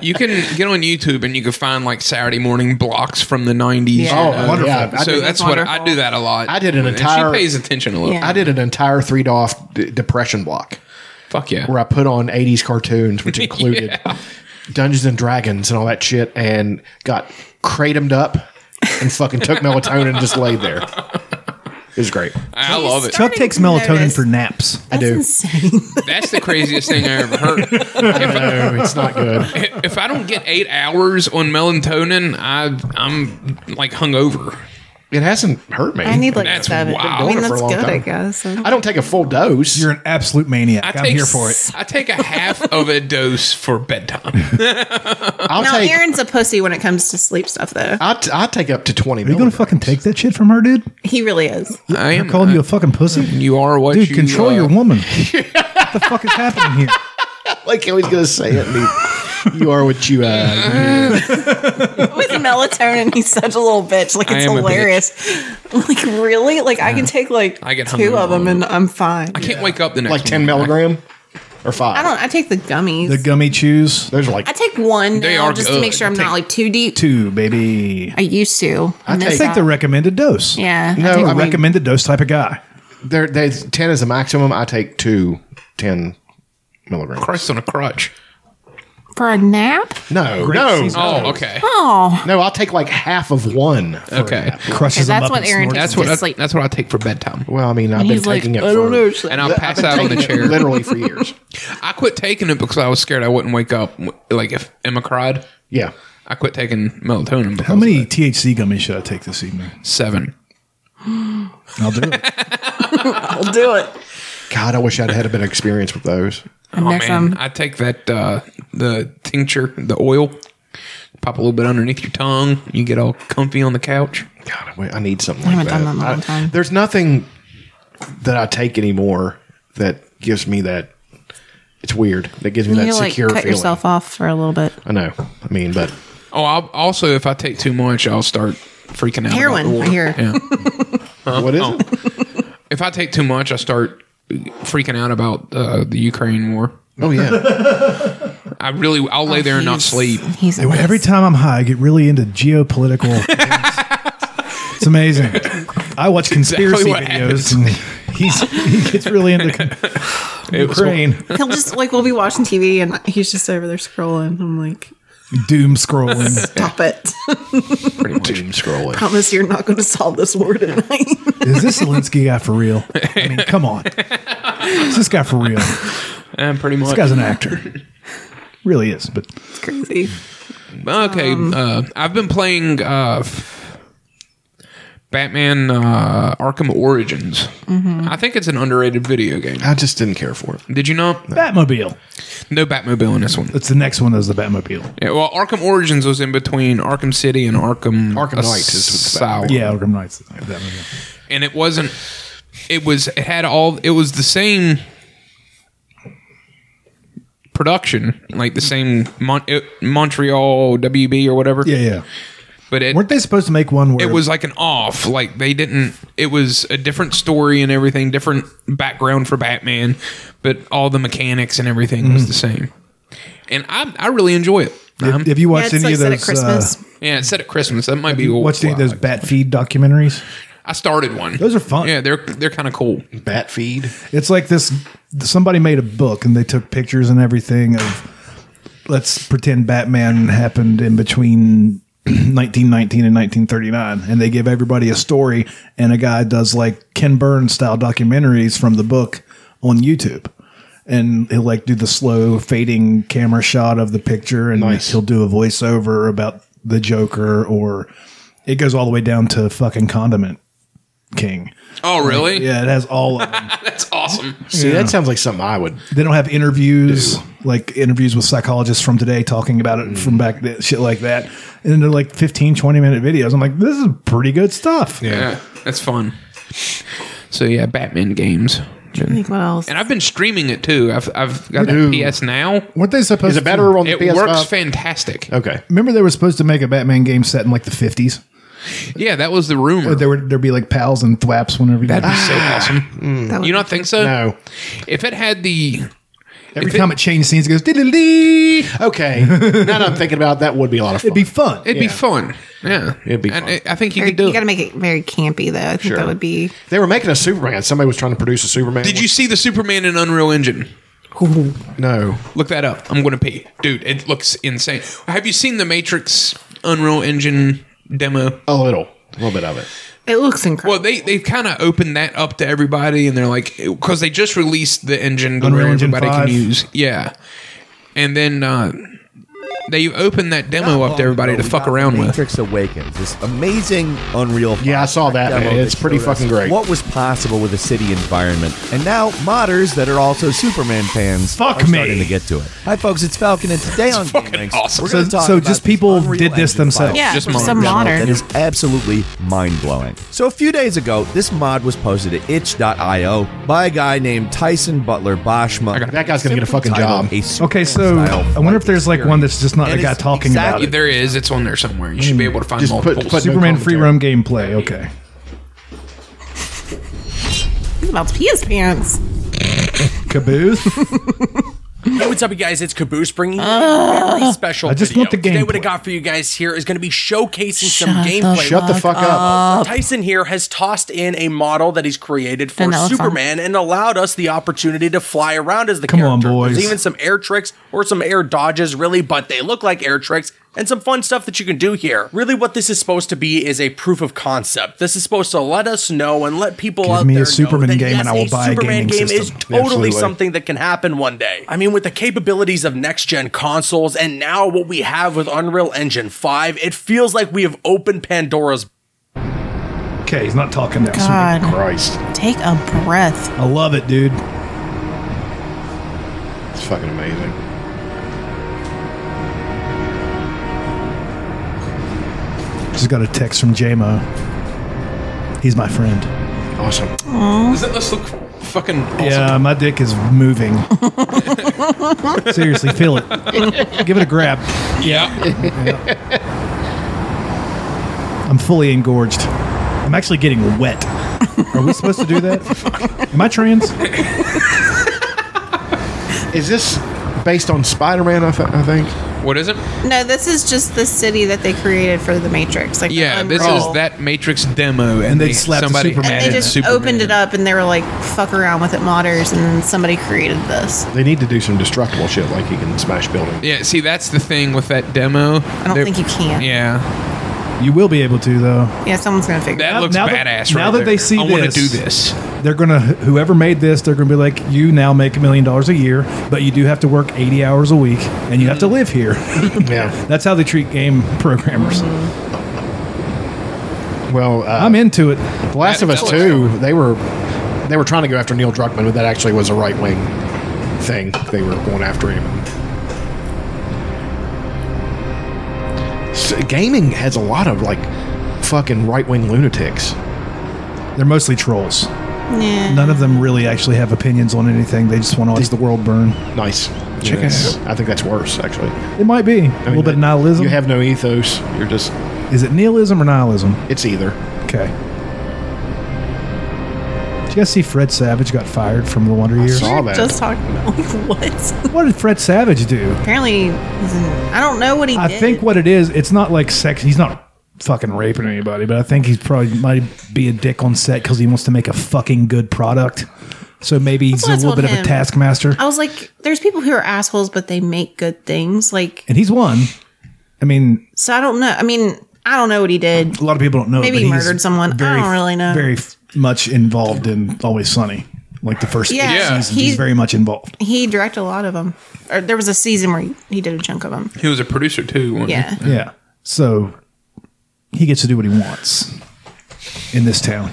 S3: you can get on YouTube and you can find like Saturday morning blocks from the nineties.
S5: Yeah. Oh,
S1: wonderful. Yeah, I
S3: so
S1: do-
S3: that's
S5: that's
S3: what I
S5: wonderful.
S3: do that a lot.
S1: I did an
S3: And
S1: entire-
S3: She pays attention a little.
S5: Yeah.
S1: I did an entire three to off d- depression block
S3: Fuck yeah.
S1: where I put on 80s cartoons, which included Dungeons and Dragons and all that shit, and got kratomed up and fucking took melatonin and just laid there. It was great.
S3: I I love it.
S2: Chuck takes melatonin for naps.
S1: I do.
S5: Insane.
S3: That's the craziest thing I ever heard.
S1: No, it's not good.
S3: if I don't get eight hours on melatonin, I I'm like hungover.
S1: It hasn't hurt me.
S5: I need like
S3: That's
S5: seven.
S3: wild.
S5: I mean,
S1: Doing it for
S5: that's
S1: a long
S5: good, I
S1: time.
S5: guess.
S1: I don't take a full dose.
S2: You're an absolute
S3: I
S2: maniac. I'm
S3: take
S2: here for it.
S3: s- I take a half of a dose for bedtime.
S1: I'll
S5: Now,
S1: take.
S5: Aaron's a pussy when it comes to sleep stuff, though.
S1: I'll, t- I'll take up to twenty.
S2: Are you going to fucking take that shit from her, dude?
S5: He really is.
S3: I
S2: They're
S3: am
S2: calling you a fucking pussy?
S3: You are what
S2: Dude,
S3: you
S2: control
S3: uh,
S2: your woman. what the fuck is happening here?
S1: Like he's going to say it. and he- you are what you. Uh,
S5: With melatonin, he's such a little bitch. Like,
S3: I
S5: it's
S3: am a bitch.
S5: hilarious. Like, really? Like, I can take like
S3: I get
S5: two of
S3: hungover.
S5: them and I'm fine.
S3: I can't wake up the next
S1: like ten
S3: morning.
S1: milligram or five.
S5: I don't, I take the gummies.
S2: The gummy chews.
S1: Those are like
S5: I take one
S3: They
S5: now
S3: are
S5: just
S3: good.
S5: to make sure I'm not like too deep.
S2: Two, baby.
S5: I used to. I
S1: take-
S2: I think the recommended dose.
S5: Yeah. I
S1: No,
S5: take-
S1: I mean-
S2: Recommended dose type of guy.
S1: There, there's ten is the maximum. I take two, ten milligrams.
S3: Christ on a crutch.
S5: for a nap?
S1: No, no,
S2: season.
S3: Oh, okay.
S5: Oh.
S1: no. I'll take like half of one.
S3: Okay.
S2: Crushes them
S5: that's
S2: up
S5: what
S2: and snorts
S5: Aaron takes.
S3: That's what I,
S5: Just like-
S3: that's what I take for bedtime.
S1: Well, I mean, I've been
S5: He's like,
S1: taking it.
S5: I
S1: for,
S5: don't know. It's like-
S3: And I'll
S1: I've
S3: pass
S1: been
S3: out on the
S1: taking it
S3: chair.
S1: literally for years.
S3: I quit taking it because I was scared I wouldn't wake up. Like if Emma cried,
S1: Yeah,
S3: I quit taking melatonin. Because
S2: How many THC gummies should I take this evening?
S3: Seven.
S2: I'll do it.
S5: I'll do it.
S1: God, I wish I'd had a bit of experience with those.
S3: Oh,
S5: Next
S3: man,
S5: time.
S3: I take that uh, the tincture, the oil, pop a little bit underneath your tongue. You get all comfy on the couch.
S1: God, I wi- I need something
S5: I
S1: like
S5: haven't done that in a
S1: I-
S5: long time.
S1: There's nothing that I take anymore that gives me that. It's weird. That gives me
S5: You need
S1: that
S5: to like
S1: secure
S5: cut
S1: feeling.
S5: yourself off for a little bit.
S1: I know. I mean, but
S3: Oh, I'll, also if I take too much, I'll start freaking out. about
S5: Heroin,
S3: the water.
S5: I hear.
S3: Yeah.
S1: what is it?
S3: if I take too much, I start freaking out about uh, the Ukraine war.
S1: Oh yeah,
S3: I really, I'll
S5: Oh,
S3: lay there and not
S5: He's-
S3: sleep.
S5: He's a
S2: Every time I'm high, I get really into geopolitical. things. it's amazing. I watch conspiracy
S3: what
S2: videos, and he's he gets really into con-
S3: It was-
S2: Ukraine
S5: He'll just like we'll be watching TV and he's just over there scrolling. I'm like,
S2: doom scrolling.
S5: stop it!
S1: doom scrolling.
S5: Promise you're not going to solve this war tonight.
S2: Is this Zelensky guy for real? I mean, come on. Is this guy for real? This
S3: eh, pretty much.
S2: guy's an actor. Really is, but
S5: it's crazy.
S3: Okay,
S5: Um.
S3: uh, I've been playing uh, f- Batman uh, Arkham Origins.
S5: Mm-hmm.
S3: I think it's an underrated video game.
S1: I just didn't care for it.
S3: Did you not?
S2: Batmobile.
S3: No Batmobile in this one.
S2: That's the next one. Is the Batmobile?
S3: Yeah, well, Arkham Origins was in between Arkham City and Arkham
S1: Arkham Knight is what it's about.
S3: Asylum.
S2: Yeah, Arkham Knight's Batmobile.
S3: and it wasn't. It was. It had all. It was the same production, like the same Mon- it, Montreal WB or whatever.
S2: Yeah, yeah.
S3: but it
S2: Weren't they supposed to make one where
S3: it was like an off like they didn't it was a different story and everything different background for batman but all the mechanics and everything
S1: Mm.
S3: was the same and i i really enjoy it Um,
S2: Have you watched
S5: yeah, it's
S2: any
S5: like
S2: of
S5: set at
S2: those? Uh,
S5: Christmas.
S3: yeah it's set at christmas that might be a
S2: watched any of
S3: while.
S2: those Bat Feed documentaries?
S3: i started one
S2: Those are fun.
S3: yeah they're they're kind of cool
S1: Bat feed.
S2: It's like this somebody made a book and they took pictures and everything of let's pretend Batman happened in between 1919 and 1939 and they give everybody a story and a guy does like Ken Burns style documentaries from the book on YouTube. And he'll like do the slow fading camera shot of the picture and he'll do a voiceover about the Joker or it goes all the way down to fucking Condiment King.
S3: oh really
S2: Yeah, it has all of them.
S3: that's awesome
S1: See, that sounds like something I would.
S2: They don't have interviews like interviews with psychologists from today talking about it from back then, shit like that. And then they're like 15, 20 minute videos. I'm like, this is pretty good stuff.
S3: yeah that's fun so yeah batman games
S5: Like what else?
S3: and i've been streaming it too i've i've got that
S1: Ooh.
S3: ps now
S2: Weren't they supposed
S1: Is
S2: to
S1: it better on the
S3: it
S1: PS5?
S3: works fantastic
S1: okay,
S2: Remember they were supposed to make a Batman game set in like the 50s?
S3: yeah that was the rumor
S2: There would there'd be like pals and thwaps whenever you
S3: That'd be so awesome.
S5: That would
S3: You don't think so?
S1: no.
S3: If it had the
S2: every
S3: if it-
S2: time it, changed scenes it goes "Diddle-dee." It'd
S1: Okay, now that I'm thinking about it, that, would be a lot of fun.
S2: be fun.
S3: It'd be fun. Yeah.
S1: It'd be
S3: And
S1: fun.
S3: I- I think you
S5: Very-
S3: could do
S5: you got to
S3: it.
S5: make it very campy though. I think that would be.
S1: they were making a Superman. Somebody was trying to produce a Superman.
S3: Did you
S1: one.
S3: see the Superman in Unreal Engine?
S1: No.
S3: Look that up. I'm going to pee. Dude, it looks insane. Have you seen the Matrix Unreal Engine demo?
S1: A little, a little bit of it.
S5: It looks incredible.
S3: Well, they they've kind of opened that up to everybody, and they're like, because they just released the engine to
S2: Unreal
S3: where
S2: Engine
S3: everybody
S2: 5.
S3: can use. Yeah, and then uh, they opened that demo up to everybody to fuck around with.
S9: Matrix Awakens, this amazing, unreal.
S1: Yeah, I saw that.
S9: demo
S1: Man.
S9: that
S1: It's pretty
S9: showed us
S1: fucking great.
S9: What was possible with a city environment, and now modders that are also Superman fans
S2: Fuck
S9: are
S2: me.
S9: starting to get to it. Hi, folks, it's Falcon, and today on Game
S3: fucking
S9: Ranks,
S3: awesome.
S9: we're
S2: So-
S9: going to talk
S2: so
S9: about
S2: just
S9: this
S2: people
S9: Unreal
S2: did this
S9: Engine
S2: themselves.
S5: yeah,
S3: just
S5: some
S9: demo
S5: modern.
S9: That is absolutely mind blowing. So a few days ago, this mod was posted at itch.io by a guy named Tyson Butler Boschma.
S1: That guy's gonna get a fucking job.
S2: Okay, so I wonder if there's like one that's just not a
S9: And
S2: guy
S9: it's
S2: talking
S9: exactly-
S2: about it.
S3: There is. It's on there somewhere. You should be able to find
S1: Just put-
S3: multiples.
S1: put-
S2: Superman
S1: No
S2: free roam gameplay. Okay.
S5: He's about to pee his pants.
S2: Caboose?
S10: Hey, what's up, you guys? It's Caboose bringing you a very special.
S2: I just
S10: video.
S2: want the
S10: Today,
S2: gameplay.
S10: what I got for you guys here is going to be showcasing some gameplay.
S1: Shut the fuck up.
S10: Tyson here has tossed in a model that he's created for
S5: And that was fun.
S10: Superman and allowed us the opportunity to fly around as the
S2: Come on,
S10: character. There's
S2: boys.
S10: even some air tricks or some air dodges, really, but they look like air tricks and some fun stuff that you can do here. Really, what this is supposed to be is a proof of concept. This is supposed to let us know and let people
S2: Give
S10: out
S2: me a
S10: there
S2: Superman
S10: know that,
S2: game
S10: yes,
S2: and I will
S10: a
S2: buy a
S10: Superman
S2: gaming
S10: game is
S2: system.
S10: totally
S1: Absolutely.
S10: something that can happen one day. I mean, with the capabilities of next gen consoles and now what we have with Unreal Engine 5, it feels like we have opened Pandora's
S2: Okay, he's not talking now. so-
S5: God,
S1: Christ.
S5: take a breath.
S2: I love it, dude.
S1: fucking amazing.
S2: Just got a text from JMO. He's my friend.
S1: Awesome.
S3: Doesn't this look fucking awesome?
S2: Yeah, my dick is moving. Seriously, feel it. Give it a grab.
S3: Yeah.
S2: I'm fully engorged. I'm actually getting wet. Are we supposed to do that? Am I trans?
S1: Is this based on Spider Man? I, th- I think.
S3: What is it?
S5: No, this is just the city that they created for the Matrix. Like the
S3: Yeah, this
S5: Umbrella.
S3: is that Matrix demo, and,
S2: they
S3: they
S2: slapped a
S3: somebody
S2: Superman
S5: And
S3: added
S5: they just
S3: Superman.
S5: opened it up and they were like, fuck around with it, modders, and then somebody created this.
S1: They need to do some destructible shit, like he can smash buildings.
S3: Yeah, see, that's the thing with that demo. I
S5: don't think you can.
S3: Yeah,
S2: You will be able to though.
S5: Yeah, someone's gonna figure
S3: that
S5: it out.
S3: looks
S2: now that-
S3: badass.
S2: now
S3: right
S2: that they
S3: there.
S2: see
S3: I want to
S2: this-
S3: do this.
S2: They're gonna whoever made this, they're gonna be like, you now make a million dollars a year, but you do have to work 80 hours a week, and you have to live here.
S1: Yeah.
S2: That's how they treat game programmers.
S1: Well, uh,
S2: I'm into it.
S1: The Last of
S3: That-
S1: Us
S3: that looks
S1: Two, they were they were trying to go after Neil Druckmann, but that actually was a right wing thing. They were going after him. S gaming has a lot of like fucking right wing lunatics.
S2: They're mostly trolls.
S5: Yeah.
S2: None of them really actually have opinions on anything. They just want to watch the world burn.
S1: Nice.
S2: Check it
S1: Yes. I think that's worse actually.
S2: It might be a little bit of nihilism.
S1: You have no ethos. You're just
S2: Is it nihilism or nihilism?
S1: it's either.
S2: Okay. Did you guys see Fred Savage got fired from the Wonder Years?
S1: Saw that.
S5: Just talking about like, what?
S2: What did Fred Savage do?
S5: Apparently, he's in, I don't know what he
S2: I
S5: did.
S2: think what it is, it's not like sex. He's not fucking raping anybody, but I think he's probably might be a dick on set because he wants to make a fucking good product. So maybe he's
S5: what I
S2: a little
S5: told
S2: bit of a
S5: him.
S2: taskmaster,
S5: I was like, there's people who are assholes, but they make good things. Like,
S2: and he's one. I mean,
S5: so I don't know. I mean, I don't know what he did.
S2: a lot of people don't know.
S5: Maybe
S2: but
S5: he
S2: he's
S5: murdered someone. I don't really know.
S2: Very f- much involved in Always Sunny, like the first
S5: Yeah,
S2: eight
S5: Yeah.
S2: seasons. He's
S5: he-
S2: very much involved.
S5: He directed a lot of them. Or there was a season where he, he did a chunk of them.
S3: He was a producer too. Wasn't
S5: Yeah.
S3: He?
S2: Yeah, so he gets to do what he wants in this town.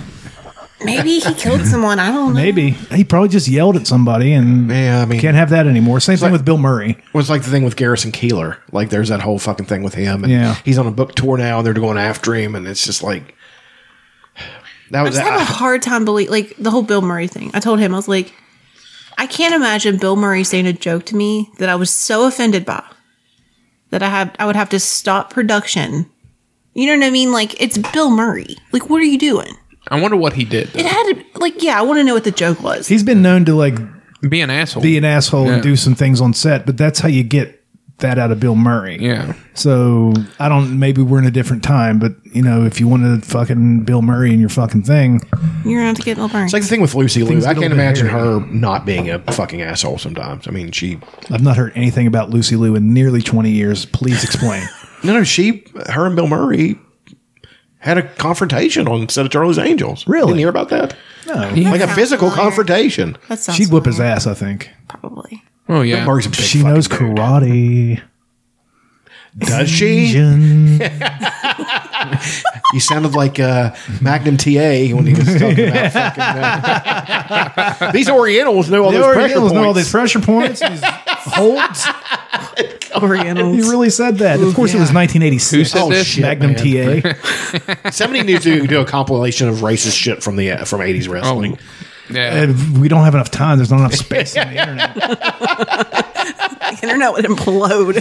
S5: Maybe he killed someone. I don't know.
S2: Maybe he probably just yelled at somebody, and
S1: Yeah, I mean-
S2: can't have that anymore. Same thing
S1: like-
S2: with Bill Murray.
S1: Well, it's like the thing with Garrison Keeler. Like, there's that whole fucking thing with him. And
S2: Yeah.
S1: He's on a book tour now, and they're going after him, and it's just like that
S5: I
S1: was.
S5: just have a
S1: I-
S5: hard time believe like the whole Bill Murray thing. I told him I was like, I can't imagine Bill Murray saying a joke to me that I was so offended by that I have I would have to stop production. You know what I mean? Like it's Bill Murray. Like what are you doing?
S3: I wonder what he did.
S5: It
S3: Though.
S5: had to, like yeah, I want to know what the joke was.
S2: He's been known to like
S3: Be an asshole.
S2: be an asshole
S3: Yeah.
S2: and do some things on set, but that's how you get that out of Bill Murray.
S3: Yeah.
S2: So I don't. Maybe we're in a different time, but you know, if you wanted fucking Bill Murray in your fucking thing,
S5: You're gonna have to get Bill Murray.
S1: It's like the thing with Lucy Liu.
S2: Things
S1: I
S2: get a
S1: can't
S2: little bit
S1: imagine
S2: hairy.
S1: her not being a fucking asshole sometimes. I mean, she.
S2: I've not heard anything about Lucy Liu in nearly twenty years. Please explain.
S1: No, no, she. Her and Bill Murray had a confrontation on set of Charlie's Angels.
S2: Really?
S1: Didn't hear about that?
S2: no,
S1: like a
S5: sounds
S1: physical
S5: familiar.
S1: confrontation.
S5: that sounds
S2: she'd whip his ass. I think
S5: probably.
S3: oh yeah.
S1: Murray's a big
S2: she
S1: fucking
S2: knows
S1: dude.
S2: karate.
S1: Does she?
S2: Asian.
S1: You sounded like uh, Magnum TA when he was talking about fucking. uh, these Orientals know all
S2: They
S1: those
S2: already
S1: pressure
S2: know all
S1: points.
S2: these pressure points. These holds. You really said that. Of course, it was 1986.
S3: Who said
S1: Oh,
S3: this?
S1: shit.
S2: Magnum TA.
S1: Somebody needs to do a compilation of racist shit from the uh, from eighties wrestling.
S3: Yeah.
S2: Uh, we don't have enough time. There's not enough space on the internet.
S5: The internet would implode.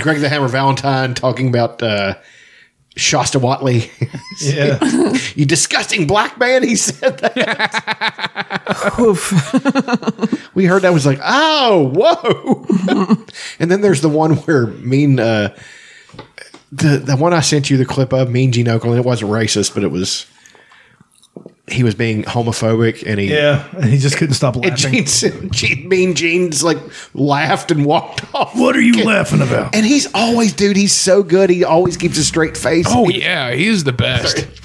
S1: Greg the Hammer Valentine talking about uh, Shasta Watley.
S2: Yeah.
S1: you disgusting black man. He said that. we heard that was like, oh, whoa. and then there's the one where mean uh, the the one I sent you the clip of Mean Gene Okerlund. It wasn't racist, but it was. He was being homophobic, and he
S2: Yeah. And he just couldn't stop
S1: And
S2: laughing.
S1: Gene, Gene, Mean Gene's like laughed and walked off.
S2: What are you laughing about?
S1: And he's always, dude, he's so good. He always keeps a straight face.
S3: Oh yeah, he's the best.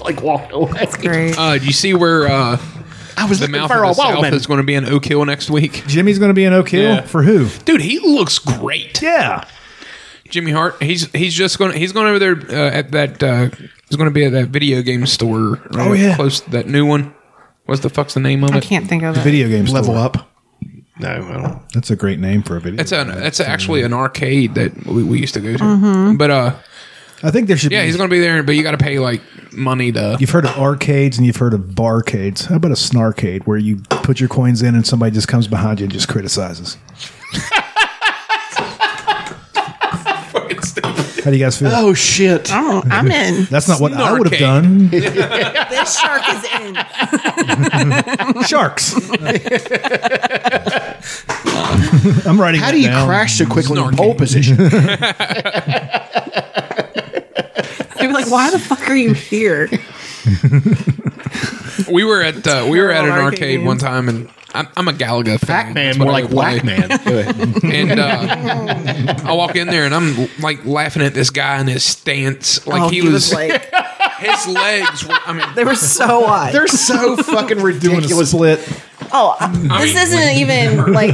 S1: like walked away.
S5: Great.
S3: Uh, do you see where uh,
S1: I was
S3: the
S1: looking
S3: mouth
S1: for a
S3: of the South
S1: woman.
S3: is going to be in Oak Hill next week?
S2: Jimmy's going to be an Oak Hill
S3: Yeah.
S2: for who?
S3: Dude, he looks great.
S2: Yeah.
S3: Jimmy Hart. He's he's just going. to He's going over there uh, at that. Uh, he's going to be at that video game store. uh, Right
S2: Oh, yeah.
S3: close to that new one. What's the fuck's the name of
S5: I
S3: it?
S5: can't think of it.
S2: Video games.
S1: Level up. No, I don't.
S2: That's a great name for a video.
S3: It's an it's actually an arcade that we, we used to go to.
S5: Mm-hmm.
S3: But uh,
S2: I think there should
S3: yeah,
S2: be.
S3: he's gonna be there, but you got to pay like money to.
S2: You've heard of arcades and you've heard of barcades. How about a snarcade where you put your coins in and somebody just comes behind you and just criticizes? How do you guys feel?
S1: Oh shit!
S5: Oh, I'm in.
S2: That's not what I would have
S3: Snarcade.
S2: done.
S5: This shark is in.
S2: Sharks. I'm writing.
S1: How
S2: it
S1: do you
S2: down.
S1: crash so quickly in
S3: Snarky.
S1: pole position?
S5: They'd be like, why the fuck are you here?
S3: We were at uh, we were at an
S5: Terrible
S3: arcade
S5: arcade games.
S3: one time, and I'm, I'm a Galaga fan.
S1: Pac
S3: That's
S1: Man,
S3: what
S1: more
S3: I
S1: like
S3: would play.
S1: Whack Man. Go ahead.
S3: And uh, I walk in there, and I'm like laughing at this guy and his stance. Like
S5: oh,
S3: he, was,
S5: like,
S3: his legs. Were, I mean,
S5: they were so wide.
S1: They're so fucking ridiculous.
S2: split.
S6: Oh, I- this
S3: mean,
S6: isn't even like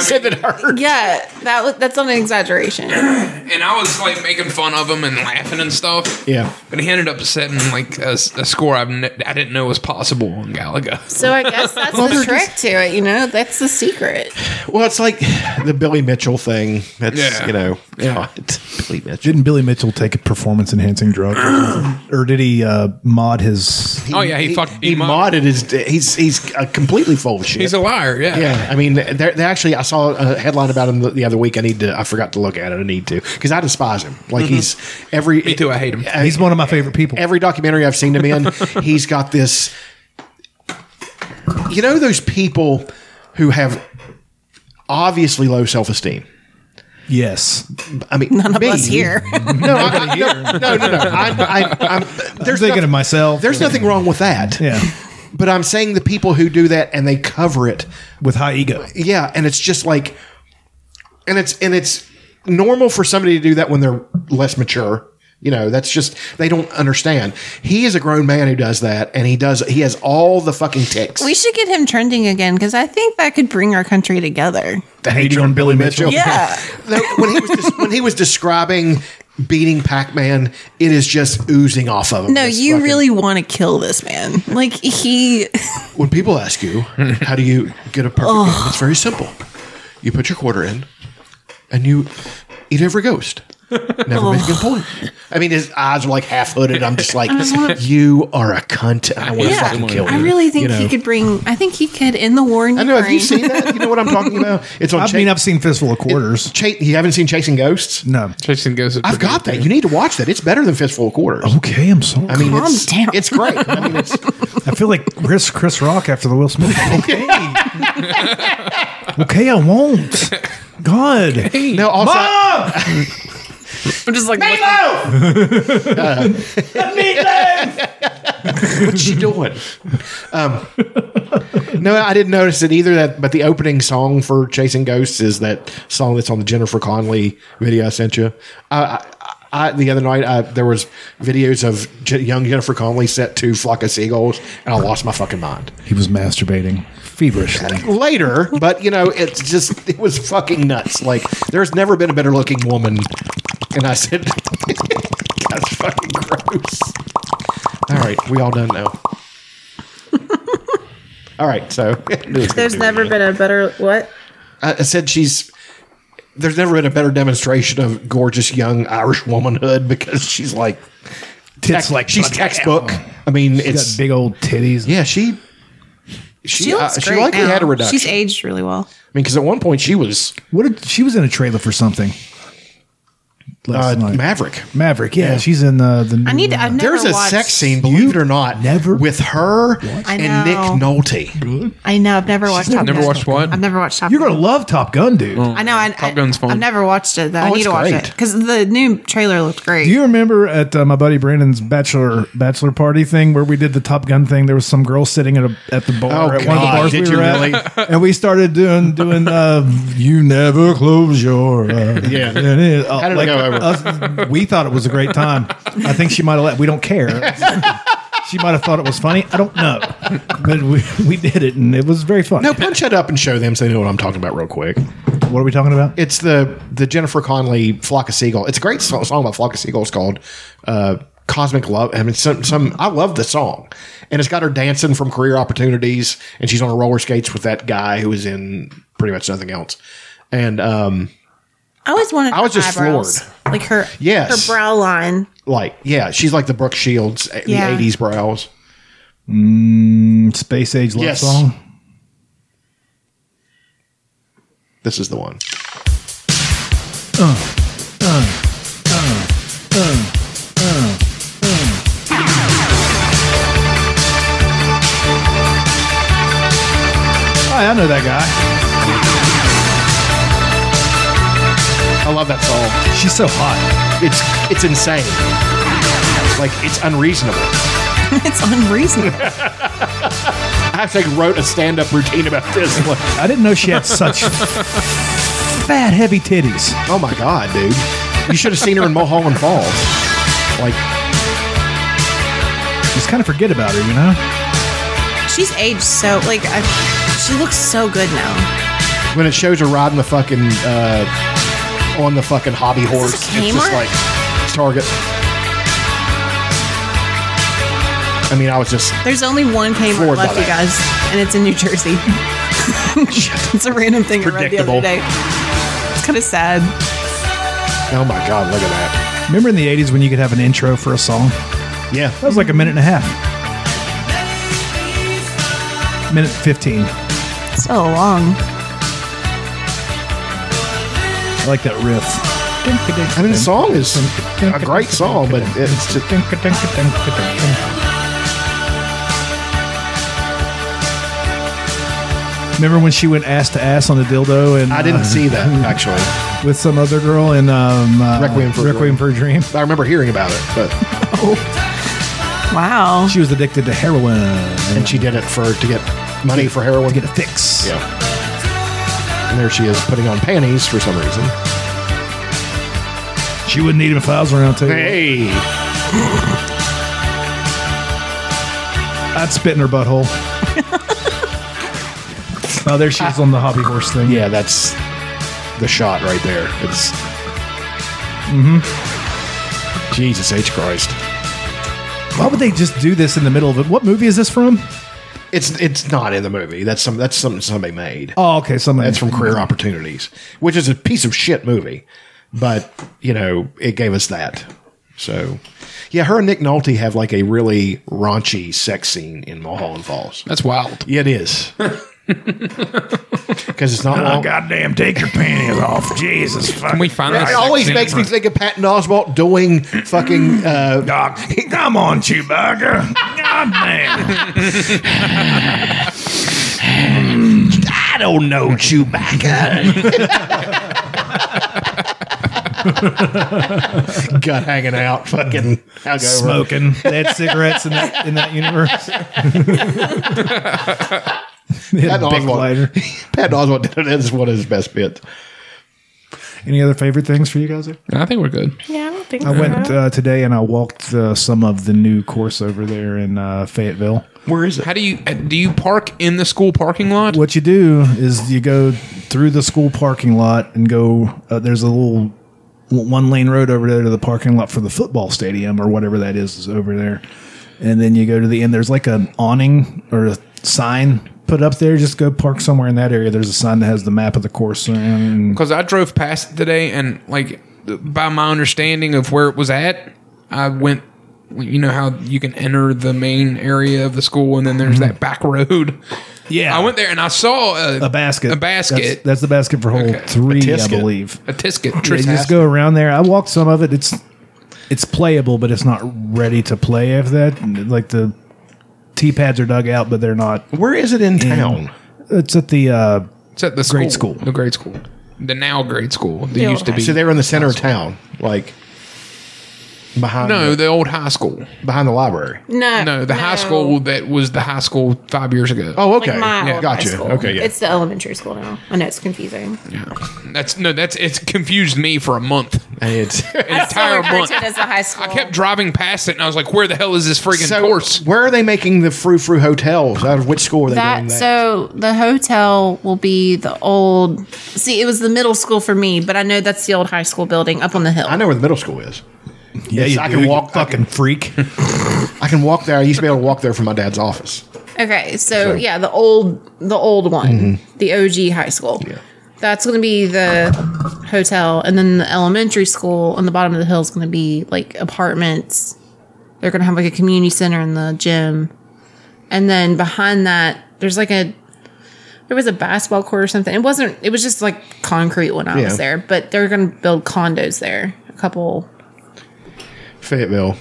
S1: Said that hurt.
S6: yeah. That was, that's not an exaggeration.
S3: and I was like making fun of him and laughing and stuff.
S1: Yeah.
S3: But he ended up setting like a, s- a score I've ne- I didn't know was possible on Galaga.
S6: So I guess that's the trick to it. You know, that's the secret.
S1: Well, it's like the Billy Mitchell thing. That's
S3: Yeah.
S1: you know,
S3: Yeah.
S1: God, Billy Mitchell.
S2: Didn't Billy Mitchell take a performance enhancing drug, or did he uh, mod his?
S3: oh yeah, he, fucked.
S1: He
S3: him up.
S1: modded his. He's he's uh, completely full of shit.
S3: He's a liar. Yeah.
S1: yeah, I mean, they're, they actually, I saw a headline about him the, the other week. I need to, I forgot to look at it. I need to, because I despise him. Like he's every.
S3: Mm-hmm. Me too. I hate him.
S2: He's one of my favorite people.
S1: every documentary I've seen him in, he's got this. You know those people who have obviously low self esteem.
S2: yes,
S1: I mean, none
S5: of us here.
S1: No, I, I- no, no, no, no. I, I, I'm,
S2: I'm
S1: there's
S2: thinking
S1: nothing,
S2: of myself.
S1: there's nothing wrong with that.
S2: yeah,
S1: But I'm saying the people who do that and they cover it.
S2: with high ego.
S1: Yeah, and it's just like, and it's and it's normal for somebody to do that when they're less mature. You know, that's just they don't understand. He is a grown man who does that, and he does. He has all the fucking ticks.
S5: We should get him trending again because I think that could bring our country together.
S1: the hatred on Billy Mitchell.
S5: Yeah.
S1: No, when he was des- when he was describing beating Pac-Man, it is just oozing off of him.
S5: No,
S1: It's
S5: you
S1: fucking-
S5: really want to kill this man. Like he,
S1: When people ask you, how do you get a perfect game? It's very simple. You put your quarter in, and you eat every ghost. Never make a point. I mean, his eyes are like half hooded. I'm just like, you are a cunt. and I want to
S5: Yeah.
S1: fucking kill you.
S5: I really think
S1: you know?
S5: he could bring. I think he could end the war in
S1: I
S5: Ukraine.
S1: know. Have you seen that? You know what I'm talking about? It's on.
S2: I
S1: Cha-
S2: mean, I've seen Fistful of Quarters.
S1: Cha- you haven't seen Chasing Ghosts?
S2: no.
S3: Jason goes. to
S1: I've got that. You need to watch that. It's better than Fistful of Quarters.
S2: Okay, I'm sorry.
S1: I mean,
S5: Calm
S1: it's,
S5: down.
S1: it's great. I mean, it's
S2: I feel like Chris Chris Rock after the Will Smith. Okay. okay, I won't. God.
S1: no. Also,
S5: I'm just like,
S1: what's she doing? Um, no, I didn't notice it either. That, but the opening song for Chasing Ghosts is that song that's on the Jennifer Connelly video I sent you. Uh, I, I, I the other night I, there was videos of J- young Jennifer Connelly set to "Flock of Seagulls," and I lost my fucking mind.
S2: He was masturbating feverishly.
S1: Later, but you know, it's just it was fucking nuts. Like there's never been a better looking woman, and I said, "That's fucking gross." All right, we all done now. all right, so
S4: There's never been a better what?
S1: I I said she's. There's never been a better demonstration of gorgeous young Irish womanhood because she's like, text, like she's textbook. I mean,
S2: Got
S1: it's
S2: big old titties.
S1: yeah. She she
S5: she
S1: uh,
S5: looks
S1: she
S5: great
S1: likely
S5: now.
S1: had a reduction.
S5: She's aged really well.
S1: I mean, because at one point she was
S2: What did she was in a trailer for something?
S1: uh,
S2: Last night.
S1: Maverick.
S2: Maverick, yeah, she's in the the.
S5: I need. To, I've never
S1: There's a
S5: watched-
S1: sex scene, believe it or not,
S2: never-
S1: with her
S5: I
S1: and Nick
S5: know.
S1: Nolte.
S5: I know. I've never watched. Top
S3: Never
S5: Gun.
S3: watched what?
S5: I've never watched Top.
S2: You're
S5: Gun.
S2: gonna love Top Gun, dude.
S5: I know. I,
S3: Top Gun's fun.
S5: I've never watched it though.
S1: Oh,
S5: I need
S1: it's
S5: to watch
S1: great.
S5: it because the new trailer looked great.
S2: Do you remember at uh, my buddy Brandon's bachelor bachelor party thing where we did the Top Gun thing? There was some girl sitting at a at the bar
S1: Oh,
S2: at one of the
S1: God,
S2: bars
S1: did
S2: we
S1: you
S2: were at, and we started doing doing uh, "You Never Close Your Eyes."
S1: Yeah.
S2: And it- uh,
S1: How did it go over?
S2: us- we thought it was a great time. I think she might have let. We don't care. she might have thought it was funny. I don't know, but we, we did it, and it was very fun.
S1: No, punch that up and show them so they know what I'm talking about real quick.
S2: What are we talking about?
S1: It's the the Jennifer Connelly Flock of Seagull. It's a great song, song about Flock of Seagulls called uh, Cosmic Love. I mean, some some. I love the song, and it's got her dancing from Career Opportunities, and she's on roller skates with that guy who is in pretty much nothing else. And um,
S4: I always wanted.
S1: I was
S4: her
S1: just
S4: eyebrows.
S1: floored.
S4: Like her,
S1: Yes.
S4: her brow line.
S1: like, yeah, she's like the Brooke Shields, eh, the
S4: Yeah.
S1: '80s brows.
S2: Mm, Space Age love
S1: Yes.
S2: song. Oh,
S1: This is the one.
S2: Hi, I know that guy.
S1: I love that song.
S2: She's so hot.
S1: It's it's insane. Like it's unreasonable.
S5: it's unreasonable.
S1: I actually wrote a stand-up routine about this. Like,
S2: I didn't know she had such fat, heavy titties.
S1: oh my god, dude! You should have seen her in Mulholland Falls. Like,
S2: Just kind of forget about her, you know?
S5: She's aged so like I, she looks so good now.
S1: when it shows her riding the fucking uh, on the fucking hobby horse,
S5: this
S1: it's just
S5: Kmart?
S1: like Target. I mean, I was just
S5: There's only one Kmart
S1: Floored by
S5: left, you
S1: that.
S5: guys, and it's in New Jersey. it's a random thing I read the
S1: Predictable.
S5: other day. It's kind of sad.
S1: oh my god, look at that.
S2: Remember in the 80s when you could have an intro for a song?
S1: Yeah,
S2: That was like a minute and a half. Minute 15.
S5: So long.
S2: I like that riff.
S1: I mean, the song is a great song, but it's just
S2: Remember when she went ass to ass on the dildo and
S1: I didn't see that actually.
S2: uh, with some other girl in um, uh,
S1: Requiem for a Dream.
S2: Requiem for a Dream?
S1: I remember hearing about it, but
S5: Wow.
S2: She was addicted to heroin and
S1: and she did it for to get money for heroin.
S2: to get a fix.
S1: Yeah. And there she is putting on panties for some reason.
S2: She wouldn't need him if I was around too.
S1: Hey,
S2: I'd spit in her butthole. oh, there she is on the hobby horse thing.
S1: yeah, that's the shot right there. It's Jesus H Christ.
S2: Why would they just do this in the middle of it? What movie is this from?
S1: It's it's not in the movie. That's some that's something somebody made.
S2: Oh, okay. Somebody.
S1: That's from Career Opportunities, which is a piece of shit movie, but you know it gave us that. So, yeah, her and Nick Nolte have like a really raunchy sex scene in Mulholland Falls.
S3: That's wild.
S1: Yeah, it is. Because it's not long.
S2: goddamn, take your panties off. Jesus
S3: Can
S2: fuck.
S3: we find
S1: It always makes me think of Patton Oswalt doing fucking. Uh,
S2: Doc, come on, Chewbacca. Goddamn.
S1: I don't know Chewbacca. Gut hanging out, fucking hung over.
S2: Smoking. They had cigarettes in that, in that universe. They had a
S1: Patton
S2: big lighter.
S1: Oswalt. Patton Oswalt did it as one of his best bits.
S2: Any other favorite things for you guys? There?
S3: I think we're good.
S4: Yeah, I don't think
S2: I went uh, today and I walked uh, some of the new course over there in uh, Fayetteville.
S1: Where is it?
S3: How do you uh, do you park in the school parking lot?
S2: What you do is you go through the school parking lot and go. Uh, there's a little one lane road over there to the parking lot for the football stadium or whatever that is, is over there. And then you go to the end. There's like an awning or a sign put up there. Just go park somewhere in that area. There's a sign that has the map of the course. And
S3: Because I drove past it today, and like by my understanding of where it was at, I went. You know how you can enter the main area of the school, and then there's
S1: Mm-hmm.
S3: that back road.
S2: yeah,
S3: I went there and I saw a,
S2: a basket.
S3: a basket,
S2: That's, that's the basket for hole
S3: Okay.
S2: three, I
S1: Batisket.
S2: believe.
S3: a tisket.
S2: Yeah, you just go around there. I walked some of it. It's it's playable, but it's not ready to play. After that, like the tee pads are dug out, but they're not.
S1: Where is it in town?
S2: It's at the uh,
S3: It's at the school,
S2: Grade school.
S3: the grade school, the now grade school. They
S4: Yeah.
S3: used to be
S1: So they're in the center of town, like behind
S3: no,
S1: the,
S3: the old high school.
S1: behind the library.
S4: No,
S3: No, the high school that was the high school five years ago.
S1: Oh,
S4: Like
S1: okay,
S4: my
S1: yeah,
S4: old high
S1: gotcha.
S4: school.
S1: Okay, yeah.
S4: It's the elementary school now. I know it's confusing.
S3: that's no, that's it's confused me for a month,
S1: And it's-
S3: an entire month.
S4: as a high school.
S3: I kept driving past it, and I was like, "Where the hell is this freaking
S1: so
S3: course?"
S1: where are they making the frou frou hotels? Out of which school are they doing
S5: That
S1: that?
S5: so the hotel will be the old. See, it was the middle school for me, but I know that's the old high school building up on the hill.
S1: I know where the middle school is. Yes, I can walk. I
S2: fucking freak.
S1: I can walk there. I used to be able to walk there from my dad's office.
S6: Okay, so yeah, the old the old one, the OG high school.
S1: Mm-hmm. Yeah.
S6: That's going to be the hotel, and then the elementary school on the bottom of the hill is going to be like apartments. They're going to have like a community center and the gym, and then behind that, there's like a there was a basketball court or something. It wasn't. It was just like concrete when I
S1: Yeah.
S6: was there, but they're going to build condos there. A couple.
S1: Fayetteville,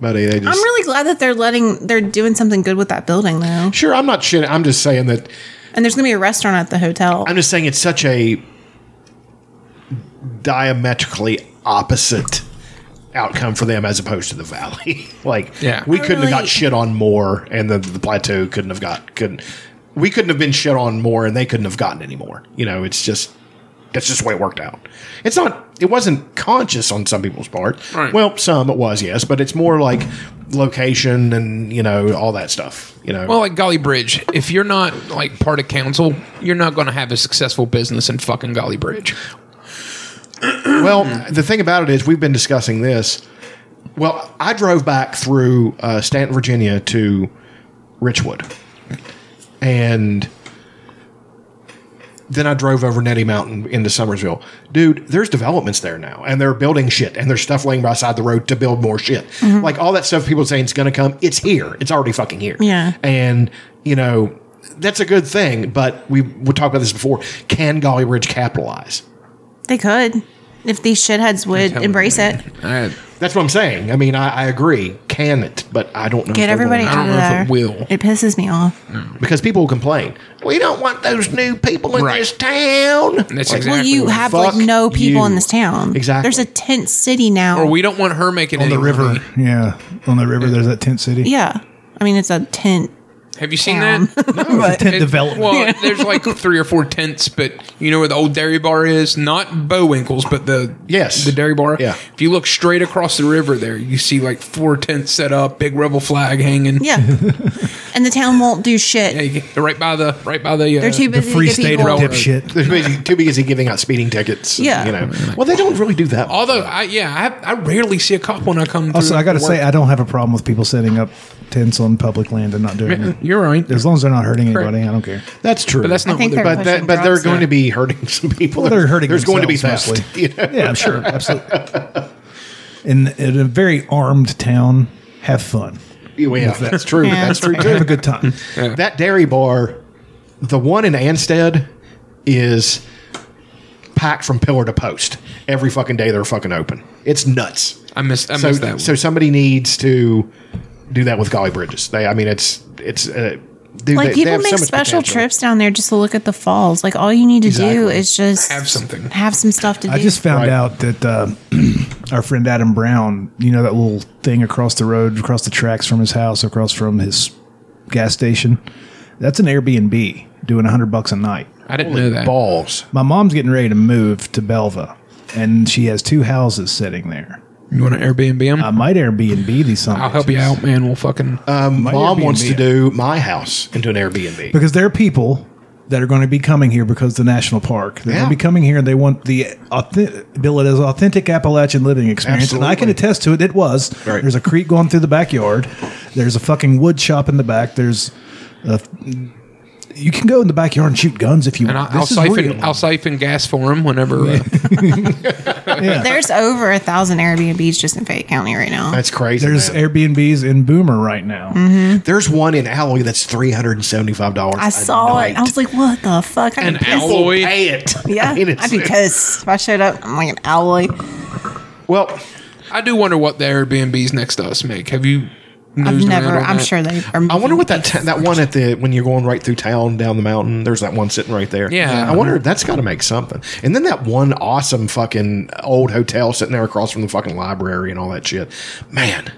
S1: buddy. They just
S6: I'm really glad that they're letting they're doing something good with that building though,
S1: sure. I'm not shitting. I'm just saying that.
S6: and there's going to be a restaurant at the hotel.
S1: I'm just saying it's such a diametrically opposite outcome for them as opposed to the valley. like,
S3: Yeah.
S1: we couldn't have
S6: really-
S1: got shit on more, and the, the plateau couldn't have got couldn't. We couldn't have been shit on more, and they couldn't have gotten any more. You know, it's just that's just the way it worked out. It's not. It wasn't conscious on some people's part.
S3: Right.
S1: Well, some it was, yes, but it's more like location and you know all that stuff. You know,
S3: Well, like Golly Bridge, if you're not like part of council, you're not going to have a successful business in fucking Golly Bridge.
S1: Well, the thing about it is, we've been discussing this. Well, I drove back through uh, Stanton, Virginia to Richwood. And then I drove over Netty Mountain into Somersville. Dude, there's developments there now, and they're building shit, and there's stuff laying by the side of the road to build more shit. Like all that stuff people saying it's going to come, it's here. It's already fucking here.
S6: Yeah.
S1: And, you know, that's a good thing, but we, we talked about this before. Can Golly Ridge capitalize?
S6: They could. If these shitheads would embrace it,
S3: I,
S1: That's what I'm saying. I mean, I, I agree. Can it, but I don't know. if
S6: get
S1: they
S6: everybody
S1: will or
S6: out
S3: don't
S6: of
S3: know if
S6: there.
S3: it will.
S6: It pisses me off.
S1: not. because people will complain. We don't want those new people in
S3: Right.
S1: this town.
S3: that's
S6: Well,
S3: exactly.
S6: you
S3: what-
S6: have
S1: Fuck
S6: like no people
S1: you.
S6: in this town.
S1: Exactly.
S6: There's a tent city now.
S3: or we don't want her making
S2: on the
S3: any
S2: river.
S3: money.
S2: Yeah, on the river. There's that tent city.
S6: yeah. I mean, it's a tent.
S3: Have you seen
S6: Town.
S3: that?
S2: tent
S3: It-
S2: development.
S3: Well, there's like three or four tents, but you know where the old dairy bar is? Not Bowinkles, but the
S1: Yes.
S3: the dairy bar.
S1: Yeah.
S3: If you look straight across the river, there you see like four tents set up, big rebel flag hanging.
S6: Yeah. and the town won't do shit.
S3: Hey, They're right by the right by the. Uh,
S6: They're too
S2: The
S6: busy to
S2: free
S6: get
S2: state of
S6: people.
S3: Railroad.
S2: dipshit.
S1: They're busy, too busy giving out speeding tickets. and,
S6: Yeah.
S1: you know. Well, they don't really do that.
S3: Although, I, yeah, I, I rarely see a cop when I come.
S2: Also,
S3: through
S2: I got to
S3: work.
S2: say, I don't have a problem with people setting up tents on public land and not doing it.
S3: you're right,
S2: As long as they're not hurting anybody, I don't care.
S1: that's true.
S3: but that's not.
S6: think they're
S3: what
S1: But that,
S6: pushing
S1: but they're
S6: drugs
S1: going
S6: now.
S1: to be hurting some people.
S2: Well, they're hurting
S1: There's going to be
S2: themselves
S1: theft.
S2: mostly.
S1: You know?
S2: Yeah, I'm sure. Absolutely. In, in a very armed town, have fun.
S1: Well, yeah, that's true.
S6: Yeah.
S1: That's true
S2: Have a
S1: too.
S2: good time.
S1: That dairy bar, the one in Anstead, is packed from pillar to post. Every fucking day they're fucking open. It's nuts.
S3: I missed. I
S1: so,
S3: missed that. One.
S1: so somebody needs to do that with Golly Bridges. They, I mean, it's it's uh, dude,
S6: Like
S1: they- they
S6: people
S1: have so
S6: make
S1: much
S6: special
S1: potential.
S6: trips down there just to look at the falls. Like all you need to do
S1: Exactly.
S6: is just
S3: Have something.
S6: have some stuff to do.
S2: I just found
S1: Right.
S2: out that uh, our friend Adam Brown, you know that little thing across the road, across the tracks from his house, across from his gas station, that's an Airbnb doing hundred bucks a night.
S3: I didn't know that.
S1: Balls.
S2: My mom's getting ready to move to Belva, and she has two houses sitting there.
S3: You want to Airbnb him?
S2: I might Airbnb these. some
S3: I'll help you
S2: bitches.
S3: out, man. We'll fucking.
S2: Might
S1: Mom
S2: Airbnb
S1: wants to
S2: it.
S1: do my house into an Airbnb.
S2: because there are people that are going to be coming here because of the national park. They're
S1: Yeah.
S2: going to be coming here and they want the authentic, bill it as authentic Appalachian living experience. And I can
S1: Absolutely.
S2: attest to it. It was.
S1: Right.
S2: There's a creek going through the backyard. There's a fucking wood shop in the back. There's a, you can go in the backyard and shoot guns if you
S3: and I,
S2: want.
S3: I'll
S2: This is
S3: siphon.
S2: real.
S3: I'll siphon gas for him whenever. Uh,
S6: There's over a thousand Airbnbs just in Fayette County right now.
S1: That's crazy.
S2: There's
S1: man.
S2: Airbnbs in Boomer right now.
S1: Mm-hmm. there's one in Alloy that's three hundred and seventy five dollars.
S6: I saw it. I was like, what the fuck? I
S3: an
S6: could piss.
S3: alloy.
S1: pay it.
S6: Yeah,
S1: I mean, it's-
S6: I'd be pissed if I showed up. I'm like an alloy.
S1: well,
S3: I do wonder what the Airbnbs next to us make. Have you?
S6: I've
S3: nosed around
S6: never.
S3: on
S6: I'm
S3: that?
S6: sure they. Are
S1: I wonder what that t- that one at the when you're going right through town down the mountain. There's that one sitting right there.
S3: Yeah.
S1: I wonder if that's got to make something. And then that one awesome fucking old hotel sitting there across from the fucking library and all that shit. Man,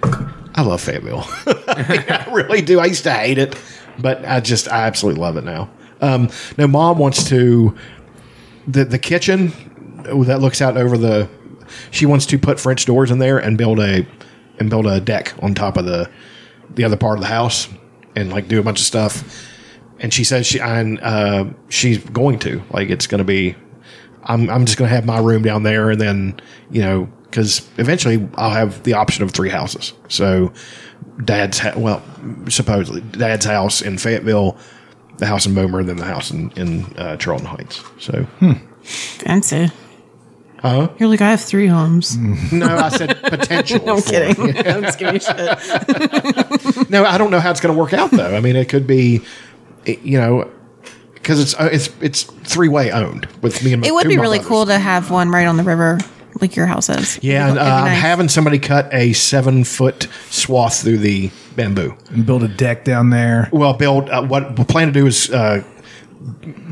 S1: I love Fayetteville. I really do. I used to hate it, but I just I absolutely love it now. Um, no, mom wants to the the kitchen oh, that looks out over the. She wants to put French doors in there and build a and build a deck on top of the the other part of the house and like do a bunch of stuff. And she says she and uh, she's going to like it's going to be. I'm I'm just going to have my room down there and then you know because eventually I'll have the option of three houses. So, dad's ha- well, supposedly dad's house in Fayetteville, the house in Boomer, then the house in in uh, Charlton Heights. So,
S6: Fancy. Huh? You're like, I have three homes.
S1: no, I said potential.
S6: I'm
S1: for-
S6: kidding. I'm just giving you shit.
S1: No, I don't know how it's going to work out though. I mean, it could be, it- you know, because it's uh, it's it's three way owned with me and my
S6: It would
S1: two
S6: be
S1: more
S6: really
S1: brothers.
S6: cool to have one right on the river, like your house is.
S1: Yeah,
S6: It'd
S1: and,
S6: be
S1: uh, I'm
S6: nice.
S1: having somebody cut a seven foot swath through the bamboo.
S2: and build a deck down there.
S1: Well, build uh, what we plan to do is uh,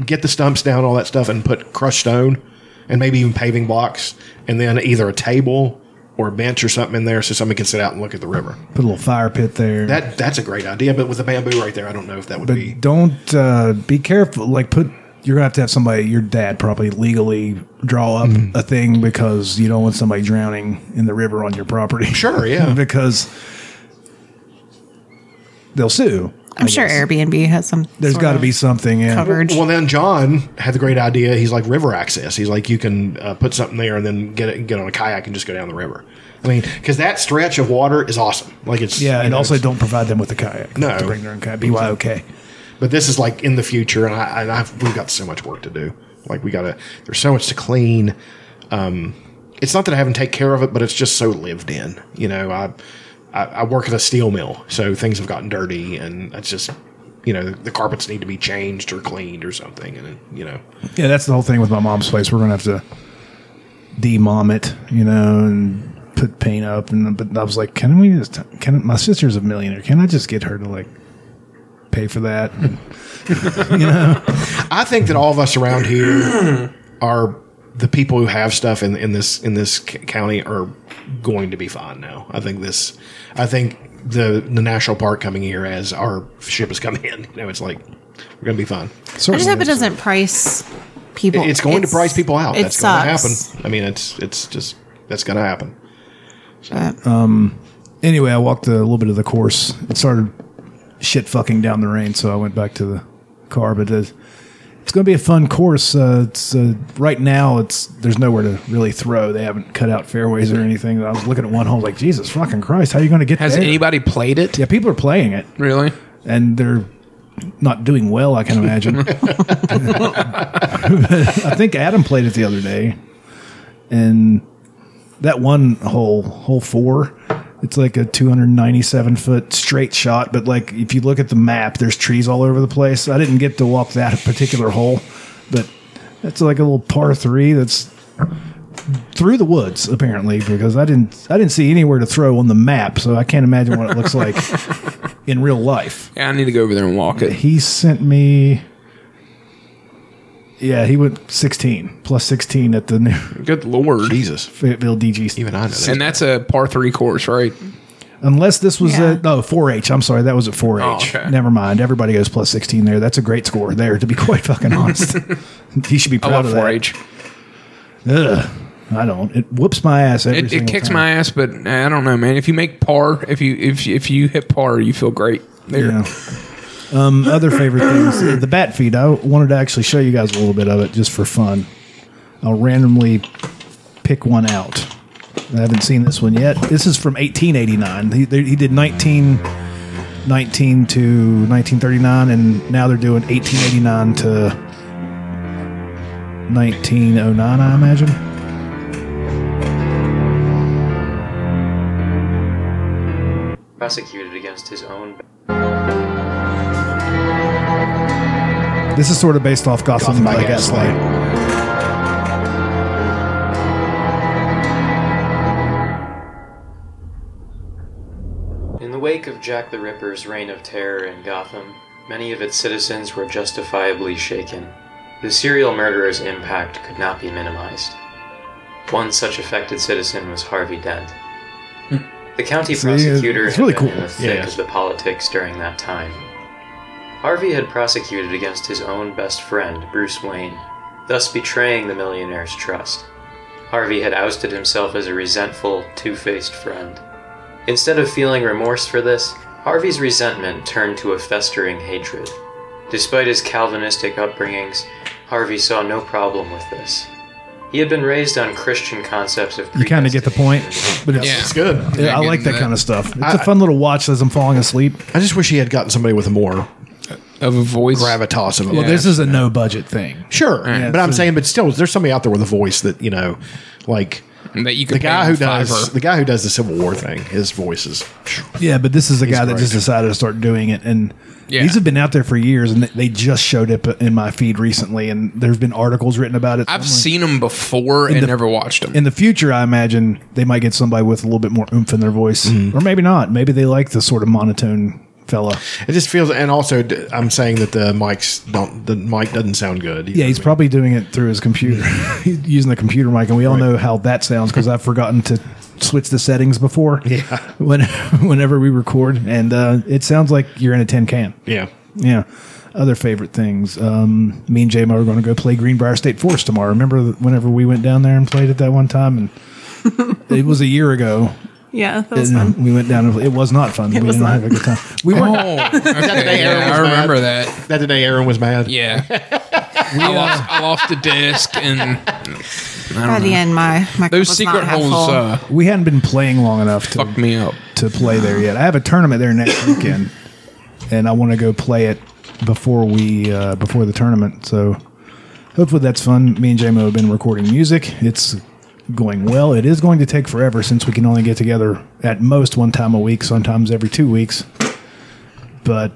S1: get the stumps down, all that stuff, and put crushed stone and maybe even paving blocks, and then either a table or a bench or something in there so somebody can sit out and look at the river.
S2: Put a little fire pit there.
S1: That that's a great idea, but with the bamboo right there, I don't know if that would
S2: but
S1: be.
S2: don't uh, be careful. Like, put you're gonna have to have somebody, your dad, probably legally draw up
S1: Mm-hmm.
S2: a thing because you don't want somebody drowning in the river on your property.
S1: Sure, yeah.
S2: because they'll sue.
S6: I'm sure Airbnb has some.
S2: There's
S6: sort
S2: got to
S6: of
S2: be something. Yeah.
S6: coverage.
S1: Well, then John had the great idea. He's like river access. He's like you can uh, put something there and then get it, get on a kayak and just go down the river. I mean, because that stretch of water is awesome. Like it's
S2: Yeah,
S1: you
S2: and
S1: know,
S2: also
S1: it's-
S2: don't provide them with a kayak. They have to
S1: No.
S2: bring their own kayak. BYOK.
S1: but this is like in the future, and I and I've, we've got so much work to do. Like we gotta, there's so much to clean. Um, it's not that I haven't taken care of it, but it's just so lived in. You know, I, I I work at a steel mill, so things have gotten dirty, and it's just, you know, the carpets need to be changed or cleaned or something, and you know,
S2: Yeah, that's the whole thing with my mom's place. We're gonna have to demom it, you know, and put paint up. And but I was like, can we just? Can my sister's a millionaire? Can I just get her to like pay for that?
S1: I think that all of us around here are the people who have stuff in in this in this c- county are going to be fine now. I think this. I think the the national park coming here as our ship has come in. You know, it's like we're going to be fine.
S6: I just hope it doesn't price people.
S1: It's going to price people out.
S6: It
S1: That's going to
S6: sucks.
S1: happen. I mean, it's it's just that's going to happen.
S2: Anyway, I walked a little bit of the course. It started shit fucking down the rain, so I went back to the car. But it's, it's going to be a fun course. Uh, it's uh, right now. It's there's nowhere to really throw. They haven't cut out fairways or anything. I was looking at one hole like Jesus fucking Christ. How are you going to get
S3: Has
S2: there?
S3: anybody played it?
S2: Yeah, people are playing it.
S3: Really?
S2: and they're not doing well, I can imagine. I think Adam played it the other day, and that one hole, hole four, it's like a 297 foot straight shot. But like, if you look at the map, there's trees all over the place. I didn't get to walk that particular hole, but that's like a little par three that's through the woods apparently because I didn't I didn't see anywhere to throw on the map, so I can't imagine what it looks like in real life
S3: Yeah, I need to go over there and walk it.
S2: he sent me yeah he went 16 plus 16 at the new
S3: Good lord.
S1: Jesus,
S2: fayetteville dg
S1: even I know that.
S3: And that's a par three course, right?
S2: unless this was
S6: Yeah.
S2: at no 4-h i'm sorry that was at 4-h
S3: Oh, okay.
S2: never mind everybody goes plus 16 there that's a great score there to be quite fucking honest he should be
S3: I
S2: proud
S3: love
S2: of that
S3: 4 H.
S2: Ugh, i don't it whoops my ass every
S3: It, it
S2: single
S3: kicks
S2: time.
S3: my ass, but uh, I don't know, man. If you make par, if you if you- if you hit par, you feel great. There.
S2: Yeah. Um, other favorite things, uh, the bat feed. I wanted to actually show you guys a little bit of it just for fun. I'll randomly pick one out. I haven't seen this one yet. This is from 1889. He, they- he did 19, 19 to 1939, and now they're doing 1889 to 1909, I imagine.
S11: Prosecuted against his own.
S2: This is sort of based off Gotham,
S1: Gotham by
S2: by Gaslight.
S11: In the wake of Jack the Ripper's reign of terror in Gotham, many of its citizens were justifiably shaken. The serial murderer's impact could not be minimized. One such affected citizen was Harvey Dent. The county
S2: Hmm. See,
S11: prosecutor
S2: it's really
S11: had been
S2: cool.
S11: in the thick
S1: Yeah.
S11: of the politics during that time. Harvey had prosecuted against his own best friend, Bruce Wayne, thus betraying the millionaire's trust. Harvey had ousted himself as a resentful, two faced friend. Instead of feeling remorse for this, Harvey's resentment turned to a festering hatred. Despite his Calvinistic upbringings, Harvey saw no problem with this. He had been raised on Christian concepts of
S2: You kind of get the point, but it's,
S1: Yeah. It's good.
S2: Yeah,
S1: Yeah,
S2: I like
S1: getting
S2: that,
S1: that.
S2: kind of stuff. It's
S1: I-
S2: a fun little watch as I'm falling asleep.
S1: I just wish he had gotten somebody with more
S3: of a voice
S1: gravitas of a
S12: Well,
S1: voice.
S12: this is a no budget thing.
S1: Sure,
S12: Yeah,
S1: but I'm
S12: so-
S1: saying, but still, there's somebody out there with a voice that you know, like
S3: that you
S1: the
S3: could
S1: guy
S3: pay
S1: who
S3: fiver.
S1: does the guy who does the Civil War thing. His voice is
S2: Yeah, but this is a
S1: He's
S2: guy that
S1: great.
S2: just decided to start doing it, and
S1: Yeah.
S2: these have been out there for years, and they just showed up in my feed recently, and there's been articles written about it.
S3: I've seen them before
S2: In
S3: and
S2: the-
S3: never watched them.
S2: in the future, I imagine they might get somebody with a little bit more oomph in their voice,
S12: Mm-hmm.
S2: or maybe not. Maybe they like the sort of monotone fella.
S1: It just feels, and also d- I'm saying that the mics don't, the mic doesn't sound good.
S2: Yeah, he's probably doing it through his computer, He's using the computer mic, and we all know how that sounds because I've forgotten to switch the settings before. Yeah, when whenever we record, and uh, it sounds like you're in a tin can.
S1: Yeah.
S2: Yeah. Other favorite things. Um, me and J-Mo are going to go play Greenbrier State Forest tomorrow. Remember th- whenever we went down there and played it that one time? And it was a year ago.
S5: Yeah, that was
S2: And We went down and it was not fun. we
S5: was
S2: didn't
S5: not.
S2: have a good time. We
S3: Oh,
S2: were.
S3: Okay, yeah, I remember that.
S1: That the day Aaron was mad.
S3: Yeah. I, lost, I lost the disc and
S5: by the end my my cup
S3: Those
S5: was
S3: secret
S5: not half
S3: holes,
S5: full.
S3: uh,
S2: we hadn't been playing long enough to fuck
S3: me up
S2: to play there yet. I have a tournament there next weekend, and I want to go play it before we uh, before the tournament. So hopefully that's fun. Me and JMO have been recording music. It's going well. It is going to take forever since we can only get together at most one time a week, sometimes every two weeks. But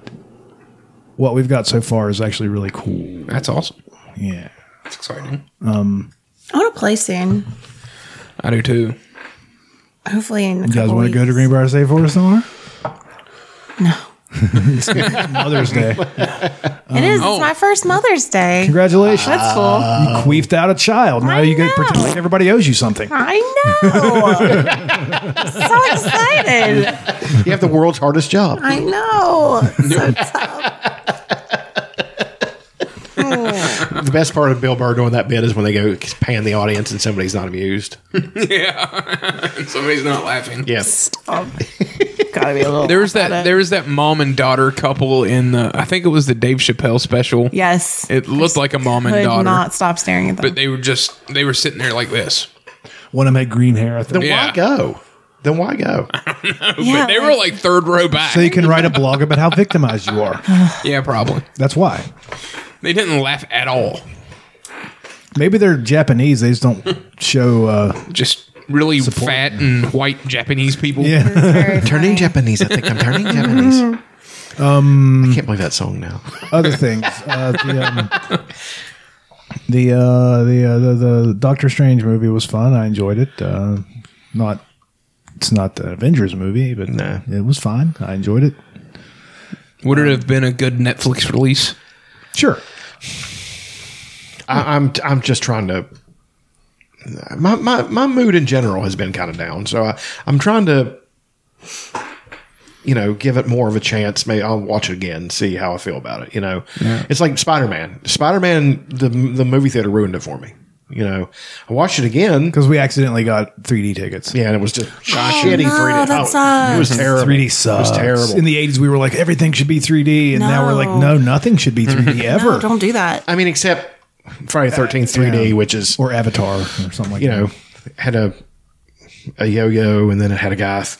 S2: what we've got so far is actually really cool.
S3: That's awesome.
S2: Yeah.
S3: It's exciting.
S2: Um,
S4: I want to play soon.
S3: I do too.
S4: Hopefully, in a
S2: you guys
S4: couple
S2: want to
S4: weeks.
S2: go to Greenbrier State Forest tomorrow?
S4: No.
S2: It's Mother's Day.
S4: it is.
S2: Um,
S4: It's my first Mother's Day.
S2: Congratulations.
S4: That's cool.
S2: You queefed out a child. Now you get pretend like everybody owes you something.
S4: I know. I'm so excited.
S1: you have the world's hardest job.
S4: I know. So
S1: the best part of Bill Burr doing that bit is when they go pan the audience and somebody's not amused.
S3: yeah. Somebody's not laughing.
S1: Yes.
S5: Gotta be a little.
S3: There was that.
S5: pathetic.
S3: There was that mom and daughter couple in the. I think it was the Dave Chappelle special.
S5: Yes.
S3: it looked like a mom and
S5: Could
S3: daughter,
S5: not stop staring at them.
S3: but they were just they were sitting there like this.
S2: One of them had green hair. I think.
S1: Then why go? Then why go?
S3: but
S5: Uh,
S3: they were like third row back.
S2: So you can write a blog about how victimized you are.
S3: yeah, probably.
S2: That's why.
S3: They didn't laugh at all.
S2: Maybe they're Japanese. They just don't show. Uh,
S3: Just really fat and white Japanese people.
S2: yeah.
S1: turning Japanese. I think I'm turning Japanese.
S2: Um,
S1: I can't believe that song now.
S2: other things. Uh, the um, the, uh, the, uh, the the Doctor Strange movie was fun. I enjoyed it. Uh, not it's not the Avengers movie, but it was fine. I enjoyed it.
S3: Would it have been a good Netflix release?
S2: Sure.
S1: I, I'm I'm just trying to. My, my my mood in general has been kind of down, so I, I'm trying to, you know, give it more of a chance. Maybe I'll watch it again, see how I feel about it. You know,
S12: Yeah.
S1: it's like Spider Man. Spider Man, the the movie theater ruined it for me. You know, I watched it again
S2: because we accidentally got 3D tickets.
S1: Yeah, and it was just
S2: Oh,
S1: shitty
S2: no,
S1: 3D.
S2: that
S1: it was terrible.
S2: 3D
S1: It
S2: sucks.
S1: was terrible.
S2: In the 80s, we were like, everything should be 3D. And now we're like, no, nothing should be 3D ever.
S1: don't do that. I mean, except Friday the Thirteenth 3D, which is
S2: or Avatar or something like
S1: you
S2: that.
S1: know had a a yo-yo, and then it had a guy th-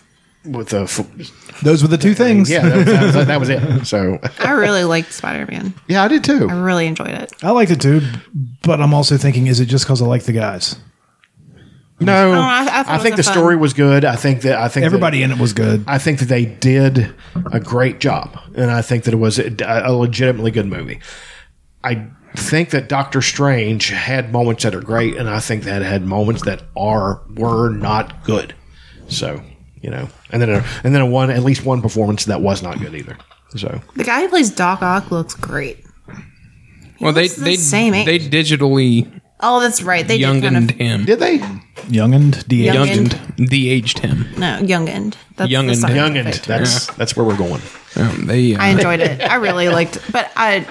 S1: with a f-
S2: those were the two things.
S1: Yeah, that was, that was, that was it. So
S5: I really liked Spider Man.
S1: Yeah, I did too.
S5: I really enjoyed it.
S2: I liked it too, but I'm also thinking, is it just because I like the guys?
S1: no,
S5: Oh,
S1: I,
S5: I- I thought it was
S1: think
S5: a
S1: the
S5: fun-
S1: story was good. I think that I think
S2: Everybody
S1: that-
S2: in it was good.
S1: I think that they did a great job, and I think that it was a, a legitimately good movie. I think that Doctor Strange had moments that are great, and I think that it had moments that are were not good. So you know, and then a, and then a one at least one performance that was not good either. So
S5: The guy who plays Doc Ock looks great.
S3: Well, they
S5: the
S3: they
S5: same age.
S3: they digitally
S5: Oh, that's right. They did kind
S3: youngened
S5: of
S3: him.
S1: Did they?
S2: Youngend, de
S5: Young'und.
S3: Youngened, de-aged him.
S5: no youngend. That's the
S3: Young'und.
S5: scientific.
S3: Young'und,
S1: that's that's where we're going.
S3: Um, they, uh,
S5: I enjoyed it. I really liked, but I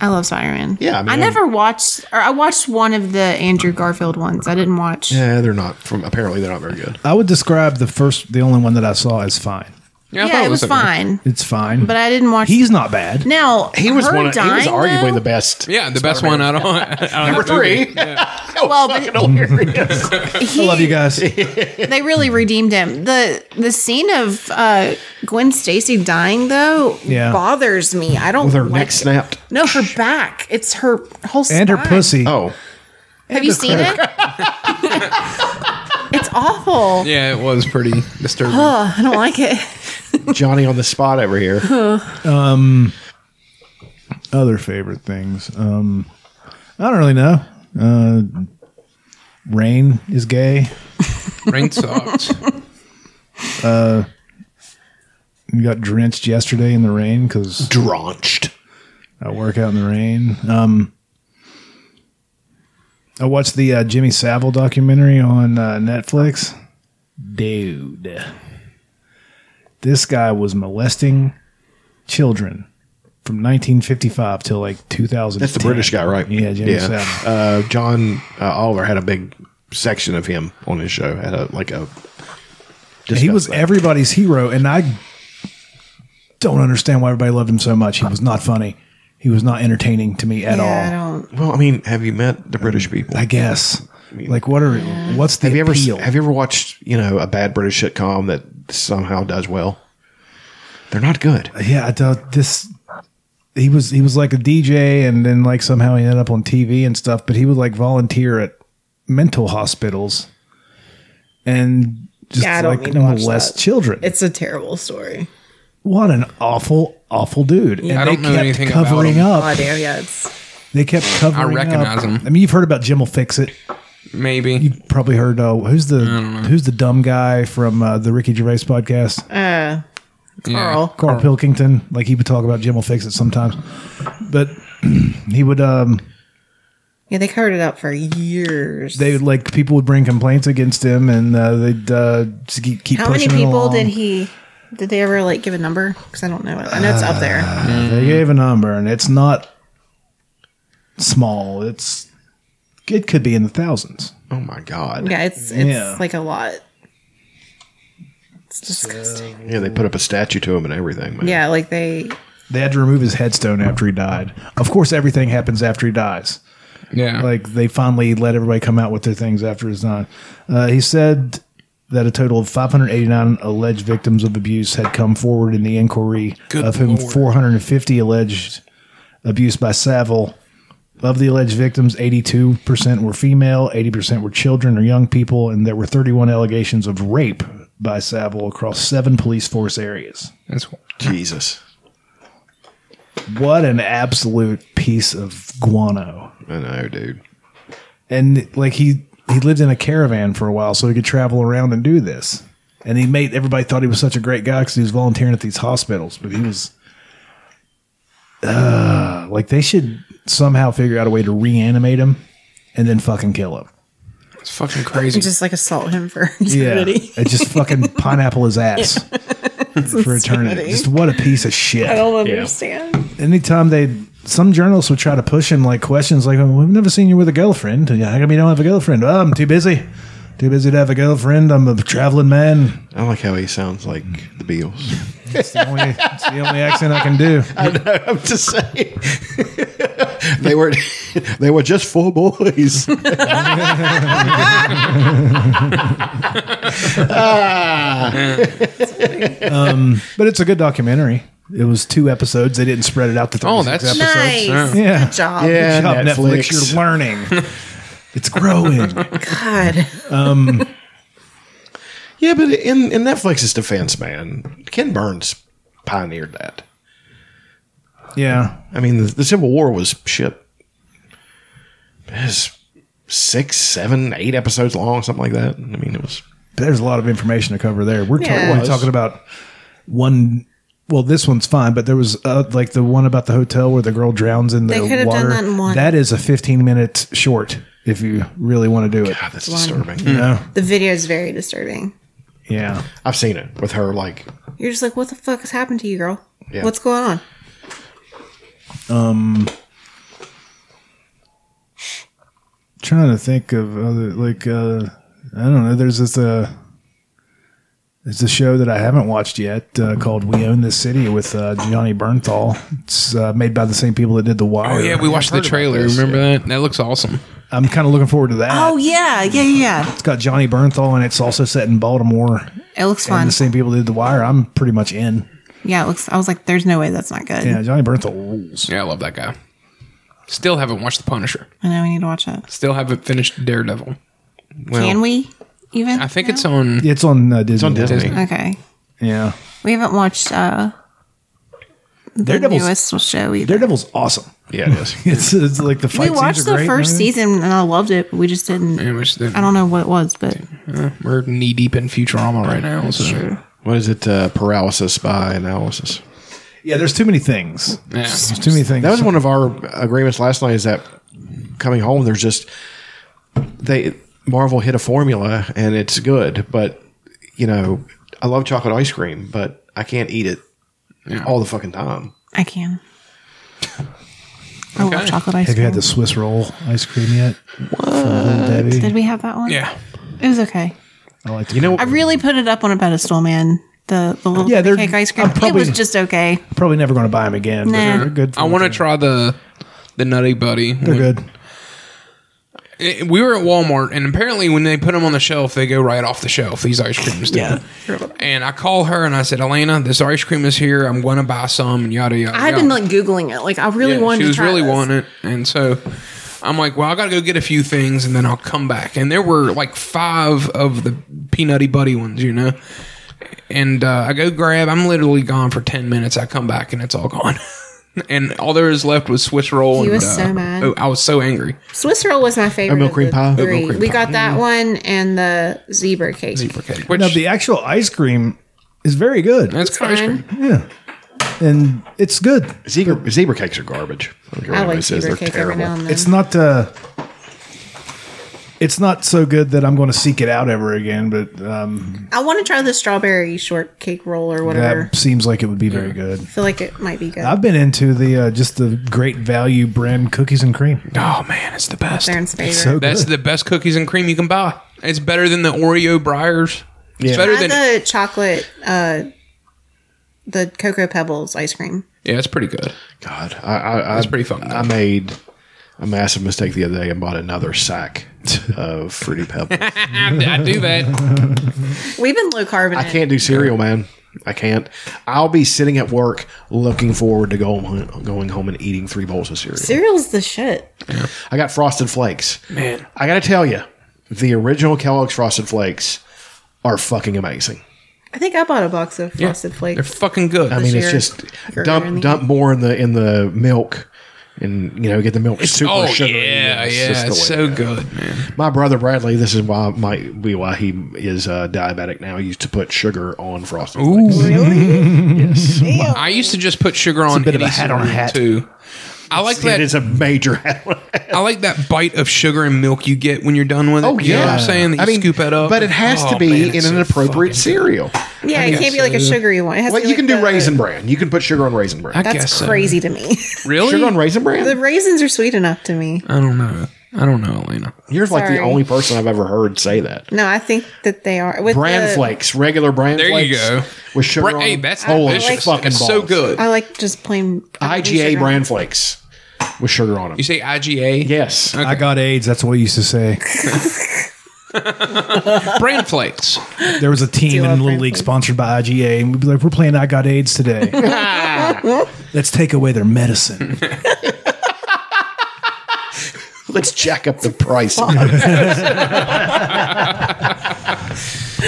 S5: I love Spider Man.
S1: Yeah, I
S5: I,
S1: mean-
S5: never watched or I watched one of the Andrew Garfield ones. I didn't watch.
S1: yeah, they're not from apparently they're not very good.
S2: I would describe the first, the only one that I saw as fine.
S6: Yeah, it was fine.
S2: It's fine.
S6: But I didn't watch.
S2: He's not bad.
S6: Now
S1: He was
S6: her
S1: one. Of, he was
S6: dying,
S1: arguably the best.
S3: Yeah, the best one out of, out of
S1: Number
S3: that movie.
S1: three. well, hilarious.
S2: I love you guys.
S6: they really redeemed him. the The scene of uh, Gwen Stacy dying though
S2: Yeah.
S6: bothers me. I don't
S1: With her
S6: like
S1: neck
S6: it.
S1: snapped.
S6: No, her back. It's her whole
S2: and her
S6: spine.
S2: pussy.
S1: Oh,
S6: Have you seen it? it's awful.
S3: Yeah, it was pretty disturbing.
S6: Ugh, I don't like it.
S1: Johnny on the spot over here.
S2: Other favorite things. Um, I don't really know. Uh, Rain is gay.
S3: Rain sucked.
S2: We got drenched yesterday in the rain because
S1: Draunched.
S2: I work out in the rain. Um, I watched the uh, Jimmy Savile documentary on uh, Netflix. Dude, this guy was molesting children from 1955 till like 2000.
S1: That's the British guy, right?
S2: Yeah, Jimmy
S1: yeah.
S2: Savile.
S1: Uh, John uh, Oliver had a big section of him on his show. Had a like a.
S2: He was
S1: that.
S2: everybody's hero, and I don't understand why everybody loved him so much. He was not funny. He was not entertaining to me at
S6: Yeah, I
S2: all.
S6: don't.
S1: Well, I mean, have you met the British people?
S2: I, guess. Like, what are? What's the
S1: have you ever
S2: appeal?
S1: have you ever watched you know a bad British sitcom that somehow does well? They're not good.
S2: yeah, I don't, this he was he was like a DJ and then like somehow he ended up on TV and stuff, but he would like volunteer at mental hospitals and just
S6: Yeah, I don't
S2: like
S6: need to watch
S2: molest
S6: that.
S2: children.
S6: It's a terrible story.
S2: what an awful awful dude. And
S3: I don't know anything about
S2: covering
S3: him.
S2: up.
S6: Oh damn, yeah, it's
S2: They kept covering up.
S3: recognize him.
S2: I mean, you've heard about Jim will fix it.
S3: Maybe.
S2: Probably heard uh, who's the who's the dumb guy from uh, the Ricky Gervais podcast?
S6: Carl.
S2: Carl Pilkington. Like he would talk about Jim will fix it sometimes, but he would. um
S6: Yeah, they covered it up for years.
S2: They would like people would bring complaints against him, and uh, they'd uh, just keep, keep
S6: How many
S2: pushing it
S6: people
S2: along.
S6: did he? Did they ever like give a number? Because I don't know. I know it's up there.
S2: They gave a number, and it's not small. It's it could be in the thousands.
S1: Oh my god!
S6: Yeah, it's it's
S2: Yeah.
S6: like a lot. It's disgusting.
S1: Yeah, they put up a statue to him and everything. Man.
S6: Yeah, like they.
S2: They had to remove his headstone after he died. Of course, everything happens after he dies.
S3: Yeah.
S2: Like they finally let everybody come out with their things after his nine. Uh, he said that a total of 589 alleged victims of abuse had come forward in the inquiry, of whom 450 alleged abuse by Saville. Of the alleged victims, 82% were female, 80% were children or young people, and there were 31 allegations of rape by Saville across seven police force areas.
S3: That's
S1: Jesus.
S2: What an absolute piece of guano.
S1: I know, dude.
S2: and like he he lived in a caravan for a while so he could travel around and do this and he made everybody thought he was such a great guy because he was volunteering at these hospitals but he was uh, like they should somehow figure out a way to reanimate him and then fucking kill him
S3: it's fucking crazy.
S6: Just like assault him for eternity.
S2: and just fucking pineapple his ass for eternity just what a piece of shit
S6: I don't understand.
S2: anytime they some journalists would try to push him like questions like, oh, "We've never seen you with a girlfriend. Yeah, How come you don't have a girlfriend? Oh, I'm too busy. Too busy to have a girlfriend. I'm a traveling man.
S1: I like how he sounds like the Beatles.
S2: It's the only, it's the only accent I can do."
S1: I'm just saying. they were they were just four boys.
S2: But it's a good documentary. It was two episodes. They didn't spread it out to three
S3: Oh, that's
S2: episodes.
S6: Nice.
S3: Yeah.
S2: Yeah.
S6: Good job.
S1: Yeah,
S2: Good job, Netflix.
S1: Netflix.
S2: You're learning. it's growing.
S6: God.
S1: Yeah, but in in Netflix's defense, man, Ken Burns pioneered that.
S2: Yeah.
S1: I mean, the, the Civil War was shit. It's six, seven, eight episodes long, something like that. I mean, it was
S2: there's a lot of information to cover there. We're, ta-
S6: Yeah.
S2: we're talking about one. Well, this one's fine, but there was uh, like the one about the hotel where the girl drowns in the
S6: They could have done
S2: water.
S6: that in one.
S2: That is a 15 minute short if you really want to do it.
S1: God, that's disturbing.
S6: The video is very disturbing.
S2: Yeah.
S1: I've seen it with her. Like,
S6: You're just like, what the fuck has happened to you, girl?
S1: Yeah.
S6: What's going on?
S2: trying to think of other like uh I don't know. There's this uh There's a show that I haven't watched yet uh, called "We Own This City" with uh, Johnny Bernthal. It's uh, made by the same people that did The Wire.
S3: Oh yeah, we watched the trailer. Remember that? That looks awesome.
S2: I'm kind of looking forward to that.
S5: Oh yeah, yeah, yeah.
S2: It's got Johnny Bernthal, and it's also set in Baltimore.
S5: It looks
S2: And
S5: fun.
S2: the same people that did The Wire. I'm pretty much in.
S5: Yeah, it looks. I was like, there's no way that's not good.
S2: Yeah, Johnny Bernthal rules.
S3: Yeah, I love that guy. Still haven't watched The Punisher.
S5: I know we need to watch that.
S3: Still haven't finished Daredevil. Well,
S5: Can we even?
S3: I think it's on.
S2: It's on uh, Disney. It's on
S3: Disney.
S5: Okay,
S2: Yeah,
S5: we haven't watched uh, the
S2: Daredevil's-
S5: newest show either.
S2: Daredevil's awesome.
S1: Yeah, it is.
S2: It's, it's like the fight
S5: We watched
S2: scenes are
S5: the
S2: great and
S5: first
S2: everything.
S5: season and I loved it, but we just didn't.
S3: It was the-
S5: I don't know what it was, but
S3: Uh, we're knee deep in Futurama right now. So.
S1: What is it? Uh, paralysis by analysis.
S2: Yeah, there's too many things.
S3: Yeah.
S2: There's too many things.
S1: That was one of our agreements last night. Is that coming home? There's just they Marvel hit a formula and it's good, but you know I love chocolate ice cream, but I can't eat it all the fucking time.
S5: I can. I love
S3: Okay.
S5: chocolate ice
S2: Have you
S5: cream.
S2: had the Swiss roll ice cream yet? From Little Debbie?
S5: Did we have that one?
S3: Yeah.
S5: It was okay.
S2: I like
S1: You know,
S5: I really put it up on a pedestal, man. The, the little
S2: Yeah, they're-
S5: cake ice cream.
S2: I'm probably-
S5: it was just okay.
S2: probably never going to buy them again. but
S5: Nah.
S2: They're good. For
S3: I want to try the the Nutty Buddy.
S2: They're good.
S3: It- Eh, we were at Walmart, and apparently, when they put them on the shelf, they go right off the shelf. These ice creams, do.
S2: Yeah.
S3: And I call her and I said, Elena, this ice cream is here. I'm going to buy some, and yada yada.
S5: I had
S3: yada.
S5: been like Googling it. Like, I really
S3: Yeah,
S5: wanted
S3: she was
S5: to try
S3: really
S5: this.
S3: wanting it, and so I'm like, well, I got to go get a few things, and then I'll come back. And there were like five of the peanutty buddy ones, you know. And uh, I go grab. I'm literally gone for ten minutes. I come back and it's all gone. and all there is left was Swiss roll.
S4: He
S3: and,
S4: was
S3: uh,
S4: so mad.
S3: Oh, I was so angry.
S4: Swiss roll was my favorite.
S1: Oh, milk
S4: of
S1: cream
S4: the
S1: pie? Oh, milk
S4: Three.
S1: cream
S4: we
S1: pie.
S4: got that one and the zebra cake.
S3: Zebra cake. Which
S2: Now the actual ice cream is very good,
S3: that's good ice cream.
S2: Yeah. and it's good.
S1: zebra, zebra cakes are garbage. I don't care what
S4: I
S1: anybody
S4: like zebra cake every now and then.
S2: It's not. Uh, it's not so good that I'm going to seek it out ever again, but um,
S4: I want to try the strawberry shortcake roll or whatever.
S2: that seems like it would be very good.
S4: I feel like it might be good.
S2: I've been into the uh, just the great value brand cookies and cream.
S3: Oh man, it's the best.
S4: Darren's favorite.
S2: So good.
S3: That's the best cookies and cream you can buy. It's better than the Oreo Briars. It's better
S4: I
S3: than
S4: had the chocolate, uh, the cocoa pebbles ice cream.
S3: yeah. It's pretty good.
S1: God, I, I, I
S3: It's pretty fun.
S1: I made a massive mistake the other day and bought another sack of fruity pebbles.
S3: I do that.
S4: We've been low carb. in
S1: I
S4: it.
S1: can't do cereal, man. I can't. I'll be sitting at work looking forward to going home, going home and eating three bowls of cereal.
S4: Cereal's the shit.
S1: I got Frosted Flakes.
S3: Man.
S1: I got to tell you, the original Kellogg's Frosted Flakes are fucking amazing.
S4: I think I bought a box of frosted flakes.
S3: They're fucking good.
S1: I mean, it's
S4: year.
S1: just
S4: You're in the
S1: dump dump more in the in the milk, and you know get the milk super
S3: oh
S1: sugary.
S3: yeah,
S1: It's
S3: yeah.
S1: just the
S3: It's
S1: way
S3: so
S1: to go.
S3: good, man.
S1: My brother Bradley, this is why might be why he is uh, diabetic now. He used to put sugar on Frosted Flakes.
S3: I used to just put sugar on.
S1: a bit of
S3: any
S1: a hat on a
S3: cereal,
S1: hat.
S3: too. I like
S1: It
S3: that.
S1: is a major.
S3: I like that bite of sugar and milk you get when you're done with it.
S1: Oh,
S3: You know what I'm
S1: yeah.
S3: saying that you
S1: I mean,
S3: scoop that
S4: Uh,
S3: up.
S1: but it has
S3: Oh,
S1: to be
S3: man,
S1: in
S3: it's
S1: an
S3: so
S1: appropriate
S3: fucking-
S1: cereal.
S4: yeah, it can't be like a sugary one. It has to
S1: Like
S4: be
S1: you can
S4: like
S1: do
S4: the-
S1: raisin bran. You can put sugar on raisin bran.
S3: I
S4: That's
S3: guess so.
S4: crazy to me.
S3: Really?
S1: Sugar on raisin
S4: the
S1: bran.
S4: raisins are sweet enough to me.
S3: I don't know. I don't know, Elena.
S1: You're like the
S4: Sorry.
S1: only person I've ever heard say that.
S4: No, I think that they are with
S1: Bran
S4: the-
S1: flakes, regular bran
S3: There you
S1: flakes.
S3: go.
S1: With sugar
S3: Bra-
S1: on.
S3: hey, that's
S1: Holy
S3: delicious.
S1: fucking
S3: It's so
S1: balls.
S3: good.
S4: I like just plain I don't do
S1: IGA
S4: sugar.
S1: bran flakes with sugar on them.
S3: You say IGA?
S1: Yes.
S2: I got AIDS. That's what we used to say.
S3: Bran flakes.
S2: There was a team in
S4: love
S2: Little
S4: Brand
S2: League
S4: Foods.
S2: sponsored by IGA, and we'd be like, "We're playing I Got AIDS today. Let's take away their medicine."
S1: Let's jack up the price.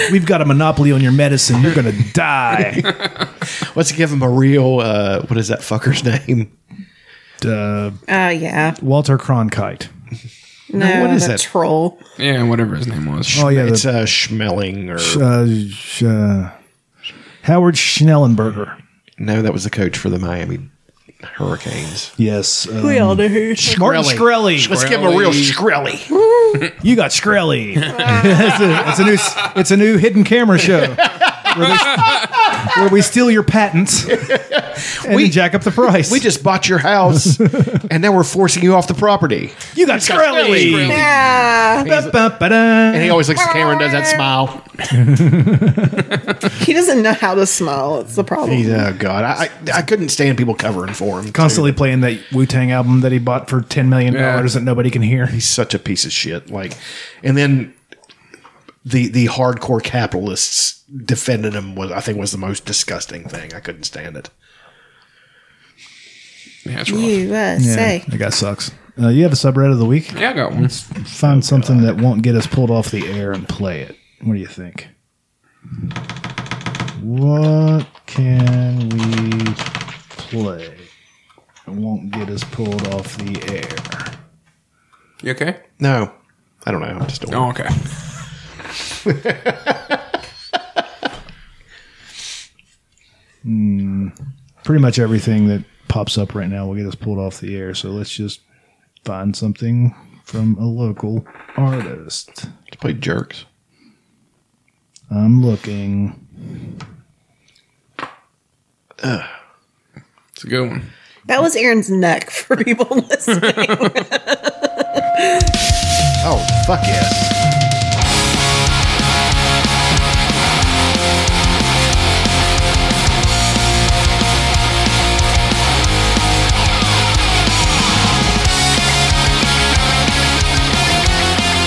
S2: We've got a monopoly on your medicine. You're gonna die.
S1: Let's give him a real. Uh, what is that fucker's name?
S2: Uh,
S4: Oh yeah,
S2: Walter Cronkite.
S4: no,
S1: what is
S4: the
S1: it?
S4: troll.
S3: Yeah, whatever his name was.
S2: Oh yeah,
S1: It's
S2: the,
S1: uh, Schmeling or
S2: uh, sh- uh, Howard Schnellenberger.
S1: no? That was the coach for the Miami Hurricanes.
S2: Yes, um,
S4: We all know who.
S2: Martin Shkreli.
S1: Let's give him a real Shkreli.
S2: You got Shkreli. it's, a, it's a new. It's a new hidden camera show. Released, where we steal your patents and
S1: We-
S2: jack up the price.
S1: We just bought your house, and now we're forcing you off the property.
S2: You got Skrelly.
S5: Ah,
S2: And
S1: And he always looks at the camera and does that smile.
S5: He doesn't know how to smile. It's the problem.
S1: He's, oh god, I, I I couldn't stand people covering for him.
S2: constantly playing that Wu Tang album that he bought for ten million dollars that nobody can hear.
S1: He's such a piece of shit. Like, and then the the hardcore capitalists defending him was I think was the most disgusting thing. I couldn't stand it.
S3: Yeah, that's
S2: Yeah, that guy sucks. Uh, you have a subreddit of the week?
S3: Yeah, I got one.
S2: Let's find something that won't get us pulled off the air and play it. What do you think? What can we play that won't get us pulled off the air?
S3: You okay?
S1: No, I don't know. I'm just
S3: Oh, okay.
S2: Hmm. pretty much everything that pops up right now will get us pulled off the air. So let's just find something from a local artist.
S1: Let's play jerks.
S2: I'm looking.
S3: It's a good one.
S5: That was Aaron's neck for people listening.
S1: oh, fuck yes.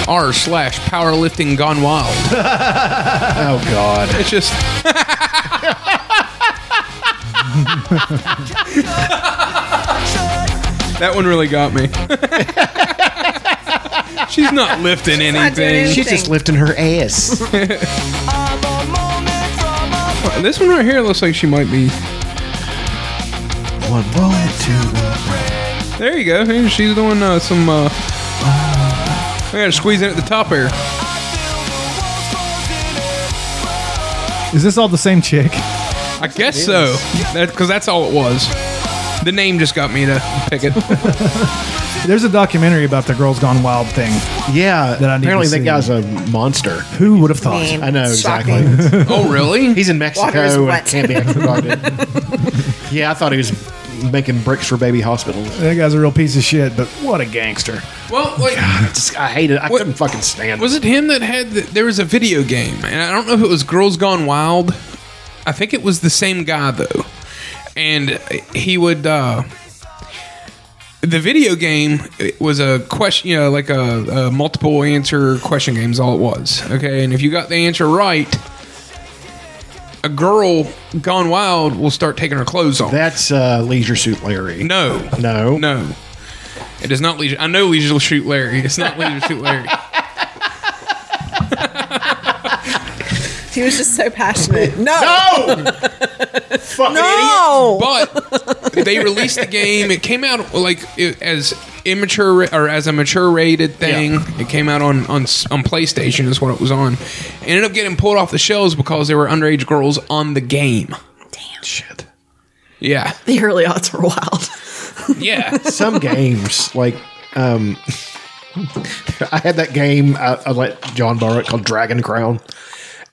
S3: R slash powerlifting gone wild.
S1: oh God!
S3: It's just that one really got me. She's not lifting anything.
S1: She's just lifting her ass.
S3: this one right here looks like she might be.
S1: One moment
S3: There you go. Hey, She's doing uh, some. Uh, I gotta squeeze in at the top here.
S2: Is this all the same chick?
S3: I guess so. That because that's all it was. The name just got me to pick it.
S2: There's a documentary about the Girls Gone Wild thing.
S1: Yeah,
S2: that I need
S1: apparently
S2: to
S1: that guy's
S2: see.
S1: a monster.
S2: Who would have thought?
S5: Name.
S1: I know exactly.
S3: oh, really?
S1: He's in
S5: Water is
S1: Mexico
S5: wet.
S1: and can't be extradited. yeah, I thought he was making bricks for baby hospitals.
S2: That guy's a real piece of shit, but what a gangster.
S3: Well, like,
S1: I just- I hate it. I
S3: What-
S1: couldn't fucking stand
S3: was
S1: it.
S3: it him that had? The, there was a video game, and I don't know if it was Girls Gone Wild. I think it was the same guy though, and he would. uh the video game it was a question, you know, like a, a multiple answer question game is all it was. Okay, and if you got the answer right, a girl gone wild will start taking her clothes off.
S1: That's uh, Leisure Suit Larry.
S3: no,
S1: No.
S3: No, it is not leisure. I know leisure shoot Larry. It's not leisure shoot Larry.
S5: he was just so passionate. No,
S1: No! Fuck
S5: no.
S3: But they released the game. It came out like it, as immature ra- or as a mature rated thing. It came out on, on s- on PlayStation is what it was on. It ended up getting pulled off the shelves because there were underage girls on the game.
S1: Shit.
S3: Yeah,
S5: The early odds were wild.
S3: yeah.
S1: Some games, like, um, I had that game I, I let John borrow it called Dragon Crown.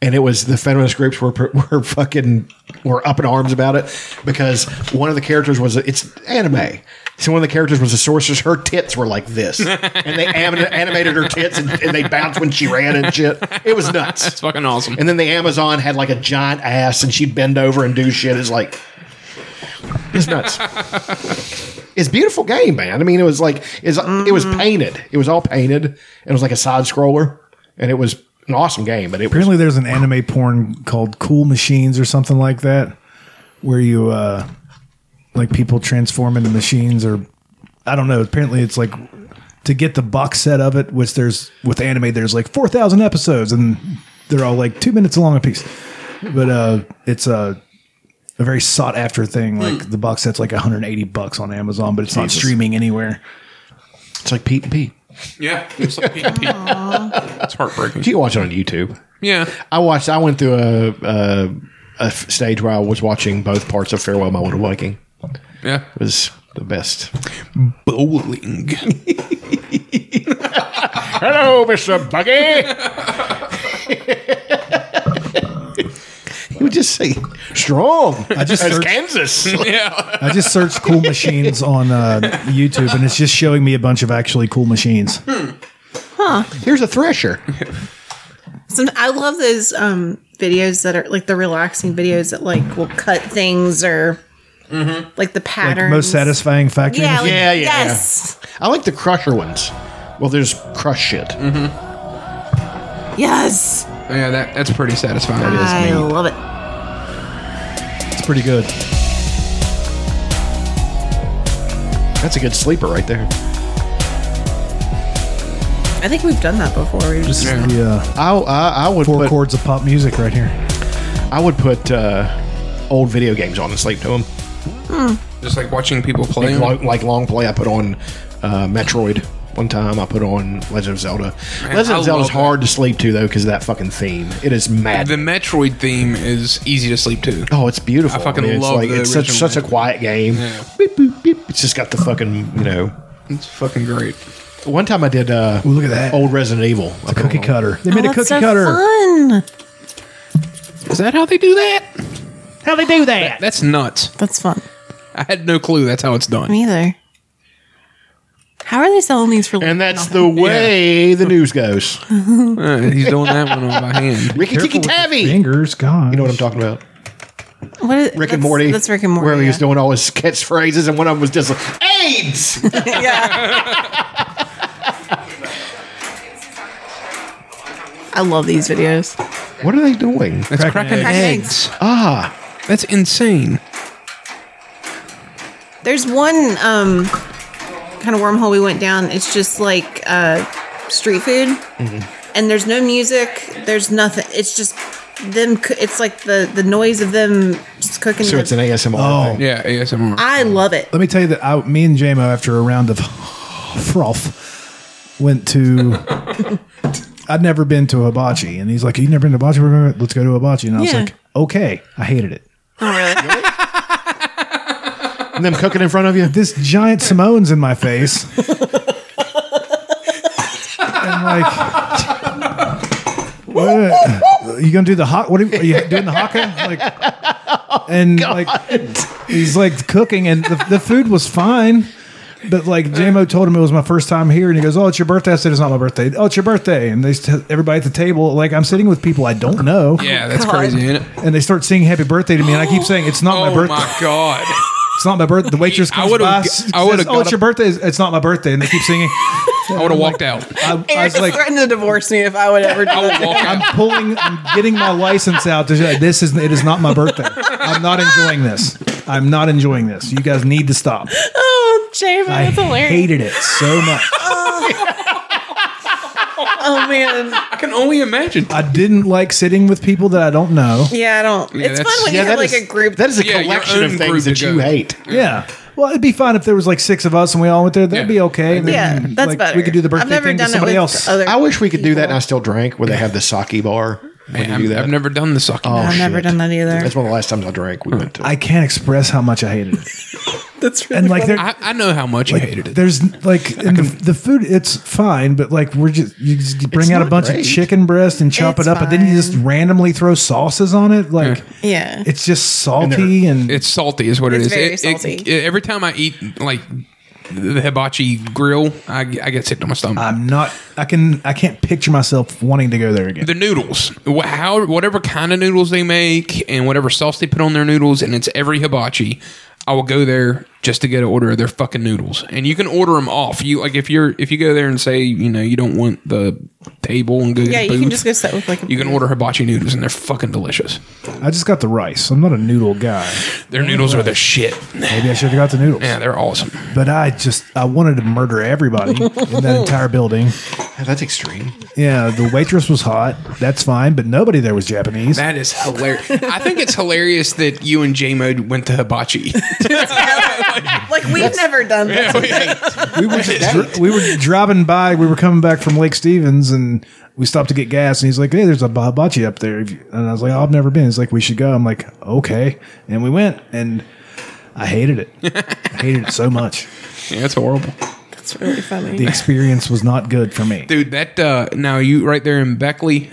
S1: And it was the feminist groups were were fucking were up in arms about it because one of the characters was a, it's anime, so one of the characters was a sorceress. Her tits were like this, and they anim- animated her tits and, and they bounced when she ran and shit. It was nuts.
S3: It's fucking awesome.
S1: And then the Amazon had like a giant ass, and she'd bend over and do shit. It's like, it's nuts. it's a beautiful game, man. I mean, it was like it's, it was painted. It was all painted. and It was like a side scroller, and it was an awesome game. But it was
S2: Apparently, there's an anime porn called Cool Machines or something like that, where you, uh, like, people transform into machines or I don't know. Apparently, it's like to get the box set of it, which there's with anime, there's like 4,000 episodes and they're all like two minutes long a piece. But uh, it's a, a very sought after thing. Like, the box set's like 180 bucks on Amazon, but it's not streaming anywhere.
S1: it's like Pete and Pete.
S3: Yeah, it was like PvP. it's heartbreaking.
S1: You can watch it on YouTube.
S3: Yeah,
S1: I watched. I went through a, a, a f- stage where I was watching both parts of Farewell My Little Viking.
S3: yeah.
S1: It was the best.
S3: Bowling.
S1: Hello, Mister Buggy. he we just say strong?
S2: I just
S1: as
S2: searched-
S1: Kansas.
S3: yeah.
S2: I just searched cool machines on uh, YouTube, and it's just showing me a bunch of actually cool machines.
S5: Huh.
S1: Here's a thresher.
S5: Some, I love those um, videos that are like the relaxing videos that like will cut things or like the
S2: Like
S5: patterns.
S2: most satisfying factory.
S5: Yeah,
S2: machine.
S5: yeah, yeah. Yes.
S1: I like the crusher ones. Well, there's crush shit. Mm-hmm.
S5: Yes.
S3: Yeah, that, that's pretty satisfying.
S5: I love it.
S2: It's pretty good.
S1: That's a good sleeper right there.
S5: I think we've done that before. We've
S2: This
S5: just
S2: is the uh,
S1: I, I, I would
S2: four
S1: put,
S2: chords of pop music right here.
S1: I would put uh, old video games on and sleep to them.
S3: Just like watching people play.
S1: Like,
S3: 'em.
S1: long, like long play, I put on uh, Metroid. One time, I put on Legend of Zelda.
S3: Man,
S1: Legend
S3: I
S1: of Zelda is
S3: love
S1: hard to sleep to though because of that fucking theme. It is mad.
S3: The Metroid theme is easy to sleep to.
S1: Oh, it's beautiful.
S3: I fucking
S1: it's
S3: love
S1: like
S3: the
S1: it's such
S3: original
S1: such a quiet game.
S3: Yeah.
S1: Beep, boop, beep. It's just got the fucking you know.
S3: It's fucking great.
S1: One time I did. Uh,
S2: look at that
S1: old Resident Evil. A
S2: cookie cutter. They made
S5: Oh,
S2: a
S5: it's
S2: cookie
S5: so
S2: cutter.
S5: Fun.
S3: Is that how they do that?
S6: How they do that?
S3: That's nuts.
S5: That's fun.
S3: I had no clue that's how it's done.
S5: Me either. How are they selling these for?
S1: And that's the way the news goes.
S3: Uh, he's doing that one on by hand.
S1: Ricky Tikki
S2: with your
S1: Tavi. You
S2: Fingers gone.
S1: know what I'm talking about?
S5: What is,
S1: Rick and
S5: that's-
S1: Morty.
S5: That's Rick and Morty.
S1: Where he
S5: yeah.
S1: was doing all his catchphrases, and one of them was just like, AIDS!
S5: I love these videos.
S1: what are they doing?
S3: That's cracking,
S2: Cracking
S3: eggs.
S5: eggs.
S1: Ah,
S3: That's insane.
S5: There's one um, kind of wormhole we went down. It's just like uh, street food, and there's no music. There's nothing. It's just them. co- It's like the the noise of them just cooking.
S1: so
S5: the-
S1: it's an ASMR.
S2: Oh.
S1: thing.
S3: Yeah, ASMR.
S5: I love it.
S2: Let me tell you that I, me and JMO, after a round of froth, went to. I'd never been to hibachi, and he's like, "You never been to hibachi? We're gonna- Let's go to hibachi." And I was
S5: Yeah.
S2: like, "Okay." I hated it.
S1: And them cooking in front of you?
S2: This giant Simone's in my face, and like, what? You gonna do the hot? What are you, are you doing the haka? Like, and
S3: Oh,
S2: like, he's like cooking, and the, the food was fine. But like JMO told him it was my first time here, and he goes, "Oh, it's your birthday." I said, "It's not my birthday." Oh, it's your birthday, and they st- everybody at the table like I'm sitting with people I don't know,
S3: yeah, that's crazy, ain't it?
S2: and they start singing "Happy Birthday" to me, and I keep saying, "It's not
S3: Oh
S2: my birthday."
S3: my god.
S2: It's not my birthday. The waitress
S3: I
S2: comes
S3: would've
S2: by.
S3: g-
S2: says,
S3: I would've
S2: oh,
S3: got
S2: it's
S3: a-
S2: your birthday. It's not my birthday, and they keep singing.
S3: I would have walked out.
S2: I, I
S5: Eric
S2: was like,
S5: threatened to divorce me if I would ever do
S3: I would
S5: that.
S3: walk
S2: I'm
S3: out.
S2: pulling. I'm getting my license out. To say, this is. It is not my birthday. I'm not enjoying this. I'm not enjoying this. You guys need to stop.
S5: Oh, Jamie,
S2: I
S5: that's hilarious.
S2: hated it so much.
S5: Oh man,
S3: I can only imagine.
S2: I didn't like sitting with people that I don't know.
S5: yeah, I don't. it's fun
S3: that's-
S5: when
S1: Yeah,
S5: you
S1: that
S5: have
S1: is-
S5: like a group.
S1: That is a
S3: Yeah, your
S1: collection
S3: own
S1: of
S3: group
S1: things
S3: to
S1: that you
S3: go.
S1: hate.
S2: Yeah. Well, it'd be fine if there was like six of us and we all went there. That'd
S3: Yeah.
S2: be okay. And then,
S5: yeah, that's
S2: like,
S5: better.
S2: We could do the birthday
S5: I've never
S2: thing
S5: done
S2: to
S5: it
S2: somebody
S5: with
S2: else.
S5: Other
S1: I wish we could do that and
S5: people.
S1: I still drank where they have the sake bar. When
S3: Hey,
S1: you
S3: I'm-
S1: do that.
S3: I've never done the sucking.
S1: Oh,
S5: I've never
S1: shit.
S5: done that either.
S1: That's one of the last times I drank. We went to.
S2: I can't express how much I hated it.
S5: That's really
S2: And like, there,
S3: I, I know how much you hated it.
S2: There's like in the, the food, it's fine, but like we're just you just bring
S1: It's
S2: out a
S1: not
S2: bunch
S1: great.
S2: of chicken breast and chop
S5: It's
S2: it up, and then you just
S5: fine.
S2: randomly throw sauces on it. Like
S5: Yeah.
S2: it's just salty and,
S3: It's salty, is what it
S5: It's
S3: is.
S5: very
S3: It- it-
S5: salty.
S3: it- every time I eat like the hibachi grill, I, I get sick to my stomach.
S2: I'm not. I can I can't picture myself wanting to go there again.
S3: the noodles, wh- how whatever kind of noodles they make, and whatever sauce they put on their noodles, and it's every hibachi. I will go there just to get an order of their fucking noodles, and you can order them off. You like if you're if you go there and say you know you don't want the table and go get
S5: yeah, you
S3: the
S5: can
S3: booth,
S5: just go sit with like. A
S3: you can order hibachi noodles, and they're fucking delicious.
S2: I just got the rice. I'm not a noodle guy.
S3: Their noodles are the shit.
S2: Maybe I should have got the noodles.
S3: Yeah, they're awesome.
S2: But I just I wanted to murder everybody in that entire building.
S1: Yeah, that's extreme.
S2: Yeah, the waitress was hot. That's fine, but nobody there was Japanese.
S3: That is hilarious. I think it's hilarious that you and J Mode went to hibachi.
S5: like we've never done that.
S2: we were dri- we were driving by. We were coming back from Lake Stevens, and we stopped to get gas. And he's like, "Hey, there's a hibachi up there," If you- and I was like, "Oh, "I've never been." He's like, "We should go." I'm like, "Okay," and we went, and I hated it. I hated it so much.
S3: yeah, it's horrible.
S5: That's really funny.
S2: The experience was not good for me.
S3: Dude, that uh now you right there in Beckley.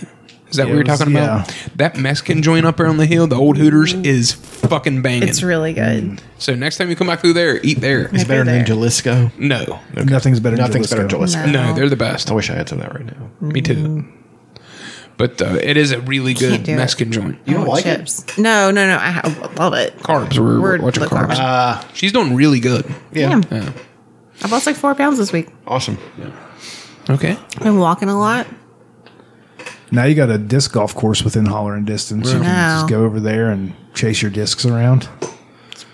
S3: Is that what we were talking about? That Mexican joint up there on the hill, the old Hooters, is fucking banging.
S4: It's really good.
S3: so next time you come back through there, eat there.
S1: Mm. It's better than Jalisco.
S3: No,
S2: Nothing's better.
S1: Nothing's better than Jalisco.
S3: No, they're the best.
S1: I wish I had some of that right now.
S3: Me too. But uh, it is a really good
S4: do it.
S3: Mexican joint.
S1: You don't like
S4: chips. No, no, no. I ha- love it.
S3: Carbs. We're,
S4: We're-
S3: watching
S4: look,
S3: carbs.
S4: carbs.
S3: She's doing really good.
S1: Uh, Yeah.
S3: Yeah.
S4: I lost like four pounds this week.
S1: it? Awesome.
S3: Okay.
S4: I've been walking a lot.
S2: Now you got a disc golf course within hollering distance. You can
S4: Wow.
S2: just go over there and chase your discs around.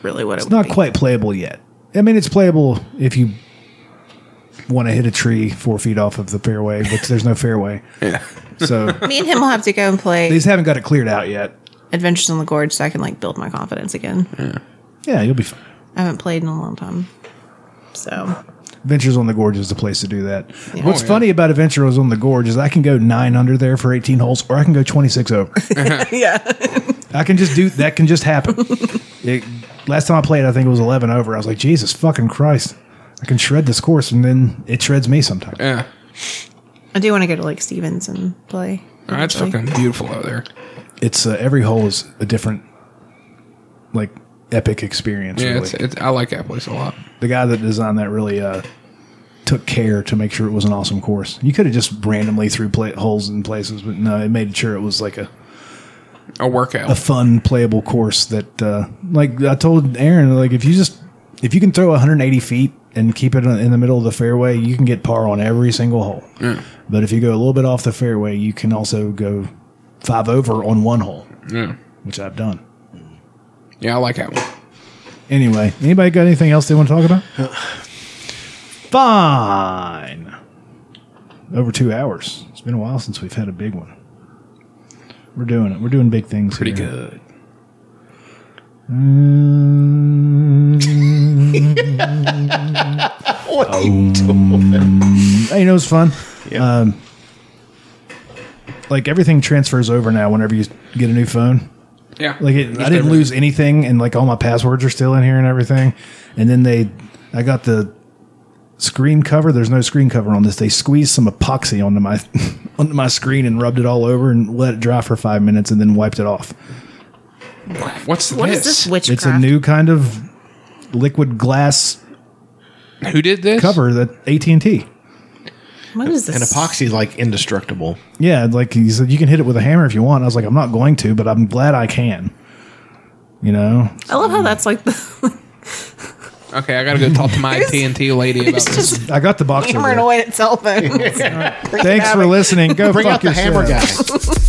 S4: Really, what it
S2: It's
S4: would
S2: not
S4: be.
S2: quite playable yet. I mean, it's playable if you want to hit a tree four feet off of the fairway, but there's no fairway.
S3: Yeah.
S2: So
S4: Me and him will have to go and
S2: they
S4: play
S2: just haven't got it cleared out yet.
S4: Adventures in the Gorge so I can like build my confidence again.
S2: Yeah, you'll be fine.
S4: I haven't played in a long time. So
S2: Adventures on the Gorge is the place to do that. What's
S3: Oh, yeah.
S2: funny about Adventures on the Gorge is I can go nine under there for 18 holes, or I can go 26 over.
S4: yeah,
S2: I can just do that. Can just happen. It- last time I played, I think it was eleven over. I was like, Jesus fucking Christ! I can shred this course, and then it shreds me sometimes.
S3: Yeah.
S4: I do want to go to Lake Stevens and play.
S3: That's
S4: eventually.
S3: fucking beautiful out there.
S2: It's uh, every hole is a different, like epic experience.
S3: Yeah,
S2: really.
S3: it's, it's, I like that place a lot.
S2: the guy that designed that really uh, took care to make sure it was an awesome course. You could have just randomly threw play- holes in places, but no, it made sure it was like a
S3: A workout.
S2: a fun playable course that uh, like I told Aaron like if you just if you can throw 180 feet and keep it in the middle of the fairway you can get par on every single hole but if you go a little bit off the fairway you can also go five over on one hole
S3: yeah.
S2: which I've done
S3: Yeah, I like that one.
S2: anyway anybody got anything else they want to talk about fine over two hours it's been a while since we've had a big one we're doing it we're doing big things
S3: Pretty
S2: here.
S3: good.
S9: What are you doing?
S2: Hey, you know it's fun. Um, like everything transfers over now. Whenever you get a new phone,
S3: Yeah.
S2: like it, I didn't lose anything, and like all my passwords are still in here and everything. And then they, I got the screen cover. There's no screen cover on this. They squeezed some epoxy onto my onto my screen and rubbed it all over and let it dry for five minutes and then wiped it off.
S3: What's
S4: What
S3: this?
S4: is this witchcraft?
S2: It's a new kind of liquid glass
S3: Who did this?
S2: cover that AT and T.
S4: what is this?
S1: And epoxy is like indestructible.
S2: Yeah, like he said, you can hit it with a hammer if you want. I was like, I'm not going to, but I'm glad I can. You know,
S4: I love how that's like the
S3: Okay, I gotta go talk to my AT and T lady about this.
S2: I got the box. Over
S4: hammering
S2: there.
S4: away at cell phones.
S2: Thanks for listening. Go
S1: Bring
S2: fuck
S1: out the
S2: yourself.
S1: hammer guy.